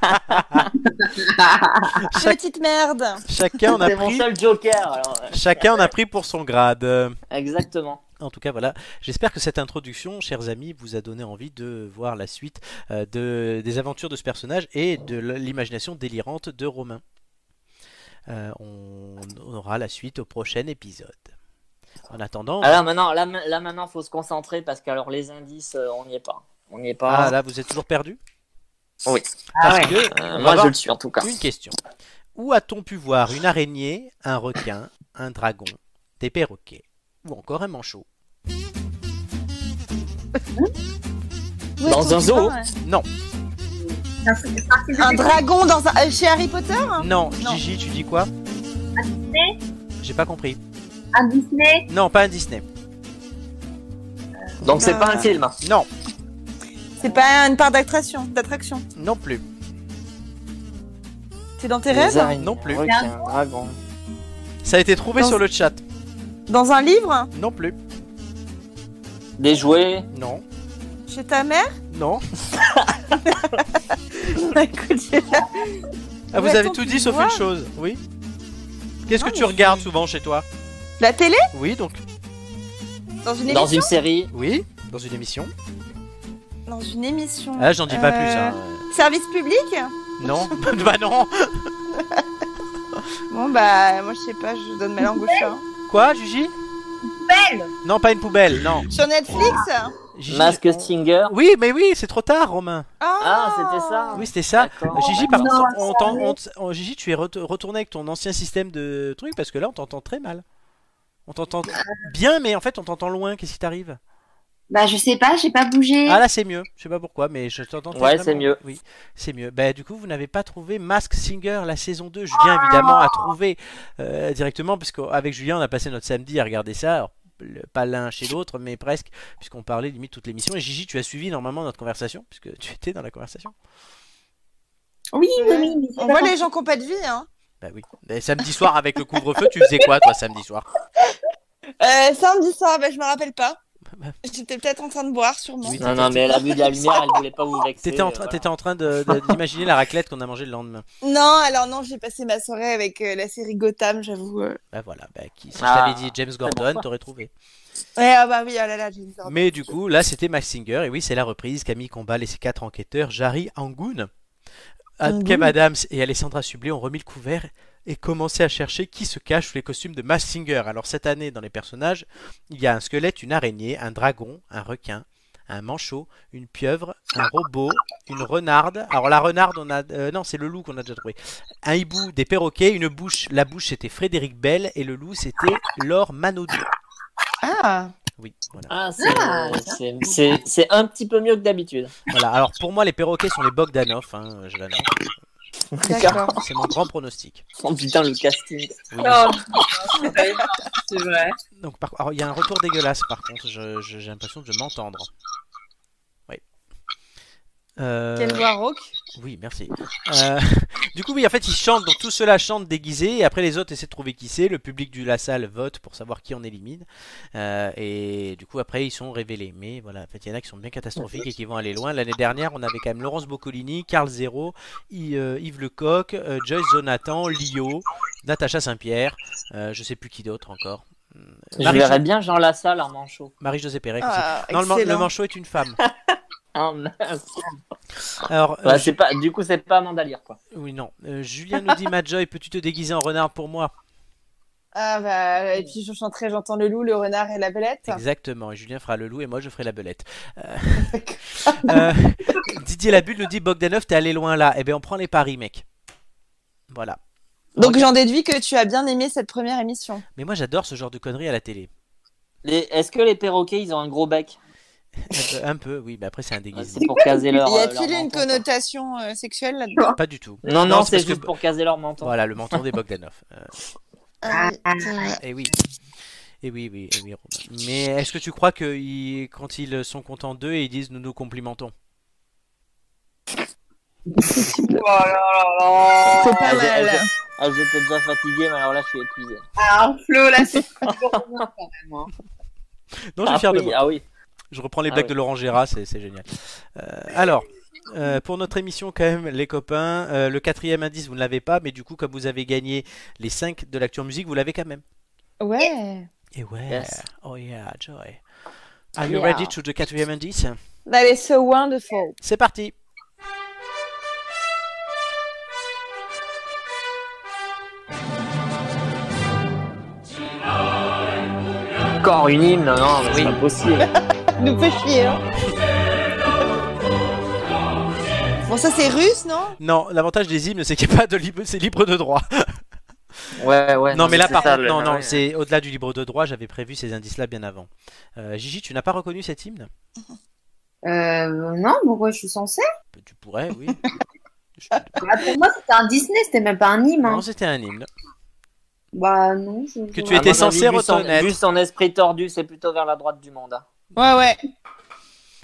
[SPEAKER 1] Chaque-
[SPEAKER 2] Petite merde.
[SPEAKER 1] Chacun en a
[SPEAKER 3] C'est mon
[SPEAKER 1] pris.
[SPEAKER 3] seul joker. alors, euh,
[SPEAKER 1] Chacun en a pris pour son grade. Euh,
[SPEAKER 3] Exactement.
[SPEAKER 1] En tout cas, voilà. J'espère que cette introduction, chers amis, vous a donné envie de voir la suite euh, de, des aventures de ce personnage et de l- l'imagination délirante de Romain. Euh, on, on aura la suite au prochain épisode. En attendant,
[SPEAKER 3] Alors maintenant, là, ma- là maintenant, faut se concentrer parce que alors les indices, euh, on n'y est pas. On n'y est pas.
[SPEAKER 1] ah, là, vous êtes toujours perdu.
[SPEAKER 3] Oui.
[SPEAKER 1] Parce
[SPEAKER 3] ouais.
[SPEAKER 1] que
[SPEAKER 3] Euh,
[SPEAKER 1] on va
[SPEAKER 3] moi,
[SPEAKER 1] voir
[SPEAKER 3] je le suis en tout cas.
[SPEAKER 1] Une question. Où a-t-on pu voir une araignée, un requin, un dragon, des perroquets ou encore un manchot
[SPEAKER 2] Ouais,
[SPEAKER 3] Dans
[SPEAKER 2] ton
[SPEAKER 3] un
[SPEAKER 2] copain,
[SPEAKER 3] zoo.
[SPEAKER 2] ouais.
[SPEAKER 1] Non,
[SPEAKER 2] Un dragon dans un. euh, chez Harry Potter hein
[SPEAKER 1] non,
[SPEAKER 2] Non.
[SPEAKER 1] Gigi, tu dis quoi J'ai pas compris.
[SPEAKER 4] À Disney
[SPEAKER 1] Non, pas un Disney.
[SPEAKER 3] Donc c'est
[SPEAKER 2] Euh,
[SPEAKER 3] pas un film.
[SPEAKER 1] Non,
[SPEAKER 2] C'est pas une part d'attraction. D'attraction.
[SPEAKER 1] non plus.
[SPEAKER 2] C'est dans tes rêves
[SPEAKER 3] araignées,
[SPEAKER 1] non plus.
[SPEAKER 3] un requin, un dragon.
[SPEAKER 1] Ça a été trouvé
[SPEAKER 2] Dans-
[SPEAKER 1] sur le chat.
[SPEAKER 2] Dans un livre
[SPEAKER 1] Non plus.
[SPEAKER 3] Des jouets.
[SPEAKER 1] Non,
[SPEAKER 2] Chez ta mère Bah,
[SPEAKER 1] non.
[SPEAKER 2] Écoute, j'ai-
[SPEAKER 1] Ah, vous
[SPEAKER 2] Ouais,
[SPEAKER 1] avez
[SPEAKER 2] attends,
[SPEAKER 1] tout
[SPEAKER 2] tu
[SPEAKER 1] dit sauf
[SPEAKER 2] vois.
[SPEAKER 1] une chose. Oui. Qu'est-ce que
[SPEAKER 2] Non,
[SPEAKER 1] tu
[SPEAKER 2] mais
[SPEAKER 1] regardes souvent chez toi
[SPEAKER 2] La télé
[SPEAKER 1] Oui, donc.
[SPEAKER 2] Dans une
[SPEAKER 3] Dans
[SPEAKER 2] émission
[SPEAKER 3] une série.
[SPEAKER 1] Oui, dans une émission.
[SPEAKER 2] Dans une émission.
[SPEAKER 1] Ah, j'en dis pas
[SPEAKER 2] Euh,
[SPEAKER 1] plus. hein.
[SPEAKER 2] Service public
[SPEAKER 1] Non, bah non.
[SPEAKER 2] Bon bah moi je sais pas, je donne ma langue au chat.
[SPEAKER 1] Quoi, Gigi
[SPEAKER 4] Belle
[SPEAKER 1] Non, pas une poubelle. Non.
[SPEAKER 2] Sur Netflix
[SPEAKER 1] Ah. Gigi,
[SPEAKER 3] Masque
[SPEAKER 1] on-
[SPEAKER 3] Stinger.
[SPEAKER 1] Oui, mais oui, c'est trop tard, Romain.
[SPEAKER 2] Oh
[SPEAKER 3] Ah, c'était ça.
[SPEAKER 1] Oui, c'était ça.
[SPEAKER 3] D'accord.
[SPEAKER 1] Gigi, par
[SPEAKER 4] non,
[SPEAKER 1] contre, on
[SPEAKER 4] ça
[SPEAKER 1] t'en-
[SPEAKER 4] va.
[SPEAKER 1] on t- on- Gigi, tu es ret- retourné avec ton ancien système de trucs parce que là, on t'entend très mal. On t'entend
[SPEAKER 4] Ah.
[SPEAKER 1] bien, mais en fait, on t'entend loin. Qu'est-ce qui t'arrive
[SPEAKER 4] Bah, je sais pas, j'ai pas bougé.
[SPEAKER 1] Ah là, c'est mieux. Je sais pas pourquoi, mais je t'entends.
[SPEAKER 3] Ouais,
[SPEAKER 1] vraiment-
[SPEAKER 3] c'est mieux.
[SPEAKER 1] Oui, c'est mieux. Bah, du coup, vous n'avez pas trouvé Mask Singer la saison 2. Julien, évidemment, a trouvé euh, directement, parce qu'avec Julien, on a passé notre samedi à regarder ça. Alors, le- pas l'un chez l'autre, mais presque, puisqu'on parlait limite toute l'émission. Et Gigi, tu as suivi normalement notre conversation, puisque tu étais dans la conversation.
[SPEAKER 4] Oui, oui, oui, mais c'est
[SPEAKER 2] On
[SPEAKER 4] pas
[SPEAKER 2] voit
[SPEAKER 4] grave.
[SPEAKER 2] les gens qui ont pas de vie hein.
[SPEAKER 1] Bah oui. Mais samedi soir avec le couvre-feu, tu faisais quoi toi samedi soir
[SPEAKER 2] Euh, samedi soir, bah je me rappelle pas.
[SPEAKER 1] bah.
[SPEAKER 2] J'étais peut-être en train de boire sûrement.
[SPEAKER 1] Oui.
[SPEAKER 3] Non, non, mais elle a vu de la lumière, elle voulait pas vous vexer.
[SPEAKER 1] T'étais en,
[SPEAKER 3] euh,
[SPEAKER 1] train-
[SPEAKER 3] voilà.
[SPEAKER 1] t'étais en train de- de- d'imaginer la raclette qu'on a mangée le lendemain.
[SPEAKER 2] Non, alors non, j'ai passé ma soirée avec euh, la série Gotham, j'avoue. euh.
[SPEAKER 1] Bah voilà, bah, qui, si
[SPEAKER 3] Ah.
[SPEAKER 1] je t'avais dit James Gordon, t'aurais trouvé.
[SPEAKER 2] Ouais, ah bah oui, oh là là, j'ai une sorte.
[SPEAKER 1] Mais du coup, là c'était Max Singer, et oui, c'est la reprise. Camille combat les quatre enquêteurs, Jarry Angoun, Ad-
[SPEAKER 2] Angoon.
[SPEAKER 1] Kev Adams et Alessandra Sublet ont remis le couvert et commencé à chercher qui se cache sous les costumes de Max Singer. Alors cette année, dans les personnages, il y a un squelette, une araignée, un dragon, un requin, un manchot, une pieuvre, un robot, une renarde. Alors la renarde, on a euh, non, c'est le loup qu'on a déjà trouvé. Un hibou, des perroquets, une bouche. La bouche c'était Frédéric Bell et le loup c'était Laure Manodou.
[SPEAKER 2] Ah,
[SPEAKER 1] Oui, voilà.
[SPEAKER 3] Ah, c'est-
[SPEAKER 4] Ah,
[SPEAKER 3] c'est- c'est c'est un petit peu mieux que d'habitude.
[SPEAKER 1] Voilà. Alors pour moi les perroquets sont les Bogdanov, hein, je l'annonce.
[SPEAKER 2] d'accord.
[SPEAKER 1] C'est mon grand pronostic.
[SPEAKER 3] Oh putain, le casting.
[SPEAKER 1] Oui.
[SPEAKER 4] Oh, c'est vrai.
[SPEAKER 1] Donc par- alors, il y a un retour dégueulasse par contre, Je- je- j'ai l'impression de m'entendre. Oui. Euh,
[SPEAKER 2] Quelle voix rock
[SPEAKER 1] Oui, merci. Euh, du coup, oui, en fait, ils chantent, donc tous ceux-là chantent déguisés, et après les autres essaient de trouver qui c'est. Le public de la salle vote pour savoir qui en élimine, Euh, et du coup, après, ils sont révélés. Mais voilà, en fait, il y en a qui sont bien catastrophiques et qui vont aller loin. L'année dernière, on avait quand même Laurence Boccolini, Carl Zéro, I- euh, Yves Lecoq, euh, Joyce Jonathan, Lio, Natacha Saint-Pierre, euh, je sais plus qui d'autre encore. Hum,
[SPEAKER 3] Je
[SPEAKER 1] Marie-
[SPEAKER 3] verrais bien Jean Lassalle en manchot.
[SPEAKER 1] Marie-Josée Pérec aussi.
[SPEAKER 2] Ah,
[SPEAKER 1] Non, le, man- le
[SPEAKER 2] excellent.
[SPEAKER 1] manchot est une femme.
[SPEAKER 3] Ah, mince.
[SPEAKER 1] Alors, euh,
[SPEAKER 3] Bah, c'est pas, du coup, c'est pas Mandalire, quoi.
[SPEAKER 1] oui, non. Euh, Julien nous dit, Madjoy, peux-tu te déguiser en renard pour moi
[SPEAKER 2] Ah bah, et puis je chanterai J'entends le loup, le renard et la belette.
[SPEAKER 1] Exactement, et Julien fera le loup et moi je ferai la belette. Euh, euh, Didier Labulle nous dit Bogdanov, t'es allé loin là. Eh bien, on prend les paris, mec. Voilà.
[SPEAKER 2] Donc j'en déduis que tu as bien aimé cette première émission.
[SPEAKER 1] Mais moi j'adore ce genre de conneries à la télé.
[SPEAKER 3] Les- Est-ce que les perroquets, ils ont un gros bec
[SPEAKER 1] Un peu, un peu, oui, mais après c'est un
[SPEAKER 3] Ouais,
[SPEAKER 1] déguisement.
[SPEAKER 3] Ah, C'est pour caser leur.
[SPEAKER 2] y
[SPEAKER 3] euh,
[SPEAKER 2] a-t-il
[SPEAKER 3] leur
[SPEAKER 2] une
[SPEAKER 3] menton, quoi.
[SPEAKER 2] connotation euh, sexuelle là-dedans
[SPEAKER 1] Pas du tout.
[SPEAKER 3] Non, non, c'est
[SPEAKER 1] parce que-
[SPEAKER 3] juste pour caser leur menton.
[SPEAKER 1] Voilà, le menton des Bogdanov. Euh,
[SPEAKER 9] Ah, oui, c'est vrai.
[SPEAKER 1] eh oui. Et oui, oui, eh oui, Romain. Mais est-ce que tu crois que ils- quand ils sont contents d'eux, ils disent nous nous complimentons
[SPEAKER 2] C'est pas
[SPEAKER 3] Ah, j'ai-
[SPEAKER 2] mal.
[SPEAKER 3] ah, j'ai- ah, J'étais déjà fatigué, mais alors là, je suis épuisé.
[SPEAKER 4] Alors, Ah, Flo, là, c'est bon quand même. hein.
[SPEAKER 1] Non, je suis fier
[SPEAKER 3] ah,
[SPEAKER 1] de
[SPEAKER 3] oui,
[SPEAKER 1] moi.
[SPEAKER 3] ah oui.
[SPEAKER 1] Je reprends les
[SPEAKER 3] Ah
[SPEAKER 1] blagues
[SPEAKER 3] ouais.
[SPEAKER 1] de Laurent Gérard, c'est c'est génial. Euh, alors, euh, pour notre émission quand même, les copains, euh, le quatrième indice, vous ne l'avez pas, mais du coup, comme vous avez gagné les 5 de l'actu en musique, vous l'avez quand même.
[SPEAKER 2] Ouais.
[SPEAKER 1] Et ouais.
[SPEAKER 3] Yes. Oh
[SPEAKER 1] Oh yeah, joy. Are you
[SPEAKER 2] Yeah.
[SPEAKER 1] ready to the quatrième indice
[SPEAKER 2] That is Bah, so wonderful.
[SPEAKER 1] C'est parti
[SPEAKER 3] Encore une hymne, non, mais c'est pas possible.
[SPEAKER 2] Nous fait chier. hein. bon, ça c'est russe, non
[SPEAKER 1] Non, l'avantage des hymnes, c'est qu'il n'y a pas de libre, c'est libre de droit.
[SPEAKER 3] Ouais, ouais.
[SPEAKER 1] non, mais là,
[SPEAKER 3] c'est
[SPEAKER 1] par
[SPEAKER 3] ça,
[SPEAKER 1] contre,
[SPEAKER 3] le- ah
[SPEAKER 1] non, non,
[SPEAKER 3] ouais.
[SPEAKER 1] c'est au-delà du libre de droit, j'avais prévu ces indices-là bien avant. Euh, Gigi, tu n'as pas reconnu cet hymne
[SPEAKER 4] Euh, non, pourquoi je suis censée
[SPEAKER 1] Bah, Tu pourrais, oui. Je-
[SPEAKER 4] Ah, Pour moi, c'était un Disney, c'était même pas un hymne. hein.
[SPEAKER 1] Non, c'était un hymne.
[SPEAKER 4] Bah non. Je...
[SPEAKER 1] Que
[SPEAKER 4] je-
[SPEAKER 1] tu étais
[SPEAKER 3] À mon avis,
[SPEAKER 1] censé
[SPEAKER 3] vu son-
[SPEAKER 1] reconnaître.
[SPEAKER 3] Vu son esprit tordu, c'est plutôt vers la droite du hein. mandat.
[SPEAKER 2] Ouais, ouais.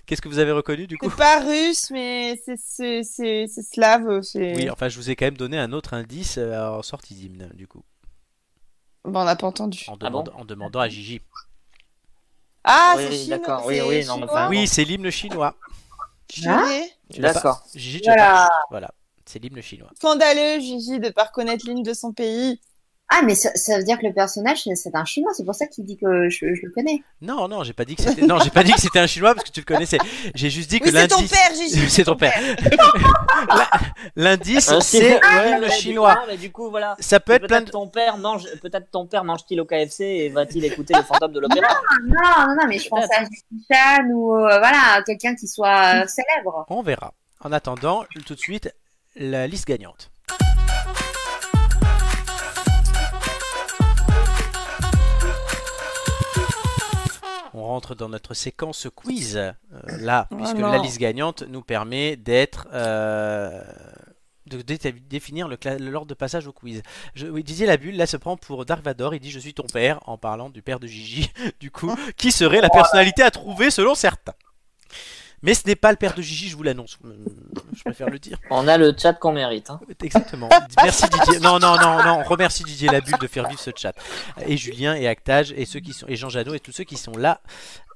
[SPEAKER 1] Qu'est-ce que vous avez reconnu du coup
[SPEAKER 2] C'est pas russe, mais c'est- c'est c'est- c'est slave. c'est-
[SPEAKER 1] Oui, enfin, je vous ai quand même donné un autre indice euh, en sortie d'hymne, du coup,
[SPEAKER 2] Bon, on n'a pas entendu.
[SPEAKER 1] en,
[SPEAKER 3] Ah bon
[SPEAKER 1] demandant- en demandant à Gigi.
[SPEAKER 2] Ah,
[SPEAKER 3] Oui,
[SPEAKER 2] c'est chino-
[SPEAKER 3] d'accord, oui,
[SPEAKER 2] c'est
[SPEAKER 3] oui, non, mais
[SPEAKER 2] chinois.
[SPEAKER 3] Ah
[SPEAKER 1] oui, c'est l'hymne chinois.
[SPEAKER 2] Purée.
[SPEAKER 1] Tu l'as pas-
[SPEAKER 3] D'accord.
[SPEAKER 1] Gigi, tu l'as
[SPEAKER 4] Voilà.
[SPEAKER 1] pas. Voilà, c'est l'hymne chinois.
[SPEAKER 2] Scandaleux, Gigi, de pas reconnaître l'hymne de son pays.
[SPEAKER 4] Ah, mais ça, ça veut dire que le personnage, c'est- c'est un chinois, c'est pour ça qu'il dit que je, je le connais.
[SPEAKER 1] Non, non, j'ai pas dit que c'était. Non, j'ai pas dit que c'était un chinois parce que tu le connaissais. J'ai juste dit que
[SPEAKER 2] Oui, c'est ton
[SPEAKER 1] l'indice.
[SPEAKER 2] père, Gigi.
[SPEAKER 1] C'est ton père. L'indice,
[SPEAKER 3] Euh,
[SPEAKER 1] c'est
[SPEAKER 3] ouais,
[SPEAKER 1] le
[SPEAKER 3] mais du-
[SPEAKER 1] chinois.
[SPEAKER 3] non, Ah, mais du coup, voilà.
[SPEAKER 1] Ça peut être
[SPEAKER 3] Peut-être
[SPEAKER 1] plein de.
[SPEAKER 3] ton père mange, peut-être ton père mange-t-il au KFC et va-t-il écouter les fantômes de l'opéra
[SPEAKER 4] Ah, non, non, non, mais je pense à Jackie Chan ou euh, voilà, à quelqu'un qui soit euh, célèbre.
[SPEAKER 1] On verra. En attendant, tout de suite, la liste gagnante. On rentre dans notre séquence quiz, euh, là,
[SPEAKER 2] Oh
[SPEAKER 1] puisque
[SPEAKER 2] non.
[SPEAKER 1] la liste gagnante nous permet d'être... euh, de dé- définir le cla- l'ordre de passage au quiz. Je, oui, Didier Labulle, là, se prend pour Dark Vador, il dit « Je suis ton père », en parlant du père de Gigi, du coup, qui serait la personnalité à trouver selon certains. Mais ce n'est pas le père de Gigi, je vous l'annonce. Euh, Je préfère le dire.
[SPEAKER 3] On a le chat qu'on mérite. hein.
[SPEAKER 1] Exactement. Merci Didier. Non, non, non, non. On remercie Didier Labulle de faire vivre ce chat. Et Julien et Actage et ceux qui sont et Jean Janot et tous ceux qui sont là.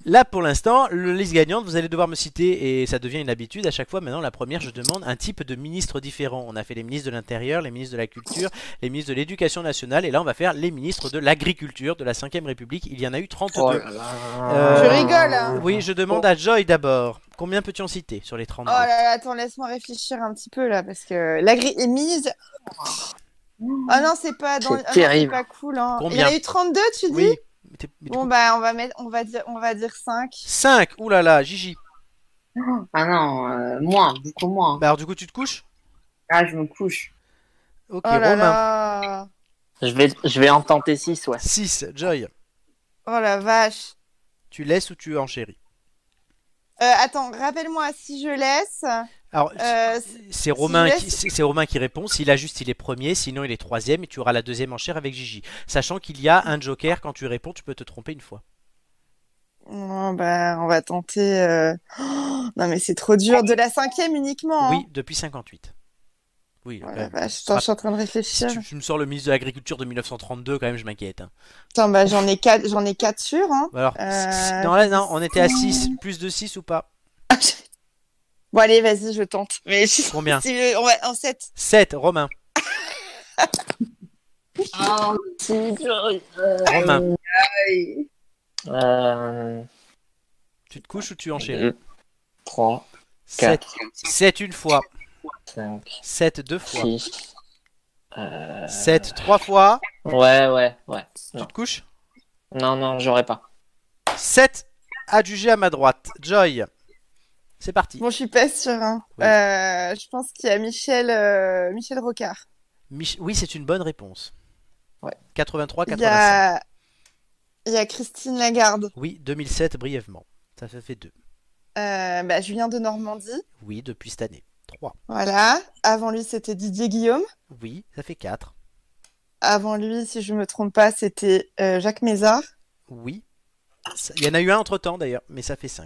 [SPEAKER 1] Là pour l'instant, le liste gagnante, vous allez devoir me citer et ça devient une habitude à chaque fois. Maintenant, la première, je demande un type de ministre différent. On a fait les ministres de l'Intérieur, les ministres de la Culture, les ministres de l'Éducation nationale et là on va faire les ministres de l'Agriculture de la 5ème République. Il y en a eu 32.
[SPEAKER 3] Oh là là.
[SPEAKER 1] Euh,
[SPEAKER 2] Je rigole, hein.
[SPEAKER 1] Oui, je demande à Joy d'abord. Combien peux-tu en citer sur les
[SPEAKER 2] Oh
[SPEAKER 1] 32
[SPEAKER 2] là là, attends, laisse-moi réfléchir un petit peu là, parce que l'agri est mise. Ah non, c'est pas dans.
[SPEAKER 3] C'est
[SPEAKER 2] ah non,
[SPEAKER 3] terrible.
[SPEAKER 2] pas cool. Hein. Il y
[SPEAKER 1] Combien
[SPEAKER 2] en a eu 32, tu dis bah.
[SPEAKER 1] Oui. Mais t'es- mais t'es-
[SPEAKER 2] Bon, bah, on va, mettre... on va, dire... on va dire 5.
[SPEAKER 1] 5 Ouh là là, Gigi
[SPEAKER 4] Ah non, euh, moins, beaucoup moins.
[SPEAKER 1] Bah alors du coup tu te couches
[SPEAKER 4] Ah, je me couche.
[SPEAKER 1] Ok,
[SPEAKER 2] Oh là
[SPEAKER 1] Romain. hein.
[SPEAKER 2] là.
[SPEAKER 3] Je vais, je vais en tenter 6, ouais.
[SPEAKER 1] 6, Joy.
[SPEAKER 2] Oh la vache.
[SPEAKER 1] Tu laisses ou tu enchéris
[SPEAKER 2] Euh, attends, rappelle-moi si je laisse.
[SPEAKER 1] Alors,
[SPEAKER 2] Euh,
[SPEAKER 1] c'est Romain,
[SPEAKER 2] je
[SPEAKER 1] qui,
[SPEAKER 2] laisse-
[SPEAKER 1] c'est c'est Romain qui répond. S'il a juste, il est premier. Sinon, il est troisième et tu auras la deuxième enchère avec Gigi. Sachant qu'il y a un joker. Quand tu réponds, tu peux te tromper une fois.
[SPEAKER 2] Non, bah, on va tenter. euh, oh, non, mais c'est trop dur. De la cinquième uniquement. hein.
[SPEAKER 1] Oui, depuis 58. Oui,
[SPEAKER 2] Oh
[SPEAKER 1] quand
[SPEAKER 2] la
[SPEAKER 1] même.
[SPEAKER 2] vache, attends, je suis en train de
[SPEAKER 1] Si
[SPEAKER 2] réfléchir.
[SPEAKER 1] tu, tu me sors le ministre de l'Agriculture de 1932, quand même, je m'inquiète. hein. Bah,
[SPEAKER 2] Attends, bah, j'en ai quatre, j'en ai quatre sûrs, hein.
[SPEAKER 1] Alors,
[SPEAKER 2] Euh,
[SPEAKER 1] si- non, là, non, on était à 6. Plus de 6 ou pas
[SPEAKER 2] Bon, allez, vas-y, je tente. Mais je-
[SPEAKER 1] Combien
[SPEAKER 2] si, euh, on va- en sept.
[SPEAKER 1] 7, Romain.
[SPEAKER 4] Oh,
[SPEAKER 2] Euh,
[SPEAKER 1] Romain,
[SPEAKER 4] oui.
[SPEAKER 3] Euh,
[SPEAKER 1] tu te couches ou tu enchéris
[SPEAKER 3] 2, 3,
[SPEAKER 1] 7,
[SPEAKER 3] 4,
[SPEAKER 1] 7 une fois.
[SPEAKER 3] 5,
[SPEAKER 1] 7 deux fois.
[SPEAKER 3] 6. Euh...
[SPEAKER 1] 7 trois fois.
[SPEAKER 3] Ouais, ouais, ouais.
[SPEAKER 1] Tu
[SPEAKER 3] Non,
[SPEAKER 1] te couches
[SPEAKER 3] non, non j'aurais pas.
[SPEAKER 1] 7 adjugé à ma droite. Joy. C'est parti.
[SPEAKER 2] Bon, je suis pas sûre, hein.
[SPEAKER 1] Oui.
[SPEAKER 2] Euh, je pense qu'il y a Michel, euh, Michel Rocard.
[SPEAKER 1] Mich- oui, c'est une bonne réponse.
[SPEAKER 3] Ouais.
[SPEAKER 1] 83,
[SPEAKER 2] Il
[SPEAKER 1] 85.
[SPEAKER 2] y a, il y a Christine Lagarde.
[SPEAKER 1] Oui, 2007 brièvement. Ça fait, fait 2.
[SPEAKER 2] Euh, bah, Julien de Normandie.
[SPEAKER 1] Oui, depuis cette année. 3.
[SPEAKER 2] Voilà. Avant lui, c'était Didier Guillaume.
[SPEAKER 1] Oui, ça fait 4.
[SPEAKER 2] Avant lui, si je me trompe pas, c'était euh, Jacques Mézard.
[SPEAKER 1] Oui. Ça- Il y en a eu un entre temps d'ailleurs, mais ça fait 5.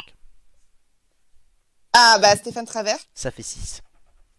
[SPEAKER 2] Ah, bah, Stéphane Travers.
[SPEAKER 1] Ça fait 6.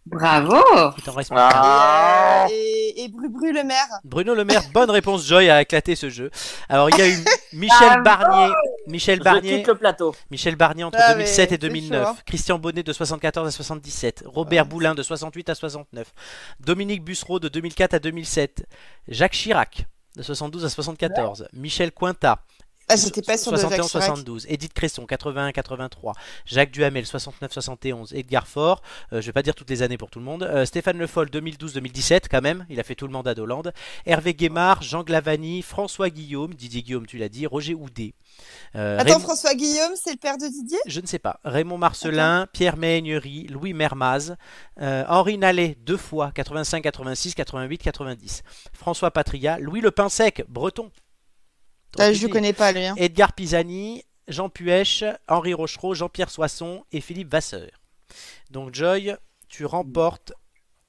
[SPEAKER 4] Bravo!
[SPEAKER 1] Il t'en reste plus qu'un.
[SPEAKER 3] Ah
[SPEAKER 2] Et, euh, et, et Bru Bru le maire.
[SPEAKER 1] Bruno Le Maire, bonne réponse. Joy a éclaté ce jeu. Alors, il y a eu Michel Barnier. Michel
[SPEAKER 3] Je
[SPEAKER 1] Barnier.
[SPEAKER 3] quitte le plateau.
[SPEAKER 1] Michel Barnier entre
[SPEAKER 2] Ah, mais
[SPEAKER 1] 2007 et
[SPEAKER 2] c'est
[SPEAKER 1] 2009,
[SPEAKER 2] chaud, hein.
[SPEAKER 1] Christian Bonnet de 74 à 77, Robert Boulin de 68 à 69, Dominique Bussereau de 2004 à 2007, Jacques Chirac de 72 à 74, Michel Cointat
[SPEAKER 2] Ah, j'étais pas sûre de Jacques Chirac.
[SPEAKER 1] 71-72, Edith Cresson 81-83, Jacques Duhamel 69-71, Edgar Faure, euh, je vais pas dire toutes les années pour tout le monde, euh, Stéphane Le Foll 2012-2017 quand même, il a fait tout le mandat d'Hollande, Hervé Guémard, Jean Glavani, François Guillaume, Didier Guillaume tu l'as dit, Roger Houdet. Euh,
[SPEAKER 2] Attends,
[SPEAKER 1] Raymond-
[SPEAKER 2] François Guillaume, c'est le père de Didier?
[SPEAKER 1] je ne sais pas. Raymond Marcelin, Pierre Meignery, Louis Mermaz, euh, Henri Nallet, deux fois, 85, 86, 88, 90. François Patria, Louis Le Pinsec, breton. Tant
[SPEAKER 2] Ah,
[SPEAKER 1] pis.
[SPEAKER 2] je connais pas lui. hein.
[SPEAKER 1] Edgar Pisani, Jean Puech, Henri Rochereau, Jean-Pierre Soisson et Philippe Vasseur. Donc Joy, tu remportes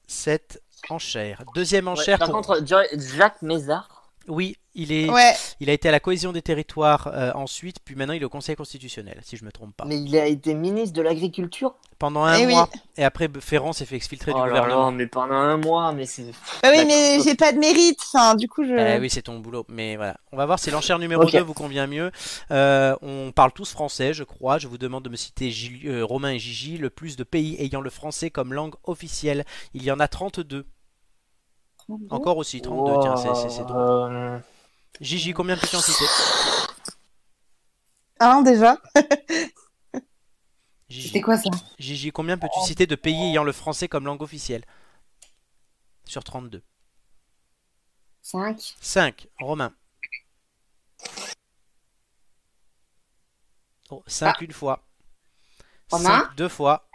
[SPEAKER 1] cette enchère. Deuxième
[SPEAKER 3] Ouais,
[SPEAKER 1] enchère
[SPEAKER 3] par
[SPEAKER 1] pour-
[SPEAKER 3] contre, Joy- Jacques Mézard.
[SPEAKER 1] Oui, il, est...
[SPEAKER 2] Ouais.
[SPEAKER 1] il a été à la cohésion des territoires euh, ensuite, puis maintenant il est au Conseil constitutionnel, si je ne me trompe pas.
[SPEAKER 3] Mais il a été ministre de l'Agriculture.
[SPEAKER 1] Pendant un
[SPEAKER 2] Eh oui.
[SPEAKER 1] mois. Et après, Ferrand s'est fait exfiltrer du
[SPEAKER 3] Oh là
[SPEAKER 1] gouvernement.
[SPEAKER 3] là, mais pendant un mois, mais c'est.
[SPEAKER 2] Bah oui,
[SPEAKER 3] D'accord.
[SPEAKER 2] mais j'ai pas de mérite. Enfin, du coup, je.
[SPEAKER 1] Eh oui, c'est ton boulot. Mais voilà. On va voir si l'enchère numéro
[SPEAKER 3] Ok.
[SPEAKER 1] 2 vous convient mieux. Euh, on parle tous français, je crois. Je vous demande de me citer Gil- euh, Romain et Gigi, le plus de pays ayant le français comme langue officielle. Il y en a 32. Encore aussi, 32. Tiens, c'est- c'est- c'est drôle.
[SPEAKER 3] Euh,
[SPEAKER 1] Gigi, combien peux-tu en citer
[SPEAKER 2] Un Hein, déjà.
[SPEAKER 1] Gigi,
[SPEAKER 4] C'était quoi ça?
[SPEAKER 1] Gigi, combien peux-tu citer de pays ayant le français comme langue officielle Sur 32.
[SPEAKER 4] 5?
[SPEAKER 1] 5. Romain. Oh, 5
[SPEAKER 2] Ah.
[SPEAKER 1] une fois.
[SPEAKER 4] Romain
[SPEAKER 1] 5 deux fois.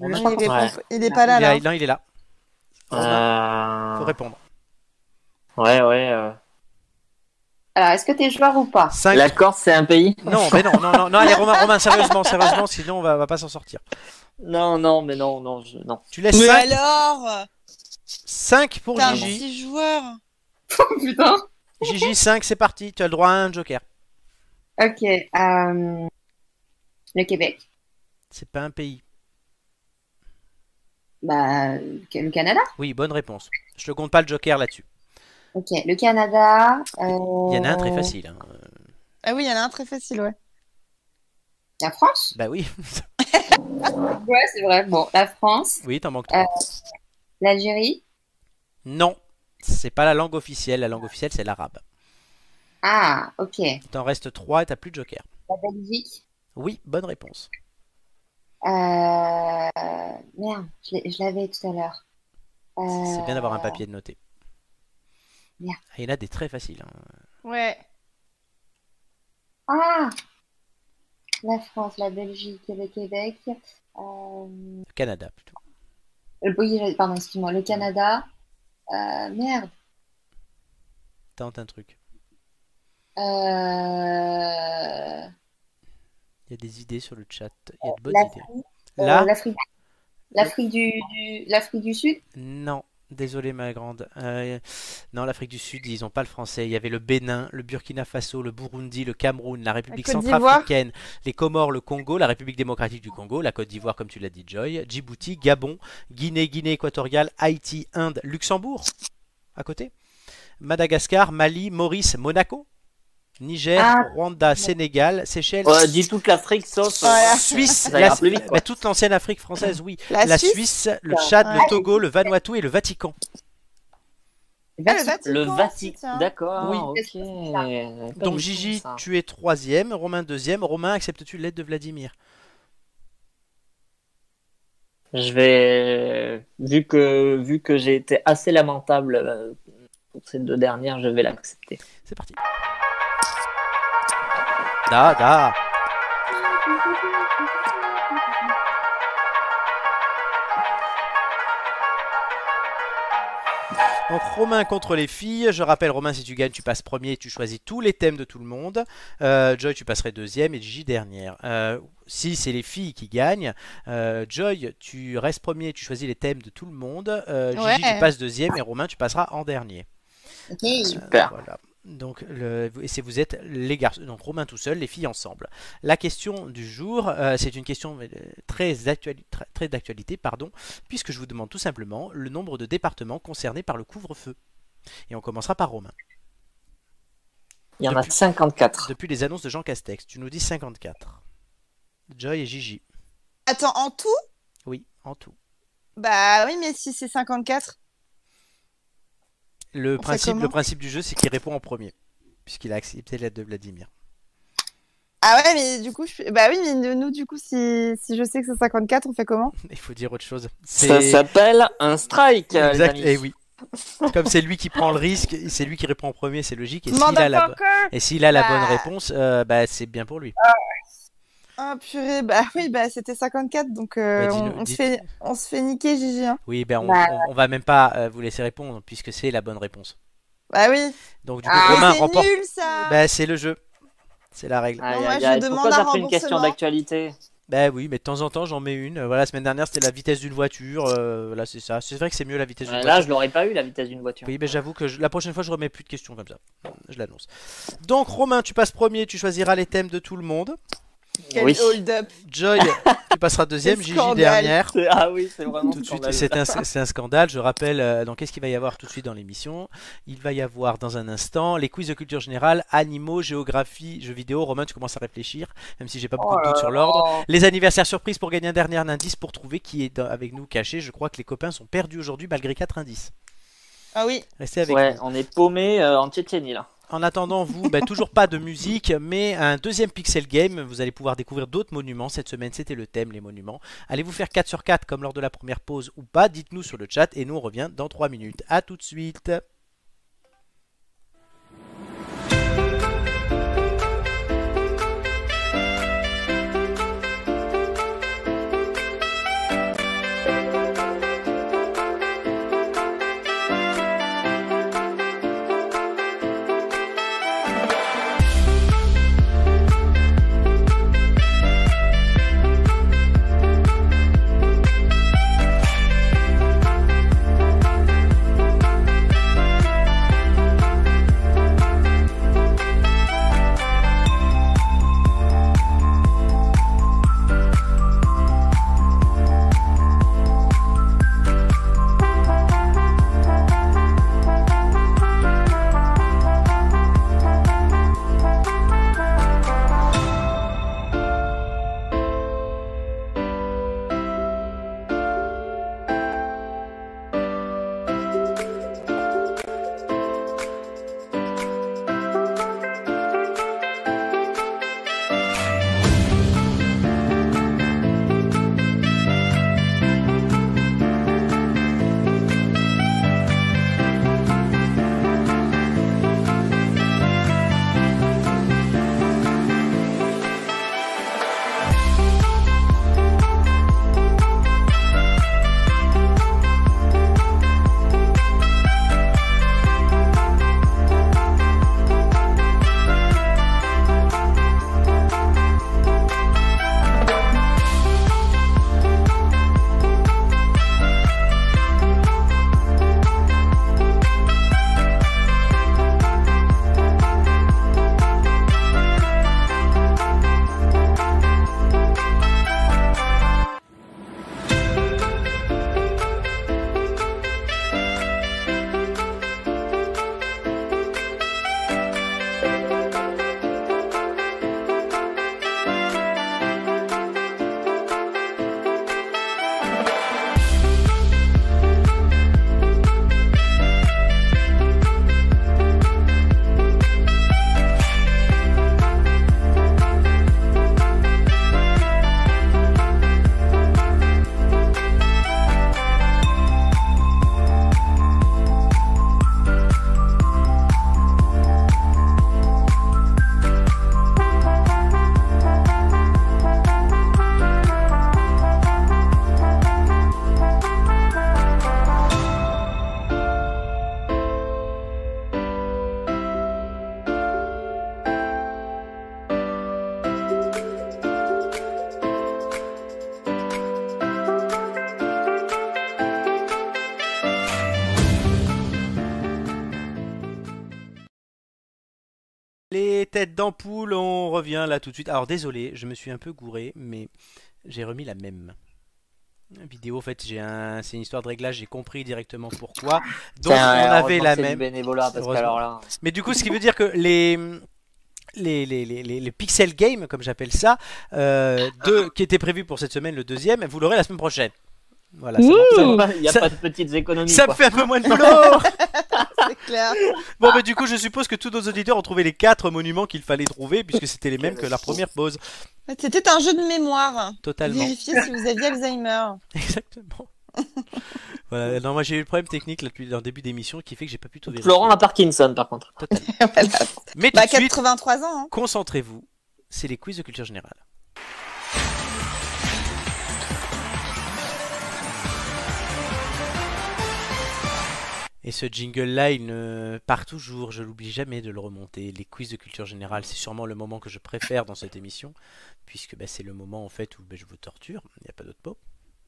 [SPEAKER 2] Il
[SPEAKER 1] Romain,
[SPEAKER 2] est,
[SPEAKER 3] Ouais.
[SPEAKER 2] pas- il est pas Ah là,
[SPEAKER 1] il, est-
[SPEAKER 2] là.
[SPEAKER 1] non, il est là. Romain,
[SPEAKER 3] euh,
[SPEAKER 1] faut répondre.
[SPEAKER 3] Ouais, ouais. euh.
[SPEAKER 4] Alors, Euh, est-ce que t'es joueur ou pas?
[SPEAKER 1] 5.
[SPEAKER 3] La Corse, c'est un pays
[SPEAKER 1] Non, mais non, non, non, non, allez, Romain, Romain, sérieusement, sérieusement, sinon on va, on va pas s'en sortir.
[SPEAKER 3] Non, non, mais non, non, je- non.
[SPEAKER 1] Tu laisses
[SPEAKER 2] Mais
[SPEAKER 1] 5,
[SPEAKER 2] alors
[SPEAKER 1] pour
[SPEAKER 2] T'as un
[SPEAKER 1] Gigi.
[SPEAKER 2] petit joueur.
[SPEAKER 4] Putain!
[SPEAKER 1] Gigi, 5, c'est parti. Tu as le droit à un joker.
[SPEAKER 4] Ok, euh, le Québec.
[SPEAKER 1] C'est pas un pays.
[SPEAKER 4] Bah, le Canada.
[SPEAKER 1] Oui, bonne réponse. Je te compte pas le joker là-dessus.
[SPEAKER 4] Ok, le Canada. euh,
[SPEAKER 1] Il y en a un
[SPEAKER 2] Euh.
[SPEAKER 1] très facile. hein.
[SPEAKER 2] Ah oui, il y en a un très facile, ouais.
[SPEAKER 4] La France?
[SPEAKER 1] Bah oui,
[SPEAKER 4] Ouais, c'est vrai. Bon, la France,
[SPEAKER 1] oui, t'en manques
[SPEAKER 2] Euh.
[SPEAKER 1] trois.
[SPEAKER 4] l'Algérie.
[SPEAKER 1] Non, c'est pas la langue officielle. La langue officielle, c'est l'arabe.
[SPEAKER 4] Ah, ok.
[SPEAKER 1] Il t'en reste 3 et t'as plus de joker.
[SPEAKER 4] La Belgique.
[SPEAKER 1] Oui, bonne réponse.
[SPEAKER 4] Euh, Merde, je l'ai- je l'avais tout à l'heure.
[SPEAKER 1] C'est
[SPEAKER 4] Euh,
[SPEAKER 1] bien d'avoir un papier de noter.
[SPEAKER 4] Merde.
[SPEAKER 1] Ah, Il y en a des très faciles. hein.
[SPEAKER 2] Ouais.
[SPEAKER 4] Ah! la France, la Belgique, le Québec, euh,
[SPEAKER 1] Le Canada plutôt.
[SPEAKER 4] le, oui, j'allais- pardon, excuse-moi, le Canada. Euh, merde.
[SPEAKER 1] Tente un truc.
[SPEAKER 4] Euh,
[SPEAKER 1] Il y a des idées sur le chat. Il y a de bonnes idées.
[SPEAKER 4] l'Afrique, euh,
[SPEAKER 1] Là
[SPEAKER 4] l'Afrique, l'Afrique du, du- l'Afrique du Sud.
[SPEAKER 1] Non, désolé ma grande. Euh, non, l'Afrique du Sud, ils n'ont pas le français. Il y avait le Bénin, le Burkina Faso, le Burundi, le Cameroun, la République
[SPEAKER 2] Côte d'Ivoire.
[SPEAKER 1] centrafricaine, les Comores, le Congo, la République démocratique du Congo, la Côte d'Ivoire, comme tu l'as dit, Joy, Djibouti, Gabon, Guinée, Guinée équatoriale, Haïti, Inde, Luxembourg, à côté, Madagascar, Mali, Maurice, Monaco, Niger,
[SPEAKER 4] Ah.
[SPEAKER 1] Rwanda, Sénégal, Seychelles,
[SPEAKER 3] Ouais, Euh, dis toute l'Afrique sauf. euh,
[SPEAKER 2] Voilà.
[SPEAKER 1] Suisse,
[SPEAKER 3] Ça ira
[SPEAKER 1] la-
[SPEAKER 3] plus vite, quoi.
[SPEAKER 1] bah, toute l'ancienne Afrique française, oui.
[SPEAKER 2] La,
[SPEAKER 1] La
[SPEAKER 2] Suisse,
[SPEAKER 1] Suisse, le Tchad,
[SPEAKER 2] Ouais.
[SPEAKER 1] le Togo, le Vanuatu et le Vatican.
[SPEAKER 2] Ah, le Vatican. hein.
[SPEAKER 3] Le
[SPEAKER 2] aussi,
[SPEAKER 3] Vatican.
[SPEAKER 2] tiens.
[SPEAKER 3] D'accord.
[SPEAKER 4] Oui.
[SPEAKER 3] ok.
[SPEAKER 1] Donc Gigi, tu es troisième, Romain deuxième. Romain, acceptes-tu l'aide de Vladimir
[SPEAKER 3] Je vais. Vu que, vu que j'ai été assez lamentable euh, pour ces deux dernières, je vais l'accepter.
[SPEAKER 1] C'est parti. Da da. Donc Romain contre les filles. Je rappelle Romain, si tu gagnes, tu passes premier, tu choisis tous les thèmes de tout le monde. Euh, Joy, tu passerais deuxième et Gigi dernière. Euh, si c'est les filles qui gagnent, euh, Joy, tu restes premier, tu choisis les thèmes de tout le monde. Euh, Gigi,
[SPEAKER 2] Ouais.
[SPEAKER 1] tu passes deuxième et Romain, tu passeras en dernier.
[SPEAKER 4] Ok.
[SPEAKER 3] Super.
[SPEAKER 1] Voilà. Donc, le, et c'est vous êtes les garçons, donc Romain tout seul, les filles ensemble. La question du jour, euh, c'est une question euh, très, actuali- très, très d'actualité, pardon, puisque je vous demande tout simplement le nombre de départements concernés par le couvre-feu. Et on commencera par Romain.
[SPEAKER 3] Il y en a
[SPEAKER 1] Depuis-
[SPEAKER 3] 54.
[SPEAKER 1] Depuis les annonces de Jean Castex, tu nous dis 54. Joy et Gigi.
[SPEAKER 2] Attends, en tout
[SPEAKER 1] Oui, en tout.
[SPEAKER 2] Bah oui, mais si c'est 54.
[SPEAKER 1] Le
[SPEAKER 2] fait
[SPEAKER 1] principe, le
[SPEAKER 2] comment
[SPEAKER 1] principe du jeu, c'est qu'il répond en premier, puisqu'il a accepté l'aide de Vladimir.
[SPEAKER 2] Ah ouais, mais du coup, je... suis- bah oui, mais nous, du coup, si, si je sais que c'est 54, on fait comment
[SPEAKER 1] Il faut dire autre chose.
[SPEAKER 3] Ça
[SPEAKER 1] C'est-
[SPEAKER 3] s'appelle un strike. euh, les
[SPEAKER 1] Exact,
[SPEAKER 3] amis.
[SPEAKER 1] et oui. Comme c'est lui qui prend le risque, c'est lui qui répond en premier, c'est logique. Et s'il a la, bo-
[SPEAKER 2] Motherfucker
[SPEAKER 1] et s'il a la
[SPEAKER 2] Bah.
[SPEAKER 1] bonne réponse, euh, bah, c'est bien pour lui.
[SPEAKER 2] Ah purée, bah oui, bah c'était 54, donc euh,
[SPEAKER 1] Bah, dis-le,
[SPEAKER 2] on, on se
[SPEAKER 1] dites-
[SPEAKER 2] fait, on se fait niquer, Gigi. hein.
[SPEAKER 1] Oui, ben on,
[SPEAKER 4] Bah.
[SPEAKER 1] on- on va même pas euh, vous laisser répondre puisque c'est la bonne réponse.
[SPEAKER 2] Bah oui.
[SPEAKER 1] Donc du coup,
[SPEAKER 4] Ah,
[SPEAKER 1] Romain
[SPEAKER 2] Mais c'est
[SPEAKER 1] remporte.
[SPEAKER 2] nul ça
[SPEAKER 1] Bah, c'est le jeu. C'est la règle.
[SPEAKER 3] Aïe,
[SPEAKER 2] moi,
[SPEAKER 3] aïe,
[SPEAKER 2] je
[SPEAKER 3] aïe.
[SPEAKER 2] demande
[SPEAKER 3] Pourquoi
[SPEAKER 2] un
[SPEAKER 3] t'as fait une question
[SPEAKER 2] remboursement.
[SPEAKER 3] d'actualité
[SPEAKER 1] Bah oui, mais de temps en temps, j'en mets une. Euh, Voilà, la semaine dernière, c'était la vitesse d'une voiture. euh, là, c'est ça. C'est vrai que c'est mieux la vitesse d'une
[SPEAKER 3] Ouais,
[SPEAKER 1] voiture.
[SPEAKER 3] Euh, Là, je l'aurais pas eu la vitesse d'une voiture.
[SPEAKER 1] Oui, mais j'avoue que je- la prochaine fois, je remets plus de questions comme ça. Je l'annonce. Donc, Romain, tu passes premier, tu choisiras les thèmes de tout le monde.
[SPEAKER 2] Quel
[SPEAKER 3] oui.
[SPEAKER 2] hold-up
[SPEAKER 1] Joy, tu passeras deuxième,
[SPEAKER 2] Quel
[SPEAKER 1] Gigi
[SPEAKER 2] scandale.
[SPEAKER 1] dernière.
[SPEAKER 3] C'est- Ah oui, c'est vraiment
[SPEAKER 1] Tout de suite,
[SPEAKER 3] scandaleux.
[SPEAKER 1] c'est un, c'est un scandale. Je rappelle, euh, donc qu'est-ce qu'il va y avoir tout de suite dans l'émission Il va y avoir dans un instant les quiz de culture générale, animaux, géographie, jeux vidéo. Romain, tu commences à réfléchir, même si j'ai pas beaucoup de
[SPEAKER 3] Oh
[SPEAKER 1] doutes sur l'ordre. Les anniversaires surprises pour gagner un dernier indice pour trouver qui est dans- avec nous caché. Je crois que les copains sont perdus aujourd'hui malgré quatre indices.
[SPEAKER 2] Ah oui,
[SPEAKER 1] Restez avec
[SPEAKER 3] Ouais,
[SPEAKER 1] nous.
[SPEAKER 3] on est paumé euh, en Tchétchénie là.
[SPEAKER 1] En attendant, vous, bah, toujours pas de musique, mais un deuxième Pixel Game. Vous allez pouvoir découvrir d'autres monuments. Cette semaine, c'était le thème, les monuments. Allez-vous faire 4 sur 4 comme lors de la première pause ou pas Dites-nous sur le chat et nous, on revient dans 3 minutes. A tout de suite têtes d'ampoule, on revient là tout de suite. Alors désolé, je me suis un peu gouré, mais j'ai remis la même vidéo. En fait, j'ai un, c'est une histoire de réglage, j'ai compris directement pourquoi. Donc on
[SPEAKER 3] Putain,
[SPEAKER 1] avait
[SPEAKER 3] heureusement
[SPEAKER 1] la
[SPEAKER 3] que c'est du
[SPEAKER 1] même.
[SPEAKER 3] bénévolat, parce
[SPEAKER 1] Heureusement.
[SPEAKER 3] qu'alors là.
[SPEAKER 1] Mais du coup, ce qui veut dire que les les, les, les, les- les pixel game, comme j'appelle ça, euh, deux, qui était prévu pour cette semaine, le deuxième, vous l'aurez la semaine prochaine. Voilà. c'est bon.
[SPEAKER 9] Ouh.
[SPEAKER 3] Il n'y a
[SPEAKER 1] Ça-
[SPEAKER 3] pas de petites économies.
[SPEAKER 1] Ça me
[SPEAKER 3] quoi.
[SPEAKER 1] fait un peu moins de boulot.
[SPEAKER 2] c'est clair.
[SPEAKER 1] Bon, mais du coup, je suppose que tous nos auditeurs ont trouvé les quatre monuments qu'il fallait trouver, puisque c'était les mêmes que la première pause.
[SPEAKER 2] C'était un jeu de mémoire.
[SPEAKER 1] Totalement.
[SPEAKER 2] Vérifiez si vous aviez Alzheimer.
[SPEAKER 1] Exactement. Voilà, non, moi j'ai eu le problème technique là, depuis le début d'émission qui fait que j'ai pas pu tout vérifier.
[SPEAKER 3] Florent a Parkinson, par contre.
[SPEAKER 2] Voilà.
[SPEAKER 1] Mais tout
[SPEAKER 2] Bah,
[SPEAKER 1] de suite,
[SPEAKER 2] 83 ans. hein.
[SPEAKER 1] concentrez-vous, c'est les quiz de culture générale. Et ce jingle-là, il ne part toujours, je l'oublie jamais de le remonter. Les quiz de culture générale, c'est sûrement le moment que je préfère dans cette émission, puisque bah, c'est le moment en fait où bah, je vous torture, il n'y a pas d'autre mot,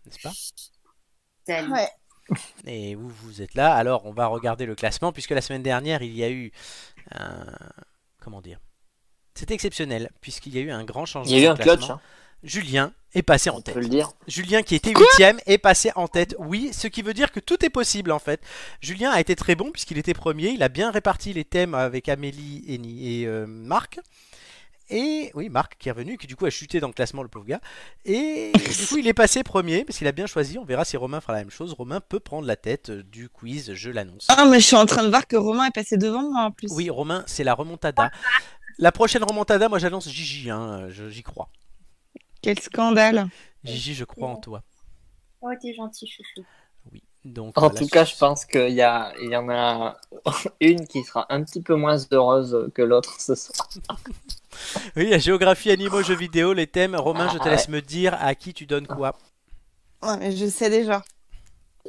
[SPEAKER 1] n'est-ce pas Euh,
[SPEAKER 4] Tellement.
[SPEAKER 2] Ouais.
[SPEAKER 1] Et vous, vous êtes là. Alors, on va regarder le classement, puisque la semaine dernière, il y a eu un... Comment dire C'était exceptionnel, puisqu'il y a eu un grand changement.
[SPEAKER 3] Il y a
[SPEAKER 1] de
[SPEAKER 3] eu un clutch,
[SPEAKER 1] classement.
[SPEAKER 3] hein,
[SPEAKER 1] Julien est passé en
[SPEAKER 3] on
[SPEAKER 1] tête.
[SPEAKER 3] peut le dire.
[SPEAKER 1] Julien, qui était huitième, est passé en tête. Oui, ce qui veut dire que tout est possible, en fait. Julien a été très bon, puisqu'il était premier. Il a bien réparti les thèmes avec Amélie et, Ni- et, euh, Marc. Et oui, Marc qui est revenu, qui du coup a chuté dans le classement, le pauvre gars. Et du coup, il est passé premier parce qu'il a bien choisi. On verra si Romain fera la même chose. Romain peut prendre la tête euh, du quiz, je l'annonce.
[SPEAKER 2] Ah, mais je suis en train de voir que Romain est passé devant moi en plus.
[SPEAKER 1] Oui, Romain, c'est la remontada. La prochaine remontada, moi j'annonce Gigi, hein, je- j'y crois.
[SPEAKER 2] Quel scandale.
[SPEAKER 1] Gigi, je crois en toi.
[SPEAKER 4] Oh, t'es gentil, chouchou.
[SPEAKER 1] Oui. Donc, euh,
[SPEAKER 3] En
[SPEAKER 1] voilà.
[SPEAKER 3] tout cas, je pense qu'il y, a- il y en a une qui sera un petit peu moins heureuse que l'autre ce soir.
[SPEAKER 1] Oui, la géographie, animaux, jeux vidéo, les thèmes. Romain,
[SPEAKER 2] Ah,
[SPEAKER 1] je te laisse me dire à qui tu donnes quoi.
[SPEAKER 2] Ouais, mais je sais déjà.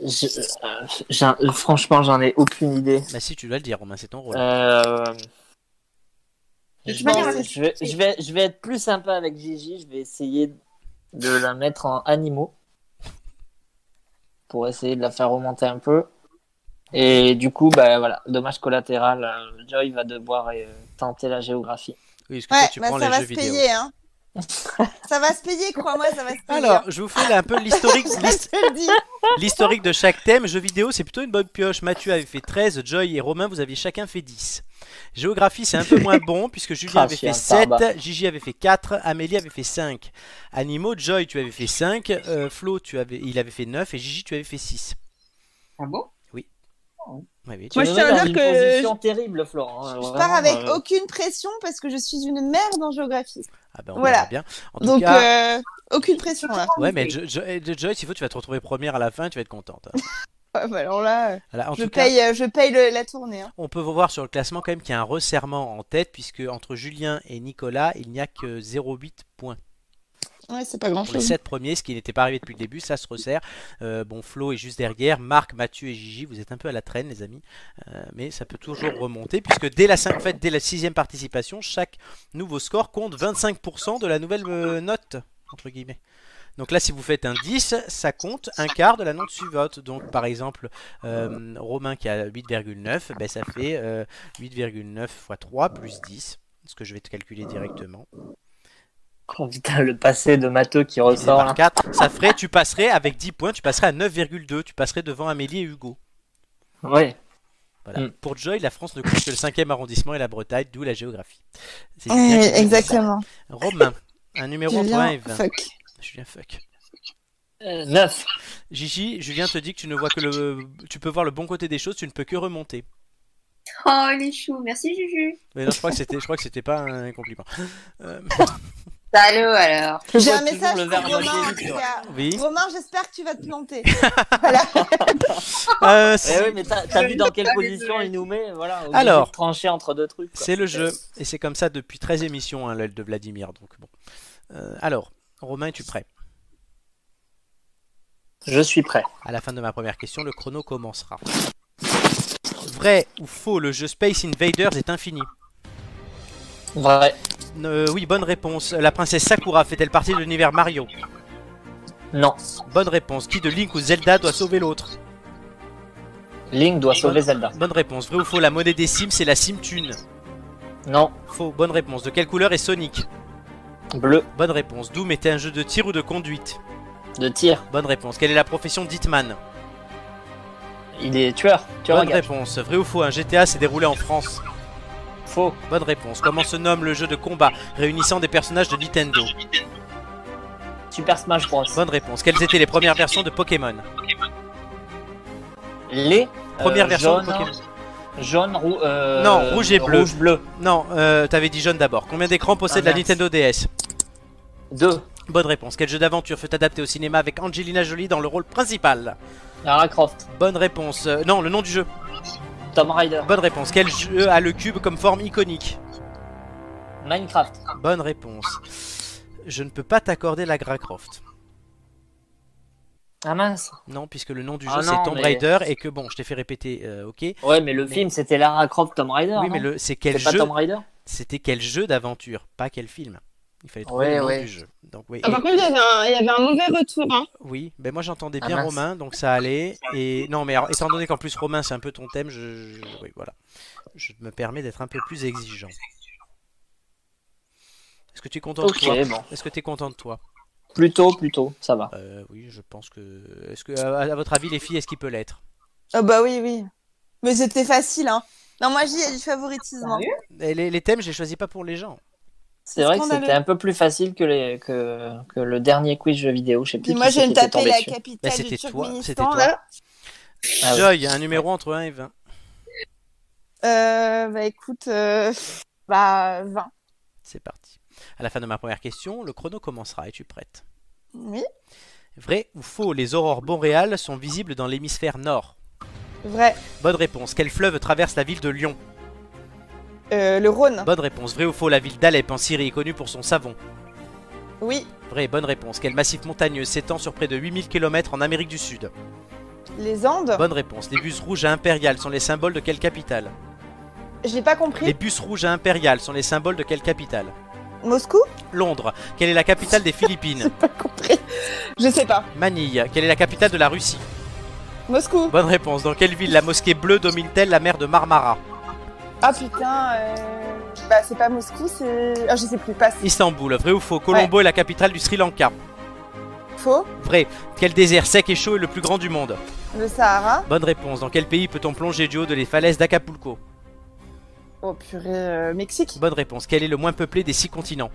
[SPEAKER 3] Je- euh, j'en- franchement, j'en ai aucune idée.
[SPEAKER 1] Bah si, tu dois le dire, Romain, c'est ton rôle.
[SPEAKER 3] Euh,
[SPEAKER 4] De toute
[SPEAKER 3] je,
[SPEAKER 4] manière,
[SPEAKER 3] vais, je, vais, je vais- je vais être plus sympa avec Gigi. Je vais essayer de la mettre en animaux pour essayer de la faire remonter un peu. Et du coup, bah voilà, dommage collatéral. euh, Joy va devoir euh, tenter la géographie.
[SPEAKER 1] Oui, parce que
[SPEAKER 2] Ouais,
[SPEAKER 1] toi, tu
[SPEAKER 2] bah,
[SPEAKER 1] prends
[SPEAKER 2] ça
[SPEAKER 1] les
[SPEAKER 2] va
[SPEAKER 1] jeux
[SPEAKER 2] se
[SPEAKER 1] vidéo.
[SPEAKER 2] payer. Hein. ça va se payer, crois-moi, ça va se payer.
[SPEAKER 1] Alors, je vous fais là un peu l'historique. l'hist-
[SPEAKER 2] je te le dis.
[SPEAKER 1] L'historique de chaque thème, jeux vidéo, c'est plutôt une bonne pioche. Mathieu avait fait 13, Joy et Romain, vous aviez chacun fait 10. Géographie, c'est un peu moins bon, puisque Julien
[SPEAKER 3] Ah,
[SPEAKER 1] avait
[SPEAKER 3] je suis
[SPEAKER 1] fait
[SPEAKER 3] un
[SPEAKER 1] 7,
[SPEAKER 3] tarbat.
[SPEAKER 1] Gigi avait fait 4, Amélie avait fait 5. Animaux, Joy, tu avais fait 5, euh, Flo, tu avais, il avait fait 9, et Gigi, tu avais fait 6.
[SPEAKER 4] Ah bon Oh.
[SPEAKER 1] Ouais, oui.
[SPEAKER 2] Moi,
[SPEAKER 3] Tu
[SPEAKER 2] je
[SPEAKER 3] me
[SPEAKER 2] tiens à
[SPEAKER 3] mets dans
[SPEAKER 2] dire
[SPEAKER 3] une
[SPEAKER 2] que
[SPEAKER 3] position terrible,
[SPEAKER 1] Ah,
[SPEAKER 3] Florent. hein, euh,
[SPEAKER 2] Je pars avec
[SPEAKER 1] euh.
[SPEAKER 2] aucune pression parce que je suis une merde en géographie.
[SPEAKER 1] Ah ben, on
[SPEAKER 2] Voilà.
[SPEAKER 1] verra bien. En tout
[SPEAKER 2] Donc,
[SPEAKER 1] cas,
[SPEAKER 2] euh, aucune pression là.
[SPEAKER 1] ouais, mais Jo- Jo- eh, Joy, s'il faut, tu vas te retrouver première à la fin, tu vas être contente. hein.
[SPEAKER 2] Ouais, bah, alors là, euh,
[SPEAKER 1] Voilà, en
[SPEAKER 2] je,
[SPEAKER 1] tout cas,
[SPEAKER 2] paye, euh, je paye le- la tournée. hein.
[SPEAKER 1] on peut voir sur le classement quand même qu'il y a un resserrement en tête, puisque entre Julien et Nicolas, il n'y a que 0,8 points.
[SPEAKER 2] Ouais, c'est pas grand
[SPEAKER 1] pour les
[SPEAKER 2] chose.
[SPEAKER 1] 7 premiers, ce qui n'était pas arrivé depuis le début, ça se resserre. Euh, bon, Flo est juste derrière, Marc, Mathieu et Gigi, vous êtes un peu à la traîne, les amis, Euh, mais ça peut toujours remonter, puisque dès la, cin- en fait, dès la sixième participation, chaque nouveau score compte 25% de la nouvelle euh, note, entre guillemets. Donc là, si vous faites un 10, ça compte un quart de la note suivante. Donc par exemple, euh, Romain qui a 8,9, ben, ça fait euh, 8,9 x 3 plus 10, ce que je vais te calculer directement.
[SPEAKER 3] Oh putain, le passé de Matteo qui
[SPEAKER 1] divisé par
[SPEAKER 3] ressort. là.
[SPEAKER 1] quatre, ça ferait, tu passerais avec 10 points, tu passerais à 9,2, tu passerais devant Amélie et Hugo.
[SPEAKER 3] Ouais.
[SPEAKER 1] Voilà.
[SPEAKER 3] Mm.
[SPEAKER 1] Pour Joy, la France ne compte que le 5e arrondissement et la Bretagne, d'où la géographie. C'est
[SPEAKER 2] Ouais,
[SPEAKER 1] bien qu'il dise
[SPEAKER 2] Eh, exactement.
[SPEAKER 1] ça. Romain, un numéro entre 1 et
[SPEAKER 2] Julien,
[SPEAKER 1] 20.
[SPEAKER 2] fuck.
[SPEAKER 1] Julien, fuck.
[SPEAKER 3] Euh, neuf.
[SPEAKER 1] Gigi, Julien te dit que tu ne vois que le. Tu peux voir le bon côté des choses, tu ne peux que remonter.
[SPEAKER 4] Oh, les choux, merci, Juju.
[SPEAKER 1] Mais non, je crois que c'était, je crois que c'était pas un compliment. Euh,
[SPEAKER 4] Salut alors.
[SPEAKER 2] J'ai un
[SPEAKER 3] toujours
[SPEAKER 2] message pour
[SPEAKER 3] le verre à moitié
[SPEAKER 2] Romain en
[SPEAKER 3] vide,
[SPEAKER 2] tout
[SPEAKER 3] ouais.
[SPEAKER 2] cas.
[SPEAKER 1] oui.
[SPEAKER 2] Romain, j'espère que tu vas te planter. voilà.
[SPEAKER 1] Euh, c'est-
[SPEAKER 3] Eh oui, mais t'as t'as vu dans quelle
[SPEAKER 4] Pas
[SPEAKER 3] position
[SPEAKER 4] désolé.
[SPEAKER 3] il nous met Voilà. obligé
[SPEAKER 1] Alors.
[SPEAKER 3] de Trancher entre deux trucs. quoi.
[SPEAKER 1] C'est le jeu, et c'est comme ça depuis 13 émissions, hein, l'aile de Vladimir. Donc bon. Euh, alors, Romain, es-tu prêt
[SPEAKER 3] Je suis prêt.
[SPEAKER 1] À la fin de ma première question, le chrono commencera. Vrai ou faux, le jeu Space Invaders est infini
[SPEAKER 3] Vrai.
[SPEAKER 1] Euh, Oui, bonne réponse. La princesse Sakura fait-elle partie de l'univers Mario
[SPEAKER 3] Non.
[SPEAKER 1] Bonne réponse. Qui de Link ou Zelda doit sauver l'autre
[SPEAKER 3] Link doit sauver Zelda.
[SPEAKER 1] Bonne réponse. Vrai ou faux, la monnaie des Sims, c'est la Simtune
[SPEAKER 3] Non,
[SPEAKER 1] Faux, bonne réponse. De quelle couleur est Sonic
[SPEAKER 3] bleu,
[SPEAKER 1] Bonne réponse. Doom était un jeu de tir ou de conduite
[SPEAKER 3] de tir.
[SPEAKER 1] Bonne réponse. Quelle est la profession d'Hitman
[SPEAKER 3] Il est tueur, tueur à
[SPEAKER 1] Bonne
[SPEAKER 3] gage.
[SPEAKER 1] réponse. Vrai ou faux Un GTA s'est déroulé en France
[SPEAKER 3] Faux,
[SPEAKER 1] Bonne réponse. Comment se nomme le jeu de combat réunissant des personnages de Nintendo
[SPEAKER 3] Super Smash Bros.
[SPEAKER 1] Bonne réponse. Quelles étaient les premières versions de Pokémon
[SPEAKER 3] Euh,
[SPEAKER 1] Euh,
[SPEAKER 3] Les euh,
[SPEAKER 1] Première version de
[SPEAKER 3] jaune,
[SPEAKER 1] Pokémon.
[SPEAKER 3] jaune, rou- euh,
[SPEAKER 1] Non, rouge et bleu.
[SPEAKER 3] Rouge, bleu.
[SPEAKER 1] Non, euh, t'avais dit jaune d'abord. Combien d'écrans possède
[SPEAKER 3] Ah,
[SPEAKER 1] la
[SPEAKER 3] mince.
[SPEAKER 1] Nintendo DS
[SPEAKER 3] Deux,
[SPEAKER 1] Bonne réponse. Quel jeu d'aventure fut adapté au cinéma avec Angelina Jolie dans le rôle principal
[SPEAKER 3] Lara Croft,
[SPEAKER 1] Bonne réponse. Euh, non, le nom du jeu.
[SPEAKER 3] Tom Raider,
[SPEAKER 1] Bonne réponse. Quel jeu a le cube comme forme iconique
[SPEAKER 3] Minecraft,
[SPEAKER 1] Bonne réponse. Je ne peux pas t'accorder la Gracroft.
[SPEAKER 3] ah mince.
[SPEAKER 1] Non, puisque le nom du jeu
[SPEAKER 3] Ah
[SPEAKER 1] c'est
[SPEAKER 3] non,
[SPEAKER 1] Tomb
[SPEAKER 3] mais-
[SPEAKER 1] Raider et que bon, je t'ai fait répéter, euh, ok.
[SPEAKER 3] Ouais, mais le film c'était Lara Croft, Tom Raider.
[SPEAKER 1] oui,
[SPEAKER 3] non
[SPEAKER 1] mais le... c'est quel
[SPEAKER 3] C'est pas
[SPEAKER 1] jeu
[SPEAKER 3] Tom Raider
[SPEAKER 1] C'était quel jeu d'aventure, pas quel film. Il fallait trouver
[SPEAKER 3] Ouais,
[SPEAKER 1] le nom
[SPEAKER 3] ouais.
[SPEAKER 1] du jeu. Donc oui.
[SPEAKER 9] Ah, par contre, il y avait un, il y avait un mauvais retour. Hein.
[SPEAKER 1] Oui, ben moi j'entendais
[SPEAKER 3] Ah,
[SPEAKER 1] bien
[SPEAKER 3] mince.
[SPEAKER 1] Romain, donc ça allait. Et non, mais alors, étant donné qu'en plus Romain c'est un peu ton thème, je, je- oui, voilà, je me permets d'être un peu plus exigeant. Est-ce que tu es content de
[SPEAKER 3] Ok,
[SPEAKER 1] toi
[SPEAKER 3] bon.
[SPEAKER 1] Est-ce que tu es content de toi
[SPEAKER 3] Plutôt, plutôt, ça va.
[SPEAKER 1] Euh, Oui, je pense que. Est-ce que, à, à votre avis, les filles, est-ce qu'il peut l'être
[SPEAKER 2] Ah bah oui, oui. Mais c'était facile, hein. Non, moi, j'y ai du favoritisme. hein.
[SPEAKER 1] Et Eh, les, les thèmes, je les choisis pas pour les gens.
[SPEAKER 3] C'est vrai que
[SPEAKER 2] Scandaleux.
[SPEAKER 3] c'était un peu plus facile que, les, que, que le dernier quiz jeu vidéo. Je sais plus.
[SPEAKER 2] Puis moi,
[SPEAKER 3] qui
[SPEAKER 2] je
[SPEAKER 3] c'est
[SPEAKER 2] vais me
[SPEAKER 3] qui était
[SPEAKER 2] taper
[SPEAKER 3] tombé
[SPEAKER 2] la
[SPEAKER 3] dessus.
[SPEAKER 1] Bah,
[SPEAKER 2] capitale du
[SPEAKER 1] c'était toi, c'était
[SPEAKER 2] Turkménistan,
[SPEAKER 1] toi.
[SPEAKER 2] là.
[SPEAKER 3] Ah ouais.
[SPEAKER 1] Joy, un numéro entre 1 et 20.
[SPEAKER 2] Euh, bah écoute, euh, bah 20.
[SPEAKER 1] C'est parti. À la fin de ma première question, le chrono commencera. Es-tu prête
[SPEAKER 2] Oui,
[SPEAKER 1] Vrai ou faux Les aurores boréales sont visibles dans l'hémisphère nord.
[SPEAKER 2] vrai.
[SPEAKER 1] Bonne réponse. Quel fleuve traverse la ville de Lyon
[SPEAKER 2] Euh, le Rhône,
[SPEAKER 1] Ah. Bonne réponse. Vrai ou faux La ville d'Alep en Syrie est connue pour son savon.
[SPEAKER 2] oui.
[SPEAKER 1] Vrai, bonne réponse. Quel massif montagneux s'étend sur près de 8000 km en Amérique du Sud
[SPEAKER 2] Les Andes,
[SPEAKER 1] Bonne réponse. Les bus rouges à Impérial sont les symboles de quelle capitale
[SPEAKER 2] je l'ai pas
[SPEAKER 1] Les
[SPEAKER 2] compris.
[SPEAKER 1] bus rouges à Impérial sont les symboles de quelle capitale
[SPEAKER 2] Moscou,
[SPEAKER 1] Londres. Quelle est la capitale des Philippines
[SPEAKER 2] pas compris. Je sais pas.
[SPEAKER 1] Manille. Quelle est la capitale de la Russie
[SPEAKER 2] Moscou.
[SPEAKER 1] Bonne réponse. Dans quelle ville la mosquée bleue domine-t-elle la mer de Marmara
[SPEAKER 2] Ah putain, euh, bah c'est pas Moscou, c'est. Ah, je sais plus, passe.
[SPEAKER 1] Istanbul. Vrai ou faux Colombo est la capitale du Sri Lanka.
[SPEAKER 2] Faux,
[SPEAKER 1] Vrai. Quel désert sec et chaud est le plus grand du monde
[SPEAKER 2] le Sahara.
[SPEAKER 1] Bonne réponse. Dans quel pays peut-on plonger du haut de les falaises d'Acapulco
[SPEAKER 2] Oh purée, euh, Mexique,
[SPEAKER 1] Bonne réponse. Quel est le moins peuplé des six continents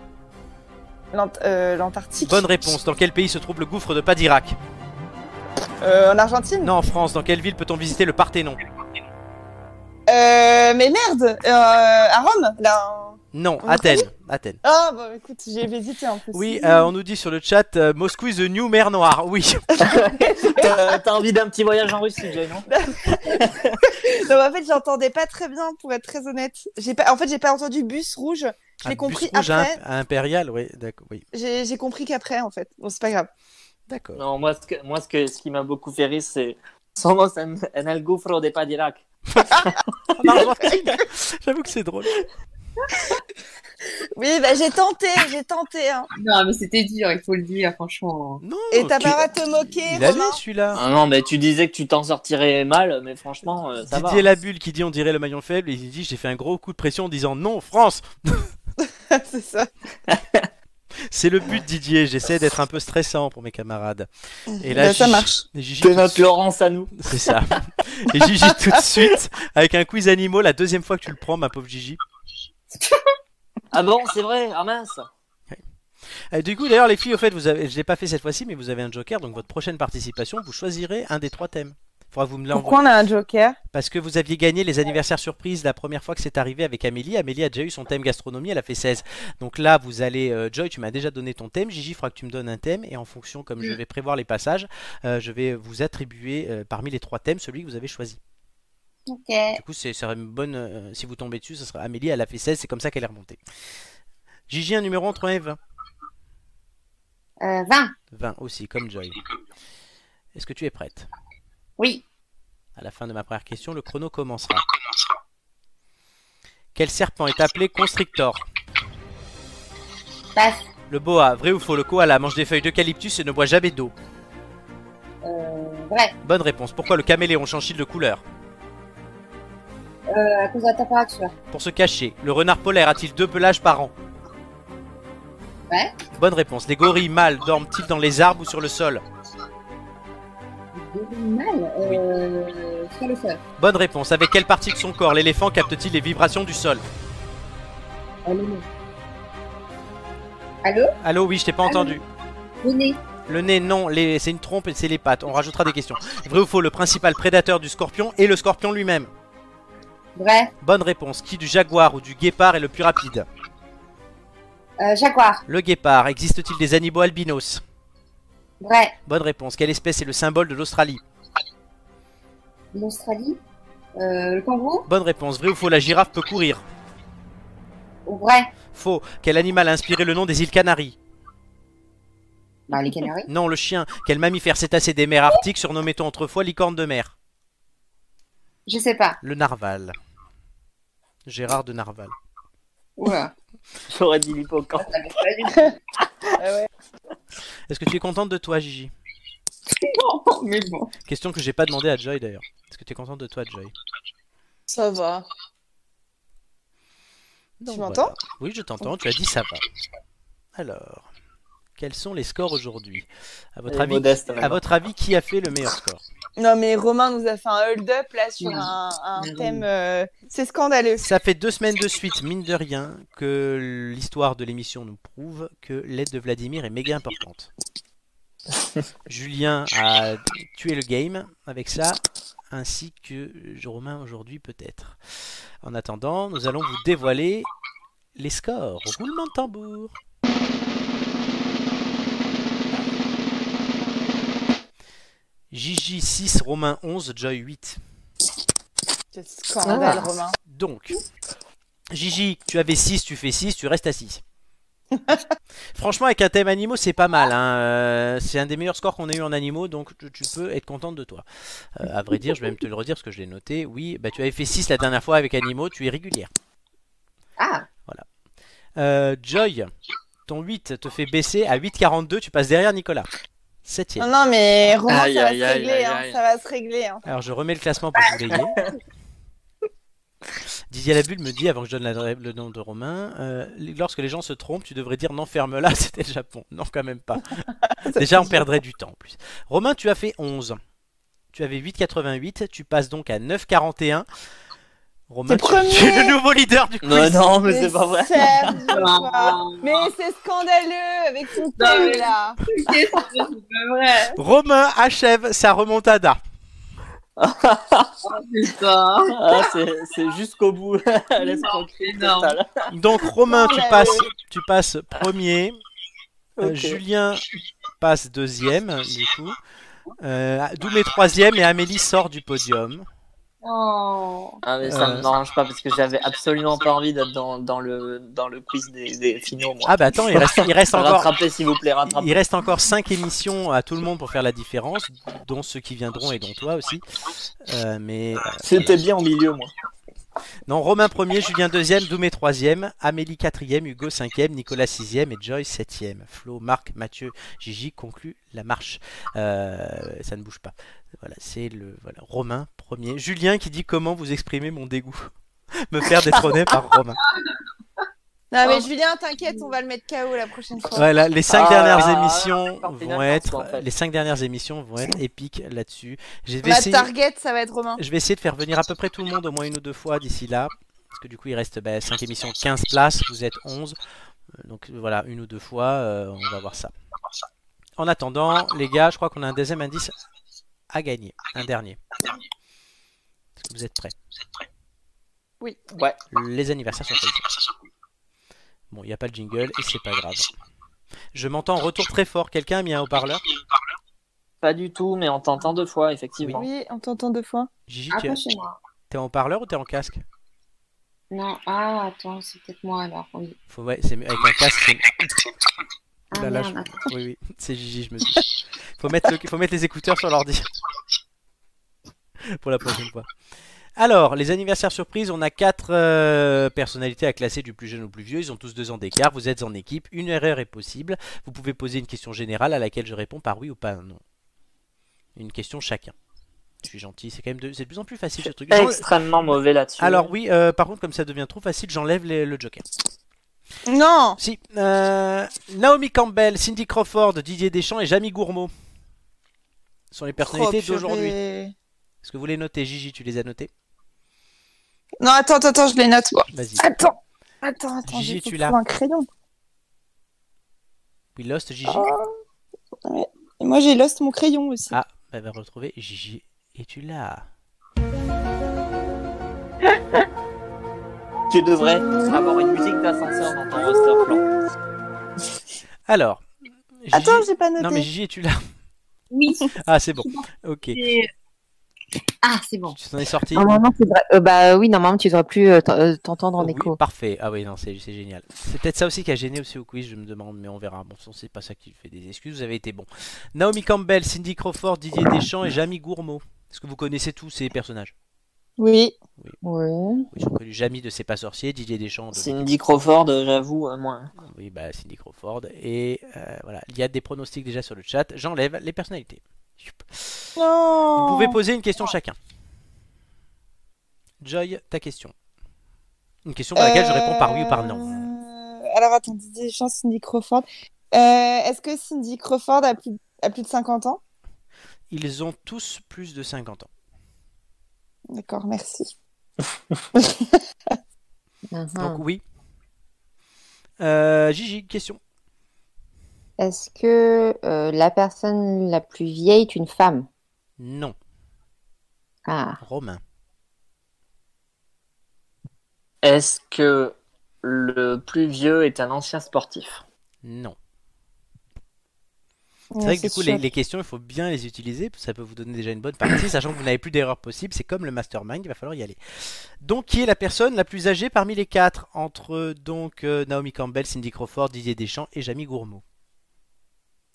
[SPEAKER 2] L'Ant- euh, l'Antarctique.
[SPEAKER 1] Bonne réponse. Dans quel pays se trouve le gouffre de Padirac
[SPEAKER 2] Euh, en Argentine.
[SPEAKER 1] Non, en France. Dans quelle ville peut-on visiter le Parthénon
[SPEAKER 2] Euh, mais merde, euh, à Rome, là.
[SPEAKER 1] Non,
[SPEAKER 2] En
[SPEAKER 1] Athènes. Athènes.
[SPEAKER 2] Ah bah écoute, j'ai hésité en plus.
[SPEAKER 1] Oui, euh, on nous dit sur le chat euh, Moscou is the new mer noire. Oui,
[SPEAKER 3] T'as t'as envie d'un petit voyage en Russie, Jay, non
[SPEAKER 2] Non, mais en fait, j'entendais pas très bien, pour être très honnête. J'ai pas, en fait, j'ai pas entendu bus rouge. Je l'ai
[SPEAKER 1] Un
[SPEAKER 2] compris
[SPEAKER 1] bus rouge à
[SPEAKER 2] après.
[SPEAKER 1] Imp- à Impérial, oui, d'accord. Oui,
[SPEAKER 2] J'ai j'ai compris qu'après, en fait. Bon, c'est pas grave.
[SPEAKER 1] d'accord.
[SPEAKER 3] Non, moi, ce, que, moi ce, que, ce qui m'a beaucoup fait rire, c'est Somos en, en el gouffre de pas d'Irak.
[SPEAKER 1] J'avoue que c'est drôle.
[SPEAKER 2] Oui, bah, j'ai tenté, j'ai tenté. Hein.
[SPEAKER 4] Non, mais c'était dur, il faut le dire, franchement.
[SPEAKER 1] Non,
[SPEAKER 2] Et t'as
[SPEAKER 1] tu-
[SPEAKER 2] pas à te moquer,
[SPEAKER 1] Il allait
[SPEAKER 2] Romain.
[SPEAKER 1] celui-là.
[SPEAKER 3] Ah non, mais tu disais que tu t'en sortirais mal, mais franchement, euh, ça
[SPEAKER 1] Didier
[SPEAKER 3] va.
[SPEAKER 1] Labulle qui dit on dirait le maillon faible et il dit j'ai fait un gros coup de pression en disant non France
[SPEAKER 2] c'est ça.
[SPEAKER 1] c'est le but Didier j'essaie d'être un peu stressant pour mes camarades et là
[SPEAKER 2] Bah, ça
[SPEAKER 1] Gigi-
[SPEAKER 2] marche.
[SPEAKER 1] Gigi
[SPEAKER 3] C'est
[SPEAKER 1] tout
[SPEAKER 3] notre Laurence à nous.
[SPEAKER 1] C'est ça. Et Gigi tout de suite, avec un quiz animaux, la deuxième fois que tu le prends, ma pauvre Gigi.
[SPEAKER 3] Ah bon, c'est vrai, ah mince.
[SPEAKER 1] Euh, du coup, d'ailleurs, les filles, au fait, vous avez... je l'ai pas fait cette fois-ci, mais vous avez un joker, donc votre prochaine participation, vous choisirez un des trois thèmes. Faudra que vous me l'envoyer.
[SPEAKER 2] Pourquoi on a un joker
[SPEAKER 1] Parce que vous aviez gagné les anniversaires surprises la première fois que c'est arrivé avec Amélie. Amélie a déjà eu son thème gastronomie, elle a fait 16. Donc là, vous allez, euh, Joy, tu m'as déjà donné ton thème. Gigi, il faudra que tu me donnes un thème. Et en fonction, comme je vais prévoir les passages, euh, je vais vous attribuer euh, parmi les trois thèmes celui que vous avez choisi.
[SPEAKER 4] Ok.
[SPEAKER 1] Du coup, c'est ça serait une bonne. euh, si vous tombez dessus, ça sera Amélie, elle a fait 16, c'est comme ça qu'elle est remontée. Gigi, un numéro entre 1 et 20.
[SPEAKER 4] Euh, 20,
[SPEAKER 1] 20 aussi, comme Joy. Est-ce que tu es prête
[SPEAKER 4] oui.
[SPEAKER 1] À la fin de ma première question, le chrono commencera. Quel serpent est appelé constrictor
[SPEAKER 4] Passe.
[SPEAKER 1] Le boa, vrai ou faux Le koala mange des feuilles d'eucalyptus et ne boit jamais d'eau.
[SPEAKER 4] Euh, vrai.
[SPEAKER 1] Bonne réponse. Pourquoi le caméléon change-t-il de couleur
[SPEAKER 4] euh, à cause de la température.
[SPEAKER 1] Pour se cacher, le renard polaire a-t-il deux pelages par an
[SPEAKER 4] Ouais.
[SPEAKER 1] Bonne réponse. Les gorilles mâles dorment-ils dans les arbres ou sur le sol
[SPEAKER 4] Le mal, euh, sur le sol.
[SPEAKER 1] Bonne réponse. Avec quelle partie de son corps l'éléphant capte-t-il les vibrations du sol
[SPEAKER 4] Euh, le nez. Allô
[SPEAKER 1] Allô, oui, je t'ai pas entendu.
[SPEAKER 4] Le nez.
[SPEAKER 1] Le nez, non, les... c'est une trompe et c'est les pattes. On rajoutera des questions. Vrai ou faux, le principal prédateur du scorpion est le scorpion lui-même
[SPEAKER 4] Vrai.
[SPEAKER 1] Bonne réponse. Qui du jaguar ou du guépard est le plus rapide
[SPEAKER 4] Euh, jaguar.
[SPEAKER 1] Le guépard. Existe-t-il des animaux albinos
[SPEAKER 4] Vrai.
[SPEAKER 1] Bonne réponse. Quelle espèce est le symbole de l'Australie
[SPEAKER 4] L'Australie. Euh, le kangourou.
[SPEAKER 1] Bonne réponse. Vrai ou faux, la girafe peut courir
[SPEAKER 4] Ou vrai.
[SPEAKER 1] Faux. Quel animal a inspiré le nom des îles Canaries
[SPEAKER 4] Bah, les canaris.
[SPEAKER 1] Non, le chien. Quel mammifère cétacé des mers arctiques surnommait-on autrefois licorne de mer
[SPEAKER 4] Je sais pas.
[SPEAKER 1] Le narval. Gérard de Narval.
[SPEAKER 4] Oula.
[SPEAKER 3] J'aurais dit l'hippocampe.
[SPEAKER 4] Ça m'est pas du tout.
[SPEAKER 1] Est-ce que tu es contente de toi, Gigi
[SPEAKER 4] Non, mais bon.
[SPEAKER 1] Question que j'ai pas demandé à Joy d'ailleurs. Est-ce que tu es contente de toi, Joy
[SPEAKER 2] Ça va.
[SPEAKER 1] Donc,
[SPEAKER 2] Tu m'entends
[SPEAKER 1] voilà. Oui, je t'entends. Tu as dit ça va. Alors, quels sont les scores aujourd'hui À votre
[SPEAKER 3] Elle est
[SPEAKER 1] avis,
[SPEAKER 3] modeste,
[SPEAKER 1] à
[SPEAKER 3] vraiment.
[SPEAKER 1] votre avis, qui a fait le meilleur score
[SPEAKER 2] Non, mais Romain nous a fait un hold-up là sur
[SPEAKER 4] Oui.
[SPEAKER 2] un, un
[SPEAKER 4] Oui.
[SPEAKER 2] thème. euh, C'est scandaleux.
[SPEAKER 1] Ça fait deux semaines de suite, mine de rien, que l'histoire de l'émission nous prouve que l'aide de Vladimir est méga importante. Julien a tué le game avec ça, ainsi que Romain aujourd'hui peut-être. En attendant, nous allons vous dévoiler les scores. Roulement de tambour. Gigi 6, Romain 11, Joy 8.
[SPEAKER 2] C'est scandale, Romain.
[SPEAKER 1] Donc, Gigi, tu avais 6, tu fais 6, tu restes à 6. Franchement, avec un thème animaux, c'est pas mal. hein. Euh, C'est un des meilleurs scores qu'on ait eu en animaux, donc tu, tu peux être contente de toi. Euh, à vrai dire, je vais même te le redire parce que je l'ai noté. Oui, bah, tu avais fait 6 la dernière fois avec animaux, tu es régulière.
[SPEAKER 4] Ah,
[SPEAKER 1] Euh, Joy, ton 8 te fait baisser à 8,42, tu passes derrière Nicolas. 7
[SPEAKER 2] Non, non, mais Romain,
[SPEAKER 3] Aïe,
[SPEAKER 2] ça, va
[SPEAKER 3] aïe,
[SPEAKER 2] se
[SPEAKER 3] aïe,
[SPEAKER 2] régler,
[SPEAKER 3] aïe,
[SPEAKER 2] hein,
[SPEAKER 3] aïe.
[SPEAKER 2] ça va se régler. hein.
[SPEAKER 1] Alors je remets le classement pour que vous l'ayez. Didier Labulle me dit, avant que je donne l'adresse- le nom de Romain, euh, lorsque les gens se trompent, tu devrais dire n'enferme-la, c'était le Japon. Non, quand même pas. Déjà, on perdrait du temps en plus. Romain, tu as fait 11. Tu avais 8,88, tu passes donc à 9,41. Romain,
[SPEAKER 2] T'es
[SPEAKER 1] tu, tu es le nouveau leader du quiz.
[SPEAKER 3] Non, non, Oh, mais c'est pas vrai.
[SPEAKER 2] sérieux, quoi.
[SPEAKER 4] non.
[SPEAKER 2] Mais c'est scandaleux avec ton thème
[SPEAKER 4] mais-
[SPEAKER 2] là.
[SPEAKER 4] c'est pas vrai.
[SPEAKER 1] Romain achève sa remontada.
[SPEAKER 4] Putain.
[SPEAKER 3] Ah, c'est- c'est jusqu'au bout. L'escroquerie
[SPEAKER 4] Non,
[SPEAKER 3] totale.
[SPEAKER 1] Donc Romain, tu
[SPEAKER 2] Oh là
[SPEAKER 1] passes, tu passes premier. Euh,
[SPEAKER 3] Ok.
[SPEAKER 1] Julien passe deuxième, du coup. Euh, Doumé troisième et Amélie sort du podium.
[SPEAKER 4] Oh.
[SPEAKER 3] Ah, mais ça
[SPEAKER 1] Euh.
[SPEAKER 3] ne m'arrange pas parce que j'avais absolument pas envie d'être dans, dans, le, dans le quiz des, des finaux. Moi.
[SPEAKER 1] Ah bah attends, il reste, il reste encore,
[SPEAKER 3] Rattrapez, s'il vous plaît, rattrapez.
[SPEAKER 1] il reste encore cinq émissions à tout le monde pour faire la différence, dont ceux qui viendront et dont toi aussi. Euh, mais euh,
[SPEAKER 3] C'était bien au milieu, moi.
[SPEAKER 1] non, Romain premier, Julien deuxième, Doumé troisième, Amélie quatrième, Hugo cinquième, Nicolas sixième et Joy septième. Flo, Marc, Mathieu, Gigi conclut la marche. Euh, ça ne bouge pas. Voilà, c'est le voilà, Romain premier. Julien qui dit comment vous exprimez mon dégoût. Me faire détrôner par Romain.
[SPEAKER 2] Non, mais
[SPEAKER 4] Oh.
[SPEAKER 2] Julien, t'inquiète, on va le mettre KO la prochaine fois.
[SPEAKER 1] Voilà, les cinq
[SPEAKER 3] Ah,
[SPEAKER 1] dernières
[SPEAKER 3] ah,
[SPEAKER 1] émissions
[SPEAKER 3] ah,
[SPEAKER 1] vont
[SPEAKER 3] ah,
[SPEAKER 1] être
[SPEAKER 3] en fait.
[SPEAKER 1] les cinq dernières émissions vont être épiques là-dessus. Je vais
[SPEAKER 2] Ma
[SPEAKER 1] essayer-
[SPEAKER 2] target, ça va être Romain.
[SPEAKER 1] je vais essayer de faire venir à peu près tout le monde au moins une ou deux fois d'ici là. Parce que du coup, il reste 5 émissions, 15 places, vous êtes 11. Euh, Donc voilà, une ou deux fois, euh, on va voir ça. En attendant, les gars, je crois qu'on a un deuxième indice à gagner. Un dernier. Est-ce que vous êtes prêts
[SPEAKER 2] Oui.
[SPEAKER 3] Ouais.
[SPEAKER 1] Les anniversaires sont faits. Bon, il n'y a pas le jingle et c'est pas grave. Je m'entends en retour très fort. Quelqu'un a mis un haut-parleur
[SPEAKER 3] Pas du tout, mais on t'entend deux fois, effectivement.
[SPEAKER 2] Oui, on t'entend deux fois.
[SPEAKER 1] Gigi, tu
[SPEAKER 4] Après, chez moi.
[SPEAKER 1] t'es en haut-parleur ou t'es en casque
[SPEAKER 4] Non, ah, attends, c'est peut-être moi alors. Oui.
[SPEAKER 1] Faut, ouais, c'est mieux avec un casque. c'est- Là,
[SPEAKER 4] Ah,
[SPEAKER 1] là,
[SPEAKER 4] merde,
[SPEAKER 1] je-
[SPEAKER 4] attends.
[SPEAKER 1] Oui, oui, c'est Gigi, je me suis. Faut mettre, le- Faut mettre les écouteurs sur l'ordi. Pour la prochaine fois. Alors, les anniversaires surprises, on a quatre euh, personnalités à classer du plus jeune au plus vieux. Ils ont tous deux ans d'écart. Vous êtes en équipe. Une erreur est possible. Vous pouvez poser une question générale à laquelle je réponds par oui ou par non. Une question chacun. Je suis gentil, c'est quand même de, c'est de plus en plus facile ce truc.
[SPEAKER 3] Pas
[SPEAKER 1] J'en-
[SPEAKER 3] extrêmement mauvais là-dessus.
[SPEAKER 1] Alors oui, euh, par contre, comme ça devient trop facile, j'enlève les- le Joker.
[SPEAKER 2] Non
[SPEAKER 1] Si, euh, Naomi Campbell, Cindy Crawford, Didier Deschamps et Jamie Gourmaud sont les personnalités
[SPEAKER 2] Oh, purée.
[SPEAKER 1] d'aujourd'hui. Est-ce que vous les notez, Gigi Tu les as notées
[SPEAKER 2] Non, attends, attends, attends, je les note. moi.
[SPEAKER 1] Vas-y.
[SPEAKER 2] Attends, attends, attends,
[SPEAKER 1] Gigi,
[SPEAKER 2] j'ai
[SPEAKER 1] tu
[SPEAKER 2] trouvé
[SPEAKER 1] l'as
[SPEAKER 2] un crayon.
[SPEAKER 1] We lost Gigi.
[SPEAKER 2] Et moi, j'ai lost mon crayon aussi.
[SPEAKER 1] Ah, bah, va retrouver Gigi. Et tu l'as.
[SPEAKER 3] Tu devrais avoir une musique d'ascenseur dans ton roster plan.
[SPEAKER 1] Alors. Gigi-
[SPEAKER 2] Attends, j'ai pas noté.
[SPEAKER 1] Non, mais Gigi, tu l'as.
[SPEAKER 4] Oui,
[SPEAKER 1] Ah, c'est bon. Ok.
[SPEAKER 4] c'est- Ah, c'est bon.
[SPEAKER 1] Tu t'en es sorti
[SPEAKER 4] Normalement, tu devrais... euh, bah oui, normalement, tu devrais plus euh, t- euh, t'entendre en
[SPEAKER 1] Oh Oui,
[SPEAKER 4] écho.
[SPEAKER 1] parfait. Ah oui, non, c'est c'est génial. C'est peut-être ça aussi qui a gêné aussi au quiz, je me demande, mais on verra. Bon, c'est pas ça qui fait des excuses, vous avez été bon. Naomi Campbell, Cindy Crawford, Didier Deschamps et Jamie Gourmaud. Est-ce que vous connaissez tous ces personnages
[SPEAKER 2] Oui.
[SPEAKER 4] Ouais.
[SPEAKER 1] Oui, j'ai connu Jamie de C'est pas sorcier, Didier Deschamps de...
[SPEAKER 3] Cindy Crawford, euh, j'avoue, euh, moins.
[SPEAKER 1] Oui, bah Cindy Crawford. Et euh, voilà, il y a des pronostics déjà sur le chat. J'enlève les personnalités. Youp.
[SPEAKER 2] Non
[SPEAKER 4] Oh.
[SPEAKER 1] Vous pouvez poser une question chacun. Joy, ta question. Une question à laquelle je réponds par oui ou par non.
[SPEAKER 2] Euh, Alors, attends, Didier Deschamps, Cindy Crawford. Euh, Est-ce que Cindy Crawford a plus, a plus de 50 ans
[SPEAKER 1] Ils ont tous plus de 50 ans.
[SPEAKER 2] D'accord, merci.
[SPEAKER 4] Mhm.
[SPEAKER 1] Donc oui. Euh, Gigi, question.
[SPEAKER 10] Est-ce que euh, la personne la plus vieille est une femme?
[SPEAKER 1] Non.
[SPEAKER 10] Ah,
[SPEAKER 1] Romain.
[SPEAKER 3] Est-ce que le plus vieux est un ancien sportif
[SPEAKER 1] Non.
[SPEAKER 2] Ouais,
[SPEAKER 4] Oh,
[SPEAKER 1] C'est vrai que du
[SPEAKER 2] c'est
[SPEAKER 1] coup,
[SPEAKER 2] sûr.
[SPEAKER 1] les, les questions, il faut bien les utiliser. Ça peut vous donner déjà une bonne partie, sachant que vous n'avez plus d'erreurs possibles. C'est comme le mastermind, il va falloir y aller. Donc, qui est la personne la plus âgée parmi les quatre Entre donc euh, Naomi Campbell, Cindy Crawford, Didier Deschamps et Jamie Gourmaud.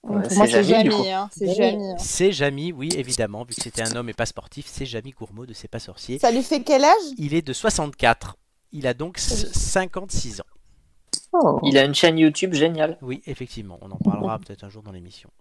[SPEAKER 2] Donc,
[SPEAKER 3] Ouais,
[SPEAKER 2] pour moi,
[SPEAKER 3] c'est
[SPEAKER 2] c'est
[SPEAKER 3] Jamie, du coup.
[SPEAKER 2] Jamie. hein, C'est Jamie. hein.
[SPEAKER 1] C'est Jamie, oui, évidemment, vu que c'était un homme et pas sportif, c'est Jamie Gourmaud de C'est pas sorcier.
[SPEAKER 2] Ça lui fait quel âge
[SPEAKER 1] Il est de 64. Il a donc s- 56 ans.
[SPEAKER 10] oh.
[SPEAKER 3] Il a une chaîne YouTube géniale.
[SPEAKER 1] Oui, effectivement, on en parlera peut-être un jour dans l'émission.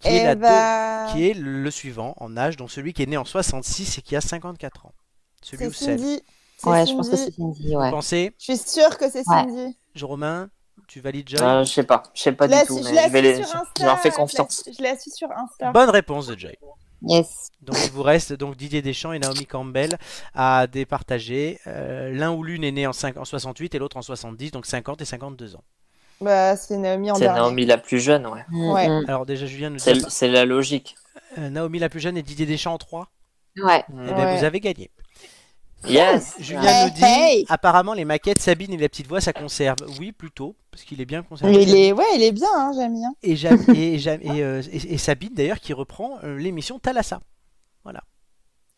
[SPEAKER 1] Qui, est
[SPEAKER 2] Eh
[SPEAKER 1] la
[SPEAKER 2] bah,
[SPEAKER 1] deux- qui est le suivant en âge, donc celui qui est né en 66 et qui a 54 ans. Celui
[SPEAKER 2] c'est
[SPEAKER 1] ou celle.
[SPEAKER 2] Cindy. C'est
[SPEAKER 10] Ouais, je
[SPEAKER 2] Cindy.
[SPEAKER 10] pense que c'est Cindy, ouais.
[SPEAKER 1] Pensez,
[SPEAKER 2] Je suis sûre que c'est
[SPEAKER 10] Ouais.
[SPEAKER 2] Cindy.
[SPEAKER 1] Romain, tu valides Joy
[SPEAKER 3] Euh, je sais pas, je sais pas
[SPEAKER 2] Je la
[SPEAKER 3] du
[SPEAKER 2] suis-
[SPEAKER 3] tout,
[SPEAKER 2] je
[SPEAKER 3] mais
[SPEAKER 2] la
[SPEAKER 3] je, vais
[SPEAKER 2] suis
[SPEAKER 3] les...
[SPEAKER 2] sur Insta.
[SPEAKER 3] je leur fais
[SPEAKER 2] je la-
[SPEAKER 3] confiance.
[SPEAKER 2] Je la suis sur Insta.
[SPEAKER 1] Bonne réponse de Joy.
[SPEAKER 10] Yes.
[SPEAKER 1] Donc il vous reste donc Didier Deschamps et Naomi Campbell à départager. Euh, L'un ou l'une est né en, cinq- en 68 et l'autre en 70, donc 50 et 52 ans.
[SPEAKER 2] Bah, c'est Naomi en
[SPEAKER 3] C'est
[SPEAKER 2] dernier.
[SPEAKER 3] Naomi la plus jeune, ouais.
[SPEAKER 2] Ouais.
[SPEAKER 10] Mm,
[SPEAKER 1] Alors déjà Julien nous
[SPEAKER 3] C'est
[SPEAKER 1] dit
[SPEAKER 3] c'est la logique.
[SPEAKER 1] euh, Naomi la plus jeune et Didier Deschamps en 3.
[SPEAKER 10] mm. Ouais.
[SPEAKER 1] Eh ben,
[SPEAKER 2] Ouais.
[SPEAKER 1] vous avez gagné.
[SPEAKER 3] Yes
[SPEAKER 1] Julien
[SPEAKER 2] Hey,
[SPEAKER 1] nous dit
[SPEAKER 2] hey.
[SPEAKER 1] apparemment les maquettes Sabine et la petite voix ça conserve. Oui plutôt parce qu'il est bien conservé.
[SPEAKER 2] Il est, ouais, il est bien, hein, Jamie. hein.
[SPEAKER 1] Et, Jam- et, Jam- et, euh, et- et Sabine d'ailleurs qui reprend euh, l'émission Thalassa.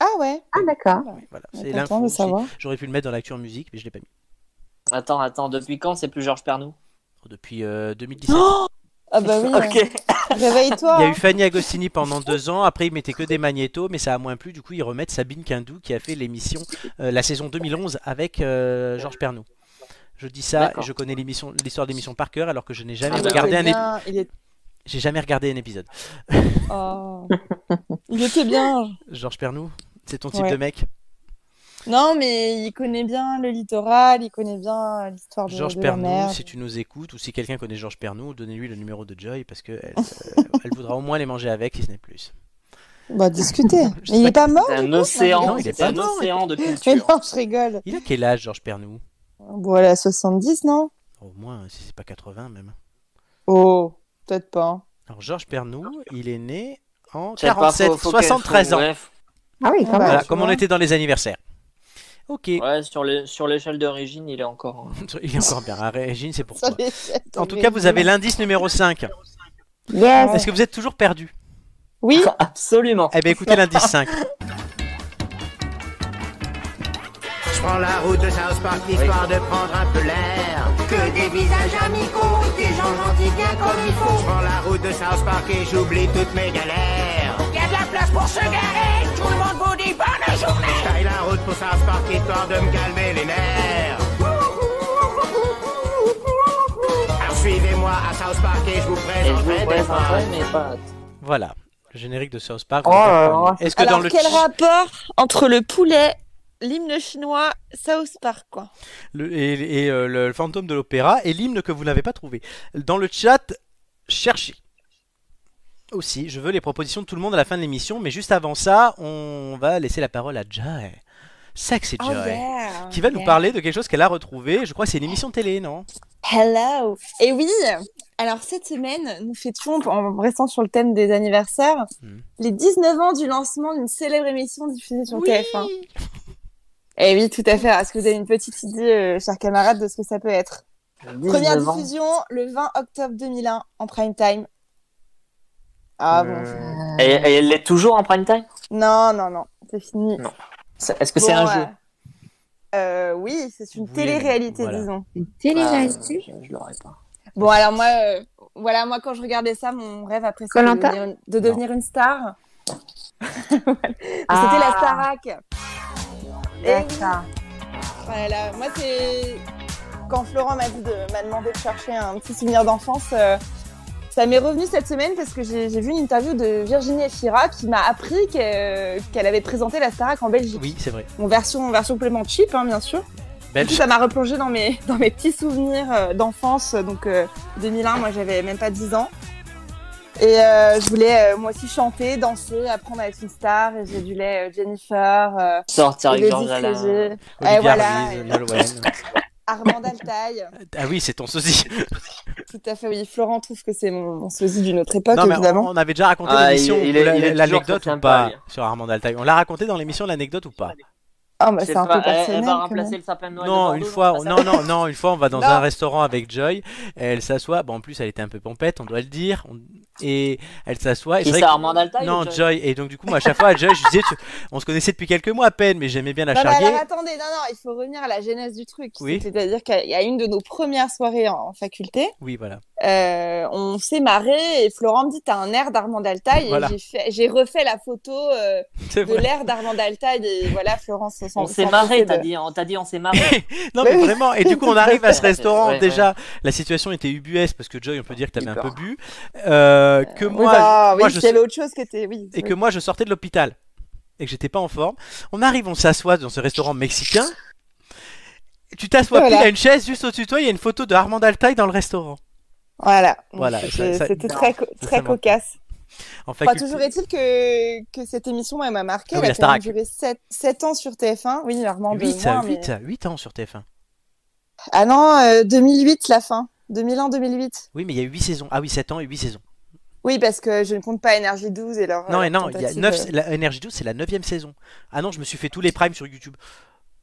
[SPEAKER 2] Ah ouais.
[SPEAKER 10] Ah, d'accord.
[SPEAKER 1] Oui, voilà,
[SPEAKER 2] On
[SPEAKER 1] c'est
[SPEAKER 2] est content
[SPEAKER 1] l'info.
[SPEAKER 2] de
[SPEAKER 1] aussi.
[SPEAKER 2] savoir.
[SPEAKER 1] J'aurais pu le mettre dans l'actu en musique mais je l'ai pas mis.
[SPEAKER 3] Attends, attends, depuis quand c'est plus Georges Pernou
[SPEAKER 1] Depuis euh, 2017.
[SPEAKER 2] Ah bah oui. ouais. Réveille-toi.
[SPEAKER 1] il y a
[SPEAKER 2] hein.
[SPEAKER 1] eu Fanny Agostini pendant deux ans. Après ils mettaient que des magnétos mais ça a moins plu. Du coup ils remettent Sabine Quindou qui a fait l'émission euh, la saison 2011 avec euh, Georges Pernou. Je dis ça,
[SPEAKER 3] D'accord.
[SPEAKER 1] je connais l'émission, l'histoire de l'émission par cœur, alors que je n'ai jamais
[SPEAKER 3] Ah bah,
[SPEAKER 1] regardé
[SPEAKER 2] Il est
[SPEAKER 1] un, ép-
[SPEAKER 2] bien, il, est...
[SPEAKER 1] j'ai jamais regardé un épisode.
[SPEAKER 2] oh. il était bien.
[SPEAKER 1] Georges Pernou, c'est ton type
[SPEAKER 2] Ouais.
[SPEAKER 1] de mec.
[SPEAKER 2] Non, mais il connaît bien le littoral, il connaît bien l'histoire de,
[SPEAKER 1] Georges
[SPEAKER 2] de la
[SPEAKER 1] Pernou,
[SPEAKER 2] mer.
[SPEAKER 1] si tu nous écoutes ou si quelqu'un connaît Georges Pernou, donnez-lui le numéro de Joy parce que elle, euh, elle voudra au moins les manger avec, si ce n'est plus.
[SPEAKER 2] Bah, discuter.
[SPEAKER 1] Je
[SPEAKER 2] Mais
[SPEAKER 1] sais
[SPEAKER 2] il est
[SPEAKER 1] pas
[SPEAKER 2] pas mort.
[SPEAKER 3] C'est
[SPEAKER 2] du
[SPEAKER 3] un
[SPEAKER 2] coup
[SPEAKER 3] océan,
[SPEAKER 1] Non, il est
[SPEAKER 3] c'est
[SPEAKER 1] pas
[SPEAKER 3] un
[SPEAKER 1] mort.
[SPEAKER 3] océan de
[SPEAKER 2] Mais
[SPEAKER 3] culture.
[SPEAKER 2] non, je rigole.
[SPEAKER 1] Il a quel âge, Georges Pernou
[SPEAKER 2] Bon, elle a 70, non
[SPEAKER 1] Au moins, si c'est pas 80 même.
[SPEAKER 2] Oh, peut-être pas. hein.
[SPEAKER 1] Alors Georges Pernou, il est né en
[SPEAKER 3] Je sais pas,
[SPEAKER 1] 47,
[SPEAKER 3] faut- faut qu'elle-
[SPEAKER 1] 73
[SPEAKER 3] faut-
[SPEAKER 1] ans.
[SPEAKER 3] ouais,
[SPEAKER 10] Ah oui, quand
[SPEAKER 2] Voilà.
[SPEAKER 10] même.
[SPEAKER 1] Voilà,
[SPEAKER 2] tu
[SPEAKER 1] comme on
[SPEAKER 2] vois.
[SPEAKER 1] était dans les anniversaires. Ok,
[SPEAKER 3] Ouais, sur les- sur l'échelle d'origine, il est encore.
[SPEAKER 1] il est encore bien. hein, Régine, c'est pour
[SPEAKER 2] Ça
[SPEAKER 1] toi.
[SPEAKER 2] fait sept
[SPEAKER 1] En tout cas, vous avez l'indice numéro 5.
[SPEAKER 10] Yes.
[SPEAKER 1] Est-ce que vous êtes toujours perdu
[SPEAKER 2] Oui,
[SPEAKER 3] euh, Absolument.
[SPEAKER 1] Eh bien, écoutez l'indice 5.
[SPEAKER 7] Je prends la route de South Park, histoire de prendre un peu l'air.
[SPEAKER 5] Que des visages amicaux, des gens gentils bien comme il
[SPEAKER 7] Je
[SPEAKER 5] faut.
[SPEAKER 7] prends la route de South Park et j'oublie toutes mes galères.
[SPEAKER 5] Y a de la place pour se garer, tout le monde vous dit bonne journée.
[SPEAKER 7] Je taille la route pour South Park, histoire de me calmer les nerfs. Alors suivez-moi à South Park et je vous
[SPEAKER 3] Et je vous
[SPEAKER 7] présenterai des
[SPEAKER 3] présente,
[SPEAKER 7] phrases.
[SPEAKER 3] ouais, mais pas.
[SPEAKER 1] Voilà. Le générique de South Park.
[SPEAKER 2] Oh
[SPEAKER 1] vous l'avez
[SPEAKER 2] là
[SPEAKER 1] reconnu.
[SPEAKER 2] là.
[SPEAKER 1] Est-ce que
[SPEAKER 2] Alors,
[SPEAKER 1] dans le
[SPEAKER 2] quel
[SPEAKER 1] chi-
[SPEAKER 2] rapport entre le poulet, l'hymne chinois, South Park, quoi
[SPEAKER 1] le- et, et, euh, le fantôme de l'opéra et l'hymne que vous n'avez pas trouvé Dans le chat, cherchez. Aussi, je veux les propositions de tout le monde à la fin de l'émission, mais juste avant ça, on va laisser la parole à Joy. Sexy
[SPEAKER 2] Oh
[SPEAKER 1] Joy.
[SPEAKER 2] yeah,
[SPEAKER 1] qui va nous
[SPEAKER 2] yeah.
[SPEAKER 1] parler de quelque chose qu'elle a retrouvé. Je crois que c'est une émission télé, non
[SPEAKER 2] Hello Et oui Alors cette semaine, nous fêtions, en restant sur le thème des anniversaires,
[SPEAKER 3] Mm.
[SPEAKER 2] les 19 ans du lancement d'une célèbre émission diffusée sur TF1. Eh oui, tout à fait. Est-ce que vous avez une petite idée, euh, chers camarades, de ce que ça peut être Première
[SPEAKER 3] 19 ans.
[SPEAKER 2] diffusion le 20 octobre 2001 en prime time. Ah bon.
[SPEAKER 3] Euh. Et, et elle est toujours en prime time
[SPEAKER 2] Non, non, non, c'est fini.
[SPEAKER 3] Non. C'est- Est-ce que c'est
[SPEAKER 2] Bon,
[SPEAKER 3] un
[SPEAKER 2] euh,
[SPEAKER 3] jeu
[SPEAKER 2] euh, Oui, c'est une télé-réalité, disons. Une
[SPEAKER 10] télé-réalité
[SPEAKER 3] Ah, Je, je l'aurais pas.
[SPEAKER 2] Bon, alors moi, euh, voilà, moi, quand je regardais ça, mon rêve après ça, de
[SPEAKER 10] Koh-Lanta
[SPEAKER 2] devenir, une- de devenir une star. Voilà.
[SPEAKER 10] Ah.
[SPEAKER 2] C'était la Starac. Et oui.
[SPEAKER 10] D'accord.
[SPEAKER 2] Voilà, moi, c'est. Quand Florent m'a dit de- m'a demandé de chercher un petit souvenir d'enfance, euh, ça m'est revenu cette semaine parce que j'ai j'ai vu une interview de Virginie Efira qui m'a appris qu'elle qu'elle avait présenté la Starac en Belgique.
[SPEAKER 1] Oui, c'est vrai.
[SPEAKER 2] Mon version, version complètement cheap, hein, bien sûr.
[SPEAKER 1] Belge.
[SPEAKER 2] Du coup, ça m'a replongé dans mes, dans mes petits souvenirs euh, d'enfance. Donc, euh, 2001, moi, j'avais même pas 10 ans. Et euh, je voulais, euh, moi aussi, chanter, danser, apprendre à être une star. Et j'ai du lait euh, Jennifer, euh,
[SPEAKER 3] Sortir avec
[SPEAKER 2] Élodie
[SPEAKER 3] Georges Alain.
[SPEAKER 2] Frégé.
[SPEAKER 3] Olivia
[SPEAKER 2] Ouais, Eh, voilà,
[SPEAKER 1] Harvey,
[SPEAKER 2] et
[SPEAKER 1] Nolwenn.
[SPEAKER 2] Armand Altaï.
[SPEAKER 1] Ah oui, c'est ton sosie.
[SPEAKER 2] Tout à fait, oui. Florent trouve que c'est mon, mon sosie d'une autre époque,
[SPEAKER 1] non, mais
[SPEAKER 2] évidemment.
[SPEAKER 1] on, on avait déjà raconté
[SPEAKER 3] Ah,
[SPEAKER 1] l'émission,
[SPEAKER 3] il- il est-
[SPEAKER 1] ou la-
[SPEAKER 3] il est toujours
[SPEAKER 1] l'anecdote
[SPEAKER 3] très
[SPEAKER 1] ou
[SPEAKER 3] sympa,
[SPEAKER 1] pas
[SPEAKER 3] lui.
[SPEAKER 1] sur Armand Altaï. On l'a raconté dans l'émission l'anecdote ou pas
[SPEAKER 2] Ah, bah,
[SPEAKER 3] Je sais
[SPEAKER 2] c'est un
[SPEAKER 3] pas,
[SPEAKER 2] peu
[SPEAKER 3] elle- elle,
[SPEAKER 2] personnel.
[SPEAKER 3] va
[SPEAKER 2] quand
[SPEAKER 3] remplacer
[SPEAKER 2] même.
[SPEAKER 3] le sapin de Noël. de
[SPEAKER 1] Non,
[SPEAKER 3] Bordeaux,
[SPEAKER 1] une fois,
[SPEAKER 3] ça
[SPEAKER 1] non, non, non, une fois, on va dans
[SPEAKER 2] Non.
[SPEAKER 1] un restaurant avec Joy. Elle s'assoit. Bon, en plus, elle était un peu pompette, on doit le dire. on- Et elle s'assoit.
[SPEAKER 3] Qui
[SPEAKER 1] c'est vrai
[SPEAKER 3] ça,
[SPEAKER 1] que-
[SPEAKER 3] Armand Altaï
[SPEAKER 1] Non,
[SPEAKER 3] ou Joy
[SPEAKER 1] Joy. Et donc, du coup, moi, à chaque fois, à Joy, je disais, tu- on se connaissait depuis quelques mois à peine, mais j'aimais bien la
[SPEAKER 2] Non, mais
[SPEAKER 1] charrier.
[SPEAKER 2] alors, attendez, non, non, il faut revenir à la genèse du truc.
[SPEAKER 1] Oui.
[SPEAKER 2] C'est-à-dire qu'il y a une de nos premières soirées en- en faculté.
[SPEAKER 1] Oui, voilà.
[SPEAKER 2] Euh, on s'est marré et Florent me dit t'as un air d'Armand Altaï
[SPEAKER 1] Voilà.
[SPEAKER 2] et j'ai fait- j'ai refait la photo euh,
[SPEAKER 1] C'est
[SPEAKER 2] de
[SPEAKER 1] vrai.
[SPEAKER 2] l'air d'Armand Altaï et voilà Florence s'en
[SPEAKER 3] On s'est
[SPEAKER 2] s'en
[SPEAKER 3] marré,
[SPEAKER 2] foutait
[SPEAKER 3] t'as
[SPEAKER 2] de-
[SPEAKER 3] dit, on t'a dit on s'est marré.
[SPEAKER 1] Non, mais
[SPEAKER 2] Oui.
[SPEAKER 1] vraiment. Et du coup, on arrive à ce
[SPEAKER 3] Ouais,
[SPEAKER 1] restaurant.
[SPEAKER 3] ouais.
[SPEAKER 1] déjà, la situation était ubuesque parce que Joy, on peut dire que t'avais un peu bu. Euh, que
[SPEAKER 2] Oui,
[SPEAKER 1] moi,
[SPEAKER 2] bah,
[SPEAKER 1] moi,
[SPEAKER 2] oui,
[SPEAKER 1] je
[SPEAKER 2] c'est l'autre chose qui était oui,
[SPEAKER 1] et
[SPEAKER 2] oui.
[SPEAKER 1] que moi je sortais de l'hôpital et que j'étais pas en forme. On arrive, on s'assoit dans ce restaurant mexicain. Tu t'assois
[SPEAKER 2] Voilà.
[SPEAKER 1] pile à une chaise juste au-dessus de toi, il y a une photo de Armand Altaï dans le restaurant.
[SPEAKER 2] voilà Donc,
[SPEAKER 1] Voilà,
[SPEAKER 2] c'était
[SPEAKER 1] ça- ça-
[SPEAKER 2] c'était très co-
[SPEAKER 1] ça
[SPEAKER 2] très
[SPEAKER 1] manque.
[SPEAKER 2] cocasse
[SPEAKER 1] En
[SPEAKER 2] Enfin,
[SPEAKER 1] faculté.
[SPEAKER 2] toujours est-il que, que cette émission moi, elle m'a marqué
[SPEAKER 1] Ah oui,
[SPEAKER 2] elle
[SPEAKER 1] la
[SPEAKER 2] a quand même
[SPEAKER 1] Starac.
[SPEAKER 2] duré 7, ans sur TF1 oui Armand de
[SPEAKER 1] 8,
[SPEAKER 2] moins, mais-
[SPEAKER 1] 8, 8 ans sur TF1.
[SPEAKER 2] ah non euh, 2008 la fin 2001 2008
[SPEAKER 1] Oui, mais il y a 8 saisons. Ah oui, 7 ans et 8 saisons.
[SPEAKER 2] oui parce que je ne compte pas énergie 12 et leur
[SPEAKER 1] non,
[SPEAKER 2] leur
[SPEAKER 1] et non, il y a
[SPEAKER 2] tentative,
[SPEAKER 1] 9,
[SPEAKER 2] euh,
[SPEAKER 1] la Energy 12, c'est la 9 saison. Ah non, je me suis fait tous les primes sur YouTube.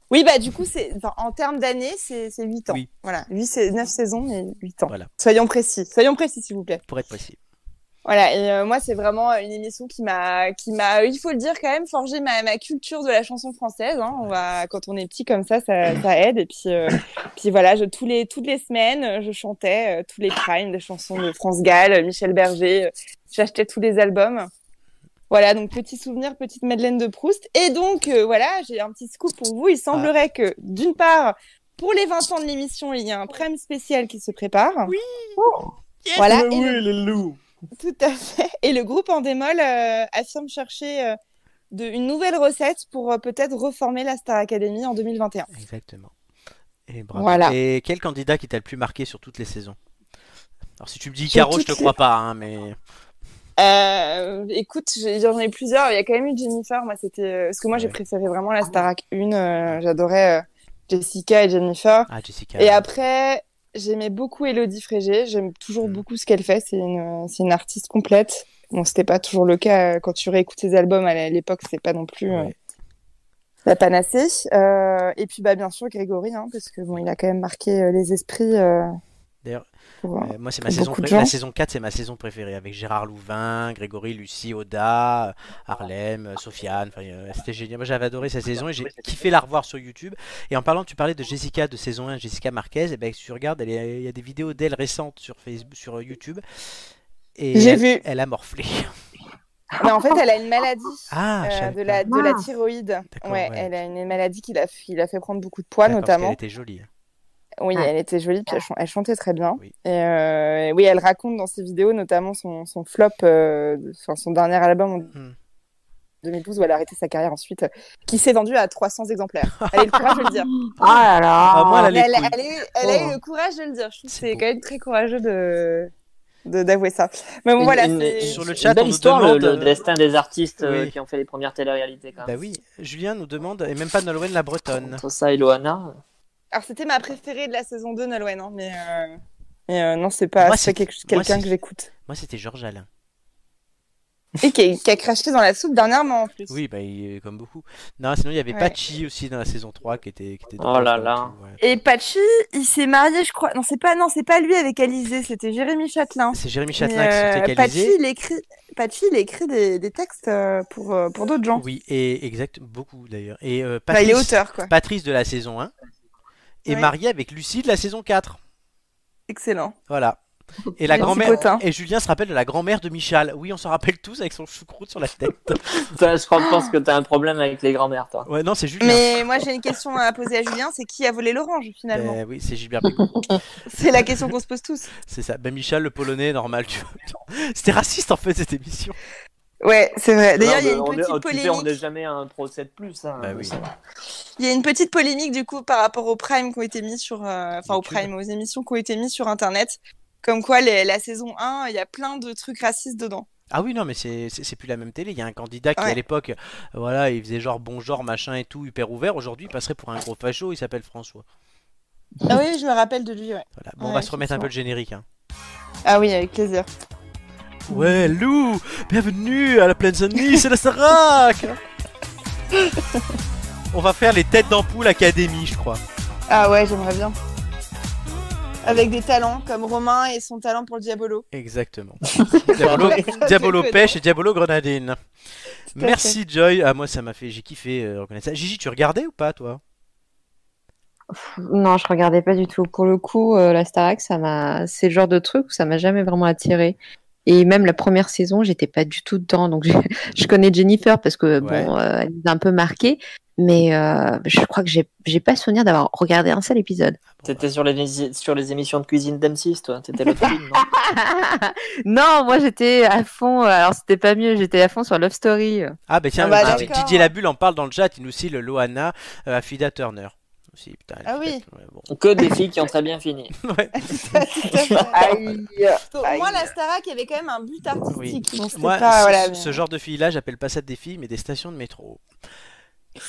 [SPEAKER 2] Oui, bah du coup, c'est enfin, en termes d'années, c'est 8 ans.
[SPEAKER 1] Oui.
[SPEAKER 2] Voilà, 8, c'est 9 saisons et 8 ans.
[SPEAKER 1] Voilà,
[SPEAKER 2] Soyons précis, soyons précis s'il vous plaît.
[SPEAKER 1] pour être précis.
[SPEAKER 2] Voilà, et euh, moi, c'est vraiment une émission qui m'a, qui m'a, il faut le dire quand même, forgé ma, ma culture de la chanson française. Hein. On va, quand on est petit comme ça, ça, ça aide. Et puis, euh, puis voilà, je, tous les, toutes les semaines, je chantais euh, tous les primes des chansons de France Gall, euh, Michel Berger. euh, J'achetais tous les albums. Voilà, donc petit souvenir, petite Madeleine de Proust. Et donc, euh, voilà, j'ai un petit scoop pour vous. Il semblerait que, d'une part, pour les 20 ans de l'émission, il y a un prime spécial qui se prépare. Oui. Voilà. et le-
[SPEAKER 3] les loups.
[SPEAKER 2] tout à fait. Et le groupe en démol euh, affirme chercher euh, de, une nouvelle recette pour euh, peut-être reformer la Star Academy en 2021.
[SPEAKER 1] Exactement. Et bravo.
[SPEAKER 2] Voilà.
[SPEAKER 1] Et quel candidat qui t'a le plus marqué sur toutes les saisons Alors, si tu me dis
[SPEAKER 2] Sur
[SPEAKER 1] Caro, je te
[SPEAKER 2] toutes
[SPEAKER 1] crois pas, hein, mais.
[SPEAKER 2] Euh, écoute, j'ai- j'en ai plusieurs. Il y a quand même eu Jennifer. Moi, c'était euh, parce que moi j'ai
[SPEAKER 1] Ouais.
[SPEAKER 2] préféré vraiment la Starac 1. euh, J'adorais euh, Jessica et Jennifer.
[SPEAKER 1] Ah, Jessica.
[SPEAKER 2] Et après, j'aimais beaucoup Elodie Frégé. J'aime toujours
[SPEAKER 1] Mm.
[SPEAKER 2] beaucoup ce qu'elle fait. C'est une, euh, c'est une artiste complète. Bon, c'était pas toujours le cas euh, quand tu réécoutes ses albums à l'époque. C'est pas non plus euh,
[SPEAKER 1] Ouais.
[SPEAKER 2] la panacée. Euh, et puis, bah, bien sûr, Grégory, hein, parce que bon, il a quand même marqué euh, les esprits. euh,
[SPEAKER 1] D'ailleurs,
[SPEAKER 2] pour, euh,
[SPEAKER 1] Euh, moi, c'est ma
[SPEAKER 2] Pour
[SPEAKER 1] saison
[SPEAKER 2] beaucoup de
[SPEAKER 1] pré- La
[SPEAKER 2] gens.
[SPEAKER 1] saison 4, c'est ma saison préférée avec Gérard Louvain, Grégory, Lucie, Oda, euh, Harlem, euh, Sofiane. Enfin, euh, C'était génial. Moi, j'avais adoré cette saison et j'ai kiffé la revoir sur YouTube. Et en parlant, tu parlais de Jessica de saison 1, Jessica Marquez. Et ben, si tu regardes, elle est- il y a des vidéos d'elle récentes sur, Facebook, sur euh, YouTube. Et
[SPEAKER 2] J'ai
[SPEAKER 1] elle,
[SPEAKER 2] vu.
[SPEAKER 1] elle a morflé.
[SPEAKER 2] Mais en fait, elle a une maladie.
[SPEAKER 1] Ah,
[SPEAKER 2] euh,
[SPEAKER 1] je savais
[SPEAKER 2] de,
[SPEAKER 1] pas.
[SPEAKER 2] la, de la thyroïde.
[SPEAKER 1] D'accord,
[SPEAKER 2] Ouais,
[SPEAKER 1] ouais.
[SPEAKER 2] Elle a une maladie qui l'a qui l'a fait prendre beaucoup de
[SPEAKER 1] D'accord,
[SPEAKER 2] poids,
[SPEAKER 1] parce qu'elle
[SPEAKER 2] notamment.
[SPEAKER 1] était jolie. hein.
[SPEAKER 2] Oui,
[SPEAKER 4] Ah.
[SPEAKER 2] elle était jolie, puis elle, chan- elle chantait très bien. Et, euh, et oui, elle raconte dans ses vidéos notamment son, son flop, euh, enfin son dernier album en
[SPEAKER 1] Hmm.
[SPEAKER 2] 2012 où elle a arrêté sa carrière ensuite, euh, qui s'est vendu à 300 exemplaires. Elle a eu le courage de le dire.
[SPEAKER 4] Ah
[SPEAKER 1] Bah,
[SPEAKER 4] là là.
[SPEAKER 1] Euh,
[SPEAKER 2] Mais
[SPEAKER 4] Ah, moi, elle a les
[SPEAKER 2] elle,
[SPEAKER 4] couilles.
[SPEAKER 2] elle a eu- elle a eu
[SPEAKER 4] Oh.
[SPEAKER 2] le courage de le dire. Je trouve que c'est quand même très courageux de de- d'avouer ça. Mais bon,
[SPEAKER 3] Une-
[SPEAKER 2] voilà,
[SPEAKER 3] une-
[SPEAKER 2] c'est-
[SPEAKER 1] Sur le chat,
[SPEAKER 3] belle
[SPEAKER 1] on nous
[SPEAKER 3] histoire, le-
[SPEAKER 1] demande,
[SPEAKER 3] le,
[SPEAKER 1] euh,
[SPEAKER 3] destin des artistes euh,
[SPEAKER 1] oui.
[SPEAKER 3] qui ont fait les premières téléréalités. Quand
[SPEAKER 1] Bah
[SPEAKER 3] même.
[SPEAKER 1] oui, Julien nous demande, et même pas Nolwenn la Bretonne.
[SPEAKER 3] ça et Loana.
[SPEAKER 2] Alors c'était ma préférée de la saison 2, Nolwenn, hein, mais euh, mais, euh, non, c'est pas,
[SPEAKER 1] Moi,
[SPEAKER 2] c'est
[SPEAKER 1] c'est-
[SPEAKER 2] pas quelque-
[SPEAKER 1] moi,
[SPEAKER 2] quelqu'un
[SPEAKER 1] c'est-
[SPEAKER 2] que j'écoute.
[SPEAKER 1] Moi, c'était Georges Alain.
[SPEAKER 2] Et qui a, qui a craché dans la soupe dernièrement en plus.
[SPEAKER 1] Oui, bah, il- comme beaucoup. Non, sinon, il y avait
[SPEAKER 2] Ouais.
[SPEAKER 1] Pachi aussi dans la saison 3 qui était. Qui était
[SPEAKER 3] Oh là
[SPEAKER 1] dans-
[SPEAKER 3] là.
[SPEAKER 1] ouais.
[SPEAKER 2] Et Pachi, il s'est marié, je crois. Non, c'est pas, non, c'est pas lui avec Alizé, c'était Jérémy Châtelain.
[SPEAKER 1] C'est Jérémy Châtelain qui s'était
[SPEAKER 2] Mais, euh,
[SPEAKER 1] avec
[SPEAKER 2] Pachi,
[SPEAKER 1] Alizé.
[SPEAKER 2] il écrit, Pachi, il écrit des, des textes euh, pour, euh, pour d'autres gens.
[SPEAKER 1] Oui, et exact, beaucoup d'ailleurs. Et euh,
[SPEAKER 2] Bah, il est
[SPEAKER 1] Patrice-
[SPEAKER 2] auteur, quoi.
[SPEAKER 1] Patrice de la saison 1 est
[SPEAKER 2] Ouais.
[SPEAKER 1] mariée avec Lucie de la saison 4.
[SPEAKER 2] Excellent.
[SPEAKER 1] Voilà. Et la
[SPEAKER 2] Merci,
[SPEAKER 1] grand-mère
[SPEAKER 2] Potin.
[SPEAKER 1] et Julien se rappelle de la grand-mère de Michal. Oui, on s'en rappelle tous avec son choucroute sur la tête.
[SPEAKER 3] Toi, je pense que t'as un problème avec les grands-mères, toi.
[SPEAKER 1] Ouais, non, c'est Julien.
[SPEAKER 2] Mais moi, j'ai une question à poser à Julien, c'est qui a volé l'orange finalement
[SPEAKER 1] Ben oui, c'est Gilbert Bécaud.
[SPEAKER 2] C'est la question qu'on se pose tous.
[SPEAKER 1] C'est ça. Ben Michal, le polonais, normal. tu vois. C'était raciste en fait cette émission.
[SPEAKER 2] Ouais, c'est vrai. D'ailleurs, il y a
[SPEAKER 3] Non,
[SPEAKER 2] une
[SPEAKER 3] mais on est-
[SPEAKER 2] petite
[SPEAKER 3] oh, tu sais, On
[SPEAKER 2] polémique.
[SPEAKER 3] n'est jamais à un procès de plus. hein.
[SPEAKER 1] Bah oui.
[SPEAKER 2] Il y a une petite polémique du coup par rapport aux primes qui ont été mis sur, euh, enfin aux primes, aux émissions qui ont été mises sur Internet, comme quoi les- la saison 1, il y a plein de trucs racistes dedans.
[SPEAKER 1] Ah oui, non, mais c'est c'est- c'est plus la même télé. Il y a un candidat qui, à
[SPEAKER 2] Ouais.
[SPEAKER 1] l'époque, voilà, il faisait genre bon genre, machin et tout, hyper ouvert. Aujourd'hui, il passerait pour un gros facho. Il s'appelle François.
[SPEAKER 2] Ah oui, je me rappelle de lui. Ouais.
[SPEAKER 1] Voilà. Bon, on va se remettre un peu le générique. hein.
[SPEAKER 2] Ah oui, avec plaisir.
[SPEAKER 1] Ouais, Lou, bienvenue à la plaine Saint-Denis, c'est la Sarac hein. On va faire les têtes d'ampoule Académie, je crois.
[SPEAKER 2] Ah ouais, j'aimerais bien. Avec des talents comme Romain et son talent pour le Diabolo.
[SPEAKER 1] Exactement. Diabolo, Diabolo pêche et Diabolo grenadine.
[SPEAKER 2] à
[SPEAKER 1] Merci Joy. Ah moi ça m'a fait, j'ai kiffé euh, reconnaître ça. Gigi, tu regardais ou pas toi
[SPEAKER 4] Non, je regardais pas du tout. Pour le coup, euh, la Starac, ça m'a, c'est le genre de truc où ça m'a jamais vraiment attiré. Et même la première saison, j'étais pas du tout dedans. Donc, je, je connais Jennifer parce que
[SPEAKER 1] Ouais. Ah,
[SPEAKER 4] bon, euh, elle m'a un peu marquée, mais euh, je crois que j'ai, j'ai pas souvenir d'avoir regardé un seul épisode.
[SPEAKER 1] bah,
[SPEAKER 3] T'étais sur les, sur les émissions de cuisine d'M6, toi. T'étais l'autre fille, non
[SPEAKER 4] Non, moi j'étais à fond. euh, Alors, c'était pas mieux. J'étais à fond sur Love Story.
[SPEAKER 1] Ah bah tiens,
[SPEAKER 4] Ah bah,
[SPEAKER 1] euh,
[SPEAKER 4] d'accord.
[SPEAKER 1] Didier Labulle en parle dans le chat. Il nous cite le Loana, euh, Afida Turner. Aussi, putain,
[SPEAKER 2] Ah oui.
[SPEAKER 1] ouais, bon.
[SPEAKER 3] Que des filles qui ont très bien fini.
[SPEAKER 2] Aïe. Moi, la Starac avait quand même un but artistique.
[SPEAKER 1] Oui.
[SPEAKER 2] Bon, c'était
[SPEAKER 1] Moi,
[SPEAKER 2] pas,
[SPEAKER 1] ce,
[SPEAKER 2] voilà, mais-
[SPEAKER 1] ce genre de filles-là, j'appelle pas ça des filles, mais des stations de métro.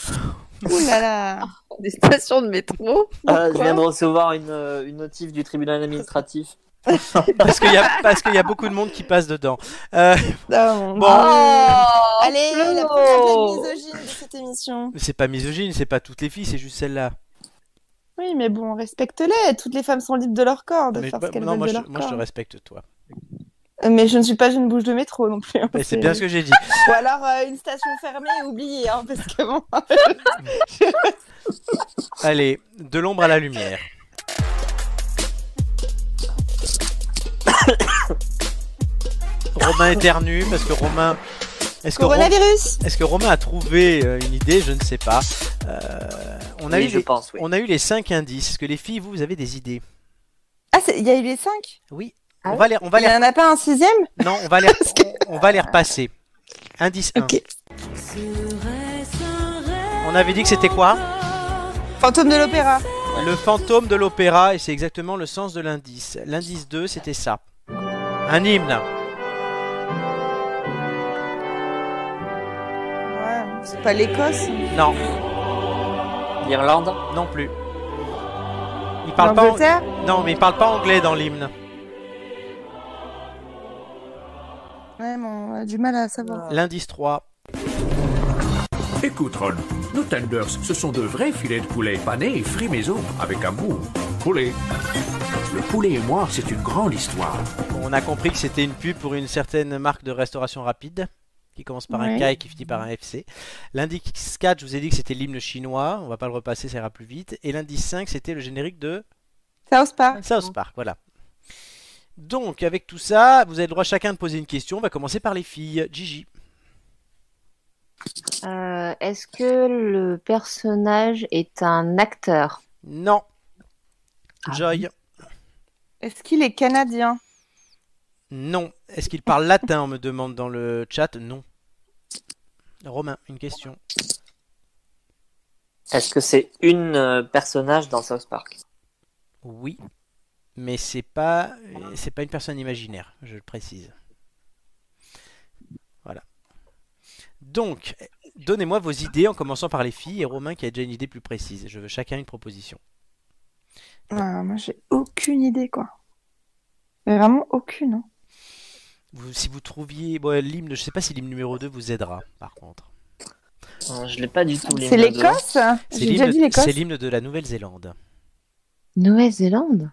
[SPEAKER 2] Ouh là là.
[SPEAKER 4] Des stations de
[SPEAKER 10] Oh,
[SPEAKER 4] métro.
[SPEAKER 3] Ah, je viens de recevoir une, euh, une notif du tribunal administratif.
[SPEAKER 1] parce qu'il y a parce qu'il y a beaucoup de monde qui passe dedans. Euh, bon,
[SPEAKER 2] Oh, Allez, la première blague misogyne de cette émission.
[SPEAKER 1] c'est pas misogyne, c'est pas toutes les filles, c'est juste celle-là.
[SPEAKER 2] Oui, mais bon, respecte-les. Toutes les femmes sont libres de leur corps, de
[SPEAKER 1] Mais
[SPEAKER 2] faire
[SPEAKER 1] bah,
[SPEAKER 2] ce qu'elles
[SPEAKER 1] non,
[SPEAKER 2] veulent
[SPEAKER 1] moi
[SPEAKER 2] de
[SPEAKER 1] je,
[SPEAKER 2] leur
[SPEAKER 1] moi, je
[SPEAKER 2] corps.
[SPEAKER 1] te respecte toi.
[SPEAKER 2] Euh, Mais je ne suis pas une bouche de métro non plus. hein,
[SPEAKER 1] Mais c'est bien ce que j'ai dit.
[SPEAKER 2] Ou alors euh, une station fermée, oubliée, hein, parce que bon.
[SPEAKER 1] Allez, de l'ombre à la lumière. Romain éternue parce que Romain. Est-ce que, Ro-
[SPEAKER 2] Coronavirus
[SPEAKER 1] est-ce que Romain a trouvé euh, une idée Je ne sais pas. Euh, on, a
[SPEAKER 3] Oui,
[SPEAKER 1] eu
[SPEAKER 3] je
[SPEAKER 1] les,
[SPEAKER 3] pense, oui.
[SPEAKER 1] on a eu les 5 indices. Est-ce que les filles, vous, vous avez des idées
[SPEAKER 2] Ah, c'est- il y a eu les 5
[SPEAKER 1] Oui. on, va les, on, va
[SPEAKER 2] Il n'y
[SPEAKER 1] les,
[SPEAKER 2] en a pas un sixième
[SPEAKER 3] Ah.
[SPEAKER 1] non, on, va les, on, on va les repasser. Indice 1. On avait dit que c'était quoi
[SPEAKER 2] Fantôme de l'opéra.
[SPEAKER 1] Le fantôme de l'opéra, et c'est exactement le sens de l'indice. L'indice 2, c'était ça. Un hymne.
[SPEAKER 2] Ouais, c'est pas l'Écosse.
[SPEAKER 1] Non,
[SPEAKER 3] L'Irlande
[SPEAKER 1] non plus. Il parle pas
[SPEAKER 2] L'Angleterre
[SPEAKER 1] an- Non, mais il parle pas anglais dans l'hymne.
[SPEAKER 2] Ouais, mais on a du mal à savoir.
[SPEAKER 1] L'indice 3.
[SPEAKER 7] Écoute, Ron, nos tenders, ce sont de vrais filets de poulet panés et frits maison avec amour. Poulet. Le poulet et moi, c'est une grande histoire.
[SPEAKER 1] On a compris que c'était une pub pour une certaine marque de restauration rapide, qui commence par un
[SPEAKER 2] Ouais.
[SPEAKER 1] K et qui finit par un FC. L'indice 4, je vous ai dit que c'était l'hymne chinois. On va pas le repasser, ça ira plus vite. Et l'indice 5, c'était le générique de
[SPEAKER 2] South Park.
[SPEAKER 1] South Park, voilà. Donc, avec tout ça, vous avez le droit chacun de poser une question. On va commencer par les filles. Gigi.
[SPEAKER 4] Euh, est-ce que le personnage est un acteur
[SPEAKER 1] Non. Joy.
[SPEAKER 2] Est-ce qu'il est canadien
[SPEAKER 1] Non. Est-ce qu'il parle latin On me demande dans le chat. Non. Romain, une question.
[SPEAKER 3] Est-ce que c'est une euh, personnage dans South Park
[SPEAKER 1] Oui. Mais c'est pas c'est pas une personne imaginaire, je le précise. Voilà. Donc, donnez-moi vos idées en commençant par les filles et Romain qui a déjà une idée plus précise. Je veux chacun une proposition.
[SPEAKER 2] Ouais, moi, j'ai aucune idée, quoi. Mais vraiment aucune. hein.
[SPEAKER 1] Vous- si vous trouviez bon, l'hymne, je sais pas si l'hymne numéro 2 vous aidera par contre.
[SPEAKER 3] Euh, Je l'ai pas du tout.
[SPEAKER 2] C'est l'hymne de- l'Écosse
[SPEAKER 1] C'est
[SPEAKER 2] J'ai déjà
[SPEAKER 1] l'hymne-
[SPEAKER 2] dit l'Écosse.
[SPEAKER 1] C'est l'hymne de la Nouvelle-Zélande.
[SPEAKER 10] Nouvelle-Zélande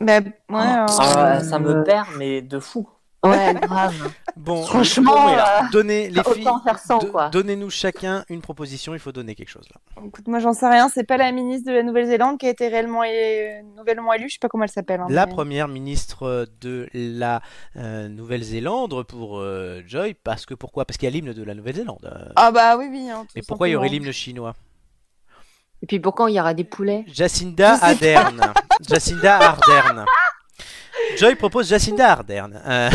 [SPEAKER 2] Bah, ouais,
[SPEAKER 3] Ah,
[SPEAKER 2] euh,
[SPEAKER 3] ça me perd, mais de fou.
[SPEAKER 10] Ouais, grave.
[SPEAKER 1] Bon,
[SPEAKER 10] Franchement,
[SPEAKER 1] bon, alors,
[SPEAKER 10] euh,
[SPEAKER 1] donnez les
[SPEAKER 10] autant
[SPEAKER 1] filles,
[SPEAKER 10] faire cent,
[SPEAKER 1] do-
[SPEAKER 10] quoi.
[SPEAKER 1] donnez-nous chacun une proposition. Il faut donner quelque chose là.
[SPEAKER 2] Écoute, moi j'en sais rien, c'est pas la ministre de la Nouvelle-Zélande qui a été réellement é- nouvellement élue, je sais pas comment elle s'appelle. hein,
[SPEAKER 1] La
[SPEAKER 2] mais-
[SPEAKER 1] première ministre euh, de la euh, Nouvelle-Zélande pour euh, Joy, parce que pourquoi Parce qu'il y a l'hymne de la Nouvelle-Zélande. euh.
[SPEAKER 2] Ah bah oui, oui. hein, tout
[SPEAKER 1] Et pourquoi il y aurait
[SPEAKER 2] simplement.
[SPEAKER 1] l'hymne chinois
[SPEAKER 10] Et puis pourquoi il y aura des poulets
[SPEAKER 1] Jacinda Ardern. Jacinda Ardern. Joy propose Jacinda Ardern. Euh,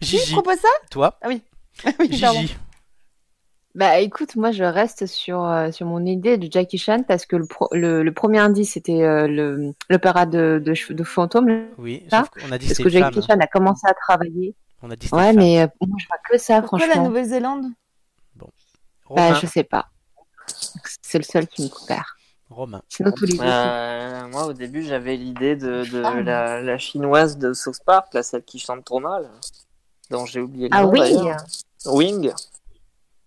[SPEAKER 1] Gigi.
[SPEAKER 10] propose ça
[SPEAKER 1] Toi
[SPEAKER 2] Ah oui.
[SPEAKER 10] pardon.
[SPEAKER 1] Gigi.
[SPEAKER 10] Bah écoute, moi je reste sur, euh, sur mon idée de Jackie Chan parce que le, pro- le, le premier indice c'était euh, le- l'opéra de, de, ch- de fantôme.
[SPEAKER 1] Oui,
[SPEAKER 10] ça.
[SPEAKER 1] sauf qu'on a dit
[SPEAKER 10] Hein? parce
[SPEAKER 1] c'est
[SPEAKER 10] que
[SPEAKER 1] une
[SPEAKER 10] Jackie
[SPEAKER 1] femme. hein.
[SPEAKER 10] Chan a commencé à travailler.
[SPEAKER 1] On a dit c'est
[SPEAKER 10] Ouais,
[SPEAKER 1] une femme.
[SPEAKER 10] mais euh, moi je vois que ça,
[SPEAKER 2] Pourquoi la
[SPEAKER 10] franchement.
[SPEAKER 2] Nouvelle-Zélande
[SPEAKER 10] Bah,
[SPEAKER 1] Romain.
[SPEAKER 10] je sais pas. C'est le seul qui me coopère.
[SPEAKER 1] Romain.
[SPEAKER 10] Sinon, tous les autres.
[SPEAKER 3] Euh, moi, au début, j'avais l'idée de, de
[SPEAKER 10] Ah.
[SPEAKER 3] la, la chinoise de South Park, là, celle qui chante Tournal, dont j'ai oublié le
[SPEAKER 10] Ah,
[SPEAKER 3] nom.
[SPEAKER 10] Wing.
[SPEAKER 3] d'ailleurs. Wing.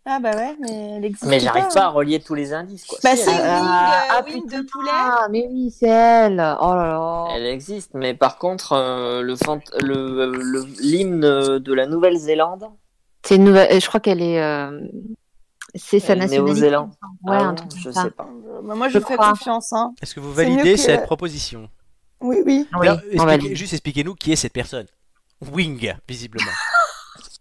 [SPEAKER 2] Ah bah ouais, mais elle existe.
[SPEAKER 3] Mais j'arrive
[SPEAKER 2] hein.
[SPEAKER 3] pas à relier tous les indices. Quoi.
[SPEAKER 2] Bah
[SPEAKER 3] Si,
[SPEAKER 2] c'est
[SPEAKER 3] elle,
[SPEAKER 10] Ah,
[SPEAKER 2] Wing, euh, Wing de poulet.
[SPEAKER 10] Ah, mais oui, c'est elle. Oh là là.
[SPEAKER 3] elle existe, mais par contre, euh, le fant- le- le- l'hymne de la Nouvelle-Zélande,
[SPEAKER 10] C'est une nouvelle. euh, Je crois qu'elle est. euh, C'est sa
[SPEAKER 3] Elle est
[SPEAKER 10] nationalité.
[SPEAKER 3] néo-zélande.
[SPEAKER 10] Ouais,
[SPEAKER 3] Ah
[SPEAKER 10] un
[SPEAKER 3] bon,
[SPEAKER 10] truc comme
[SPEAKER 3] je
[SPEAKER 10] ça.
[SPEAKER 3] sais pas.
[SPEAKER 2] Euh, bah, moi je,
[SPEAKER 10] Je
[SPEAKER 2] fais
[SPEAKER 10] crois.
[SPEAKER 2] confiance. Hein.
[SPEAKER 1] Est-ce que vous
[SPEAKER 2] C'est mieux
[SPEAKER 1] validez
[SPEAKER 2] que-
[SPEAKER 1] cette proposition
[SPEAKER 2] Oui, oui.
[SPEAKER 10] Oui,
[SPEAKER 1] Alors,
[SPEAKER 10] on
[SPEAKER 1] expliquez-
[SPEAKER 10] va aller.
[SPEAKER 1] Juste expliquez-nous qui est cette personne. Wing, visiblement.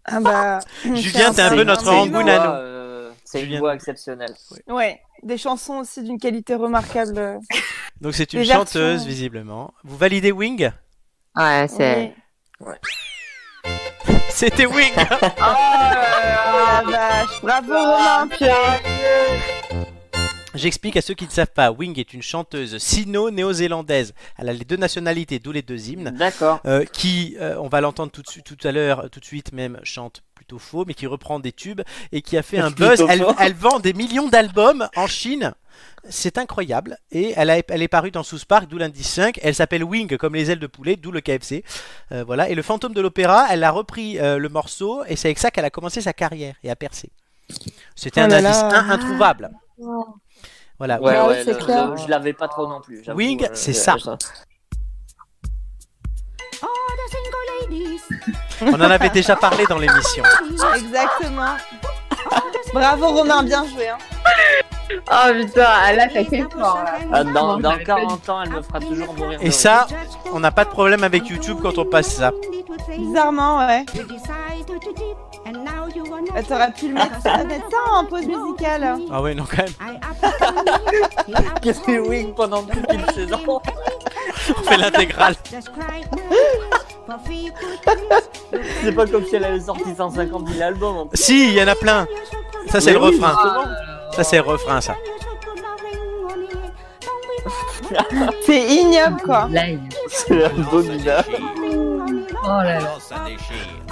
[SPEAKER 2] Ah bah.
[SPEAKER 1] Julien,
[SPEAKER 2] c'est
[SPEAKER 1] Ah, t'es un peu
[SPEAKER 3] c'est-
[SPEAKER 1] notre
[SPEAKER 3] c'est une
[SPEAKER 1] Rangoon
[SPEAKER 3] voix,
[SPEAKER 1] à nous.
[SPEAKER 3] euh, C'est une
[SPEAKER 1] Julien.
[SPEAKER 3] voix exceptionnelle.
[SPEAKER 2] Ouais, des chansons aussi d'une qualité remarquable. euh.
[SPEAKER 1] Donc c'est une
[SPEAKER 2] Les versions-
[SPEAKER 1] chanteuse, visiblement. Vous validez Wing
[SPEAKER 10] Ouais, c'est elle.
[SPEAKER 2] Oui.
[SPEAKER 1] C'était Wing
[SPEAKER 2] Oh la Ah, vache, bravo Romain, Pierre.
[SPEAKER 1] J'explique à ceux qui ne savent pas, Wing est une chanteuse sino-néo-zélandaise. Elle a les deux nationalités, d'où les deux hymnes.
[SPEAKER 3] D'accord.
[SPEAKER 1] euh, qui, euh, on va l'entendre tout, de su- tout à l'heure, euh, tout de suite même, chante plutôt faux, mais qui reprend des tubes et qui a fait un buzz.
[SPEAKER 3] Plutôt
[SPEAKER 1] Elle,
[SPEAKER 3] faux.
[SPEAKER 1] elle vend des millions d'albums en Chine. C'est incroyable. Et elle, a- elle est parue dans South Park, d'où l'indice 5. Elle s'appelle Wing, comme les ailes de poulet, d'où le KFC. Euh, voilà. Et le fantôme de l'opéra, elle a repris euh, le morceau et c'est avec ça qu'elle a commencé sa carrière et a percé. C'était
[SPEAKER 2] Oh
[SPEAKER 1] un
[SPEAKER 2] là
[SPEAKER 1] indice
[SPEAKER 2] là.
[SPEAKER 1] 1 introuvable. Voilà.
[SPEAKER 3] Ouais,
[SPEAKER 2] oui,
[SPEAKER 3] ouais,
[SPEAKER 2] c'est
[SPEAKER 3] le-
[SPEAKER 2] clair.
[SPEAKER 3] le- je l'avais pas trop non plus. j'avoue,
[SPEAKER 1] Wing,
[SPEAKER 3] euh,
[SPEAKER 1] c'est
[SPEAKER 3] euh,
[SPEAKER 1] ça.
[SPEAKER 5] All the single ladies.
[SPEAKER 1] On en avait déjà parlé dans l'émission.
[SPEAKER 2] Exactement. Bravo Romain, bien joué. Hein.
[SPEAKER 10] Oh putain, là, ça fait
[SPEAKER 5] Ladies,
[SPEAKER 10] fort. là.
[SPEAKER 5] double
[SPEAKER 3] Ah, dans
[SPEAKER 10] Ouais,
[SPEAKER 3] dans
[SPEAKER 10] j'avais pas
[SPEAKER 3] 40 ans, elle me fera toujours mourir. de
[SPEAKER 1] Et
[SPEAKER 3] rire.
[SPEAKER 1] ça,
[SPEAKER 5] Judge who
[SPEAKER 1] Ah, on n'a pas de problème avec YouTube quand on passe ça.
[SPEAKER 2] Bizarrement, ouais.
[SPEAKER 5] You decide to dip, and now you wanna
[SPEAKER 2] Bah, T'aurais pu le mettre, ça doit être ça en pause musicale.
[SPEAKER 1] Ah ouais, non, quand même.
[SPEAKER 5] I up on you, he
[SPEAKER 3] Qu'est-ce
[SPEAKER 5] up
[SPEAKER 3] que
[SPEAKER 5] on
[SPEAKER 3] Wing pendant toute une saison
[SPEAKER 1] On fait l'intégrale.
[SPEAKER 5] Just cry nice for few good things. You
[SPEAKER 3] C'est pas
[SPEAKER 5] can
[SPEAKER 3] comme
[SPEAKER 5] be
[SPEAKER 3] si elle avait sorti 150 000 albums. en plus.
[SPEAKER 1] Si, il y en a plein. Ça, c'est le
[SPEAKER 3] Mais oui,
[SPEAKER 1] refrain.
[SPEAKER 3] justement.
[SPEAKER 1] Ça, c'est le refrain, ça.
[SPEAKER 2] C'est ignoble quoi.
[SPEAKER 3] C'est abominable.
[SPEAKER 1] Ah.
[SPEAKER 10] Oh là là.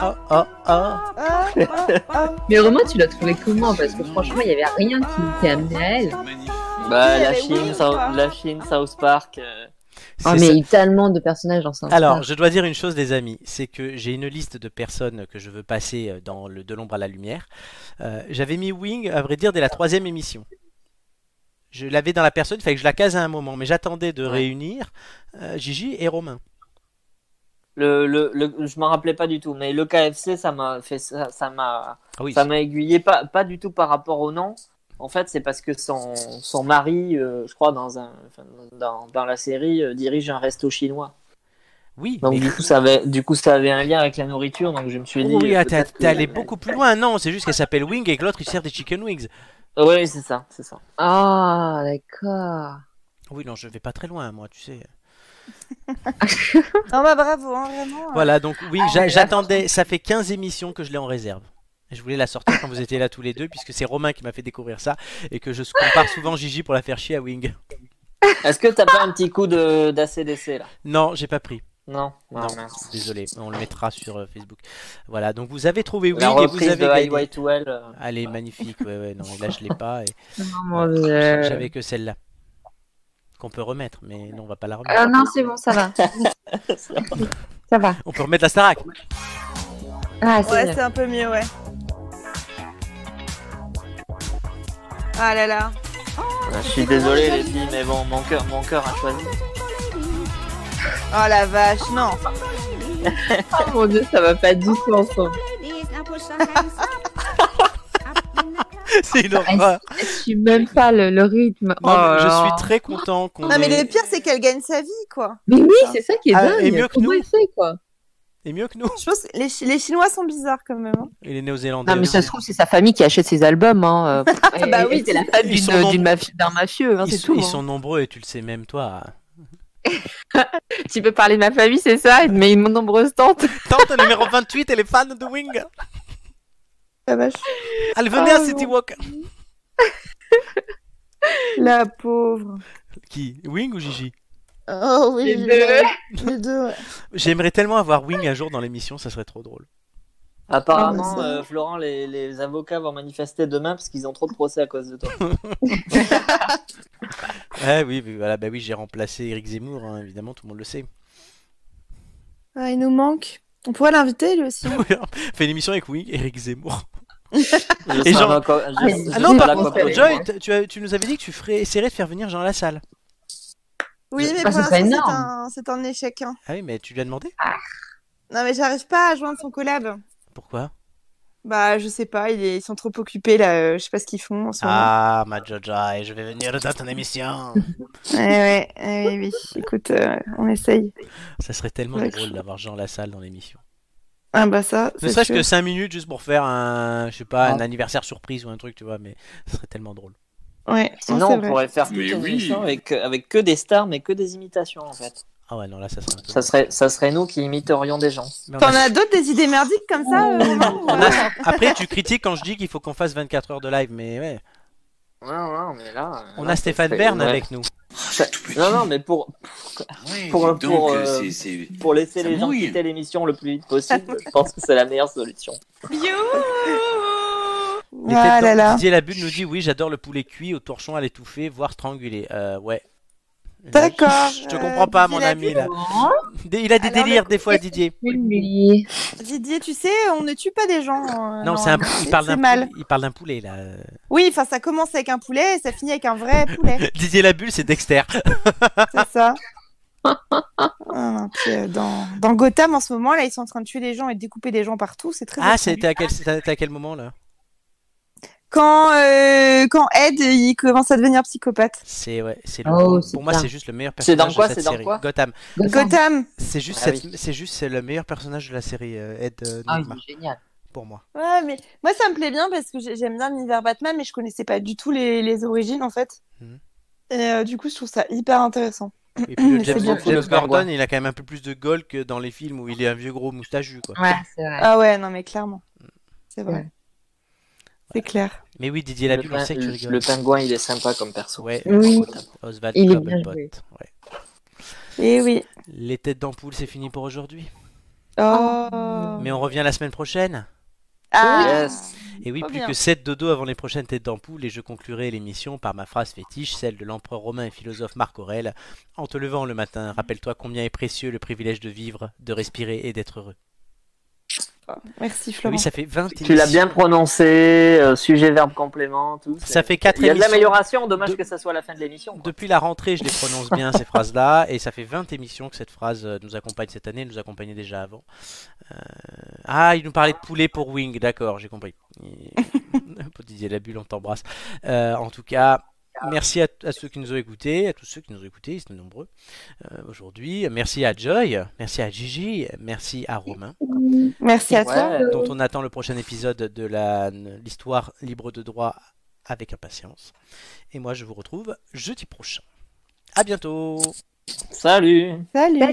[SPEAKER 1] Oh, oh, oh.
[SPEAKER 2] Ah, ah, ah.
[SPEAKER 10] Mais Romain, tu l'as trouvé comment Parce que franchement, il n'y avait rien qui était amené à Ah, elle.
[SPEAKER 3] Bah,
[SPEAKER 2] Il y
[SPEAKER 3] la
[SPEAKER 2] avait
[SPEAKER 3] Chine,
[SPEAKER 2] Wing,
[SPEAKER 3] South-
[SPEAKER 2] quoi.
[SPEAKER 3] la Chine, South Park. euh,
[SPEAKER 10] Oh,
[SPEAKER 1] C'est
[SPEAKER 10] mais
[SPEAKER 1] ça.
[SPEAKER 10] il y a tellement de personnages dans ça.
[SPEAKER 1] Alors, je dois dire une chose, les amis, c'est que j'ai une liste de personnes que je veux passer euh, dans le De l'ombre à la lumière. Euh, J'avais mis Wing, à vrai dire, dès la troisième émission. Je l'avais dans la personne, il fallait que je la case à un moment, mais j'attendais de
[SPEAKER 3] Ouais.
[SPEAKER 1] réunir euh, Gigi et Romain.
[SPEAKER 3] Le, le, le- je m'en rappelais pas du tout, mais le KFC, ça m'a fait ça, ça m'a,
[SPEAKER 1] Ah oui,
[SPEAKER 3] ça m'a aiguillé pas, pas du tout par rapport au nom. En fait, c'est parce que son, son mari, euh, je crois, dans un, enfin, dans, dans la série, euh, dirige un resto chinois.
[SPEAKER 1] oui,
[SPEAKER 3] Donc
[SPEAKER 1] mais-
[SPEAKER 3] du coup, ça avait, du coup, ça avait un lien avec la nourriture. Donc je me suis dit.
[SPEAKER 1] Oh oui,
[SPEAKER 3] euh,
[SPEAKER 1] ah, t'es
[SPEAKER 3] peut-être
[SPEAKER 1] t'es allé
[SPEAKER 3] que-
[SPEAKER 1] beaucoup plus loin. Non, c'est juste qu'elle s'appelle Wing et que l'autre il sert des chicken wings.
[SPEAKER 3] Ouais, c'est ça, c'est ça.
[SPEAKER 10] Ah, d'accord.
[SPEAKER 1] Oui, non, je vais pas très loin, moi, tu sais.
[SPEAKER 2] Non, bah bravo, hein, vraiment.
[SPEAKER 1] Voilà, donc oui,
[SPEAKER 10] Ah,
[SPEAKER 1] j'a- j'attendais, ça fait 15 émissions que je l'ai en réserve. Et Je voulais la sortir quand vous étiez là tous les deux, puisque c'est Romain qui m'a fait découvrir ça, et que je compare souvent Gigi pour la faire chier à Wing.
[SPEAKER 3] Est-ce que t'as pas un petit coup de d'ACDC là
[SPEAKER 1] Non, j'ai pas pris.
[SPEAKER 3] Non, non,
[SPEAKER 1] Non,
[SPEAKER 3] mince.
[SPEAKER 1] désolé, on le mettra sur euh, Facebook. Voilà, donc vous avez trouvé Wing
[SPEAKER 3] La
[SPEAKER 1] et vous
[SPEAKER 3] reprise
[SPEAKER 1] avez
[SPEAKER 3] de
[SPEAKER 1] gagné.
[SPEAKER 3] Highway to Hell. euh,
[SPEAKER 1] Allez, magnifique, ouais, ouais, non, là je l'ai pas, et
[SPEAKER 10] Non, Oh, mon
[SPEAKER 1] ouais,
[SPEAKER 10] Dieu.
[SPEAKER 1] j'avais que celle-là. Qu'on peut remettre, mais non, on va pas la remettre.
[SPEAKER 10] Ah non, c'est bon, ça va. ça va.
[SPEAKER 1] On peut remettre la Starac.
[SPEAKER 10] Ah, c'est
[SPEAKER 2] ouais,
[SPEAKER 10] bien.
[SPEAKER 2] c'est un peu mieux, ouais. Ah là là.
[SPEAKER 3] Je suis désolé les filles, mais bon, mon cœur, mon cœur a choisi.
[SPEAKER 2] Oh la vache, non.
[SPEAKER 10] Oh mon dieu, ça va pas du tout ensemble.
[SPEAKER 1] C'est une
[SPEAKER 10] horreur. Je suis même pas le, le rythme.
[SPEAKER 1] Non, mais je
[SPEAKER 10] Ah, Oh.
[SPEAKER 1] suis très content qu'on
[SPEAKER 2] Non, mais
[SPEAKER 1] ait-
[SPEAKER 2] le pire, c'est qu'elle gagne sa vie, quoi.
[SPEAKER 10] Mais oui, c'est ça qui est
[SPEAKER 1] Ah,
[SPEAKER 10] dingue.
[SPEAKER 1] et mieux que
[SPEAKER 10] Comment
[SPEAKER 1] nous.
[SPEAKER 10] il fait, quoi
[SPEAKER 1] Et mieux que nous.
[SPEAKER 2] Je pense que les, Chi- les Chinois sont bizarres quand même. hein.
[SPEAKER 1] Et les Néo-Zélandais.
[SPEAKER 10] Non, mais ça
[SPEAKER 1] aussi.
[SPEAKER 10] se trouve, c'est sa famille qui achète ses albums. Hein.
[SPEAKER 2] Ah bah oui,
[SPEAKER 10] c'est la femme
[SPEAKER 1] Ils sont
[SPEAKER 10] d'une-
[SPEAKER 1] nombreux.
[SPEAKER 10] d'une mafi- d'un mafieux, hein,
[SPEAKER 1] ils,
[SPEAKER 10] c'est
[SPEAKER 1] sont-
[SPEAKER 10] tout.
[SPEAKER 1] ils
[SPEAKER 10] hein.
[SPEAKER 1] sont nombreux et tu le sais même toi.
[SPEAKER 10] Tu peux parler de ma famille, c'est ça Mais ils m'ont nombreuses tantes.
[SPEAKER 1] Tante numéro 28, elle est fan de Wing.
[SPEAKER 2] La vache.
[SPEAKER 1] Elle venait
[SPEAKER 2] Ah,
[SPEAKER 1] à City
[SPEAKER 2] non.
[SPEAKER 1] Walk.
[SPEAKER 2] La pauvre.
[SPEAKER 1] Qui Wing ou Gigi
[SPEAKER 2] Oh oui,
[SPEAKER 10] Les
[SPEAKER 2] les
[SPEAKER 10] deux.
[SPEAKER 2] deux. Les deux, ouais.
[SPEAKER 1] J'aimerais tellement avoir Wing un jour dans l'émission, ça serait trop drôle.
[SPEAKER 3] Apparemment,
[SPEAKER 2] Ah, bah, ça-
[SPEAKER 3] euh, Florent, les, les avocats vont manifester demain parce qu'ils ont trop de procès à cause de toi.
[SPEAKER 1] Ah oui, oui, voilà, bah oui, j'ai remplacé Eric Zemmour, hein, évidemment, tout le monde le sait.
[SPEAKER 2] Ah, il nous manque. On pourrait l'inviter, lui aussi.
[SPEAKER 1] Fait hein. une émission avec Wing, Eric Zemmour.
[SPEAKER 3] Je
[SPEAKER 1] Et
[SPEAKER 3] serai
[SPEAKER 1] Jean-
[SPEAKER 3] un co- je-
[SPEAKER 10] Ah,
[SPEAKER 3] je
[SPEAKER 1] Ah non,
[SPEAKER 3] serai
[SPEAKER 1] par
[SPEAKER 3] la
[SPEAKER 1] contre,
[SPEAKER 3] coopérative.
[SPEAKER 1] Joy, t- tu, as- tu nous avais dit que tu ferais, essaierais de faire venir Jean Lassalle.
[SPEAKER 2] Oui, mais
[SPEAKER 10] Bah,
[SPEAKER 2] pour
[SPEAKER 10] ce serait
[SPEAKER 2] l'instant, c'est
[SPEAKER 10] énorme.
[SPEAKER 2] un, c'est un échec. hein.
[SPEAKER 1] Ah oui, mais tu lui as demandé
[SPEAKER 2] Non, mais j'arrive pas à joindre son collab.
[SPEAKER 1] Pourquoi
[SPEAKER 2] Bah, je sais pas, il est- ils sont trop occupés là, euh, je sais pas ce qu'ils font en ce moment.
[SPEAKER 1] Ah, ma Joy, je vais venir dans ton émission.
[SPEAKER 2] Eh ouais, eh oui, oui, écoute, euh, on essaye.
[SPEAKER 1] ça serait tellement
[SPEAKER 2] Ouais.
[SPEAKER 1] drôle d'avoir Jean Lassalle dans l'émission.
[SPEAKER 2] Ah bah ça,
[SPEAKER 1] Ne
[SPEAKER 2] c'est
[SPEAKER 1] serait-ce que
[SPEAKER 2] sûr.
[SPEAKER 1] 5 minutes juste pour faire un, je sais pas, un
[SPEAKER 3] Ah.
[SPEAKER 1] anniversaire surprise ou un truc, tu vois, mais ce serait tellement drôle.
[SPEAKER 2] Ouais, non,
[SPEAKER 3] Sinon,
[SPEAKER 2] c'est
[SPEAKER 3] on
[SPEAKER 2] vrai.
[SPEAKER 3] pourrait faire toute
[SPEAKER 7] Mais
[SPEAKER 3] une
[SPEAKER 7] oui.
[SPEAKER 3] émission avec, euh, avec que des stars, mais que des imitations en fait.
[SPEAKER 1] Ah ouais, non, là, ça serait un peu.
[SPEAKER 3] Ça serait, ça serait nous qui imiterions des gens.
[SPEAKER 1] Mais on
[SPEAKER 2] T'en
[SPEAKER 1] a-
[SPEAKER 2] as d'autres des idées merdiques comme ça euh, Romain, ou,
[SPEAKER 1] on
[SPEAKER 2] euh,
[SPEAKER 1] a- Après, tu critiques quand je dis qu'il faut qu'on fasse 24 heures de live, mais ouais.
[SPEAKER 3] Ouais, ouais, mais là.
[SPEAKER 1] On euh,
[SPEAKER 3] là,
[SPEAKER 1] a
[SPEAKER 3] Ah, ça
[SPEAKER 1] Stéphane
[SPEAKER 3] serait-
[SPEAKER 1] Bern
[SPEAKER 3] ouais.
[SPEAKER 1] avec nous.
[SPEAKER 3] Ça- Non, non, mais pour, Pour-
[SPEAKER 11] pour,
[SPEAKER 3] pour,
[SPEAKER 11] Ah donc,
[SPEAKER 3] euh,
[SPEAKER 11] euh, c'est- c'est-
[SPEAKER 3] pour laisser
[SPEAKER 11] Ça
[SPEAKER 3] les gens
[SPEAKER 11] mouille.
[SPEAKER 3] quitter l'émission le plus vite possible, je pense que c'est la meilleure solution.
[SPEAKER 1] Les
[SPEAKER 2] Ah
[SPEAKER 1] têtes
[SPEAKER 2] là
[SPEAKER 1] d'or-
[SPEAKER 2] là.
[SPEAKER 1] Didier Labude nous dit oui, j'adore le poulet cuit au torchon à l'étouffer, voire strangulé. Euh, ouais.
[SPEAKER 2] D'accord. Ah
[SPEAKER 1] Je te
[SPEAKER 2] euh,
[SPEAKER 1] comprends pas, mon
[SPEAKER 2] Didier
[SPEAKER 1] ami, là.
[SPEAKER 2] Labude.
[SPEAKER 1] Des- Il a des
[SPEAKER 2] Alors,
[SPEAKER 1] délires,
[SPEAKER 2] le
[SPEAKER 1] des fois, Didier.
[SPEAKER 10] Oui.
[SPEAKER 2] Didier, tu sais, on ne tue pas des gens. euh,
[SPEAKER 1] Non, c'est un... il, parle d'un
[SPEAKER 2] c'est mal.
[SPEAKER 1] poulet, il parle d'un poulet, là. Euh,
[SPEAKER 2] Oui, enfin, ça commence avec un poulet et ça finit avec un vrai poulet.
[SPEAKER 1] Didier Labulle, c'est Dexter.
[SPEAKER 2] c'est ça. Ah, non, puis, euh, dans, dans Gotham, en ce moment, là, ils sont en train de tuer des gens et de découper des gens partout. C'est très.
[SPEAKER 1] Ah,
[SPEAKER 2] étrange.
[SPEAKER 1] c'était à quel, c'était à quel moment, là
[SPEAKER 2] Quand, euh, quand Ed, il commence à devenir psychopathe.
[SPEAKER 1] C'est ouais, c'est le-
[SPEAKER 10] Oh, c'est
[SPEAKER 1] pour moi
[SPEAKER 10] bien.
[SPEAKER 1] c'est juste le meilleur
[SPEAKER 3] C'est dans
[SPEAKER 1] personnage
[SPEAKER 3] quoi,
[SPEAKER 1] de cette
[SPEAKER 3] c'est dans
[SPEAKER 1] série.
[SPEAKER 3] quoi
[SPEAKER 1] Gotham.
[SPEAKER 2] Gotham.
[SPEAKER 1] C'est juste
[SPEAKER 3] Ah
[SPEAKER 1] cette- c'est juste c'est le meilleur personnage de la série euh, Ed euh,
[SPEAKER 10] Ah,
[SPEAKER 1] Norma,
[SPEAKER 10] génial.
[SPEAKER 1] pour moi.
[SPEAKER 2] Ouais, mais moi, ça me plaît bien parce que j'ai- j'aime bien l'univers Batman, mais je connaissais pas du tout les, les origines, en fait.
[SPEAKER 1] Mhm.
[SPEAKER 2] Et euh, du coup, je trouve ça hyper intéressant.
[SPEAKER 1] Et puis le
[SPEAKER 2] Mais
[SPEAKER 1] James,
[SPEAKER 2] c'est bien.
[SPEAKER 1] James
[SPEAKER 3] Le pingouin.
[SPEAKER 1] Gordon, il a quand même un peu plus de gueule que dans les films où il est un vieux gros moustachu quoi.
[SPEAKER 10] Ouais, c'est vrai.
[SPEAKER 2] Ah ouais, non, mais clairement. C'est vrai.
[SPEAKER 10] Ouais.
[SPEAKER 2] C'est clair.
[SPEAKER 1] Mais oui, Didier
[SPEAKER 3] Le,
[SPEAKER 1] Labulle, on
[SPEAKER 3] pin-
[SPEAKER 1] sait que tu
[SPEAKER 3] le-
[SPEAKER 1] rigoles.
[SPEAKER 3] le pingouin, il est sympa comme perso.
[SPEAKER 1] Ouais,
[SPEAKER 10] Oui.
[SPEAKER 1] Oswald
[SPEAKER 10] Il est bien
[SPEAKER 1] Cobblepot.
[SPEAKER 10] joué.
[SPEAKER 1] Ouais.
[SPEAKER 2] Et Eh oui.
[SPEAKER 1] Les têtes d'ampoule, c'est fini pour aujourd'hui.
[SPEAKER 2] Oh.
[SPEAKER 1] Mais on revient la semaine prochaine.
[SPEAKER 2] Ah.
[SPEAKER 3] Yes.
[SPEAKER 1] Et oui,
[SPEAKER 2] Trop
[SPEAKER 1] plus
[SPEAKER 2] bien.
[SPEAKER 1] que 7 dodo avant les prochaines têtes d'ampoule, et je conclurai l'émission par ma phrase fétiche, celle de l'empereur romain et philosophe Marc Aurèle. En te levant le matin, rappelle-toi combien est précieux le privilège de vivre, de respirer et d'être heureux.
[SPEAKER 2] Merci
[SPEAKER 1] Ah
[SPEAKER 2] Florent.
[SPEAKER 1] Oui, ça fait 20
[SPEAKER 3] Tu l'as
[SPEAKER 1] émissions.
[SPEAKER 3] bien prononcé, euh, sujet, verbe, complément, tout. c'est-
[SPEAKER 1] Ça fait 4
[SPEAKER 3] Il y a de
[SPEAKER 1] émissions.
[SPEAKER 3] l'amélioration, dommage
[SPEAKER 1] De-
[SPEAKER 3] que ça soit la fin de l'émission. quoi.
[SPEAKER 1] Depuis la rentrée, je les prononce bien ces phrases-là, et ça fait 20 émissions que cette phrase euh, nous accompagne cette année, elle nous accompagnait déjà avant. Euh, Ah, il nous parlait de poulet pour Wing, d'accord, j'ai compris. Et- Pour Didier Labulle, on t'embrasse. Euh, en tout cas, merci à, à ceux qui nous ont écoutés, à tous ceux qui nous ont écoutés, ils sont nombreux euh, aujourd'hui. Merci à Joy, merci à Gigi, merci à Romain
[SPEAKER 2] Merci à toi.
[SPEAKER 3] Ouais.
[SPEAKER 1] dont on attend le prochain épisode de la- l'histoire libre de droit avec impatience. Et moi, je vous retrouve jeudi prochain.
[SPEAKER 12] À bientôt.
[SPEAKER 1] Salut.
[SPEAKER 3] Salut.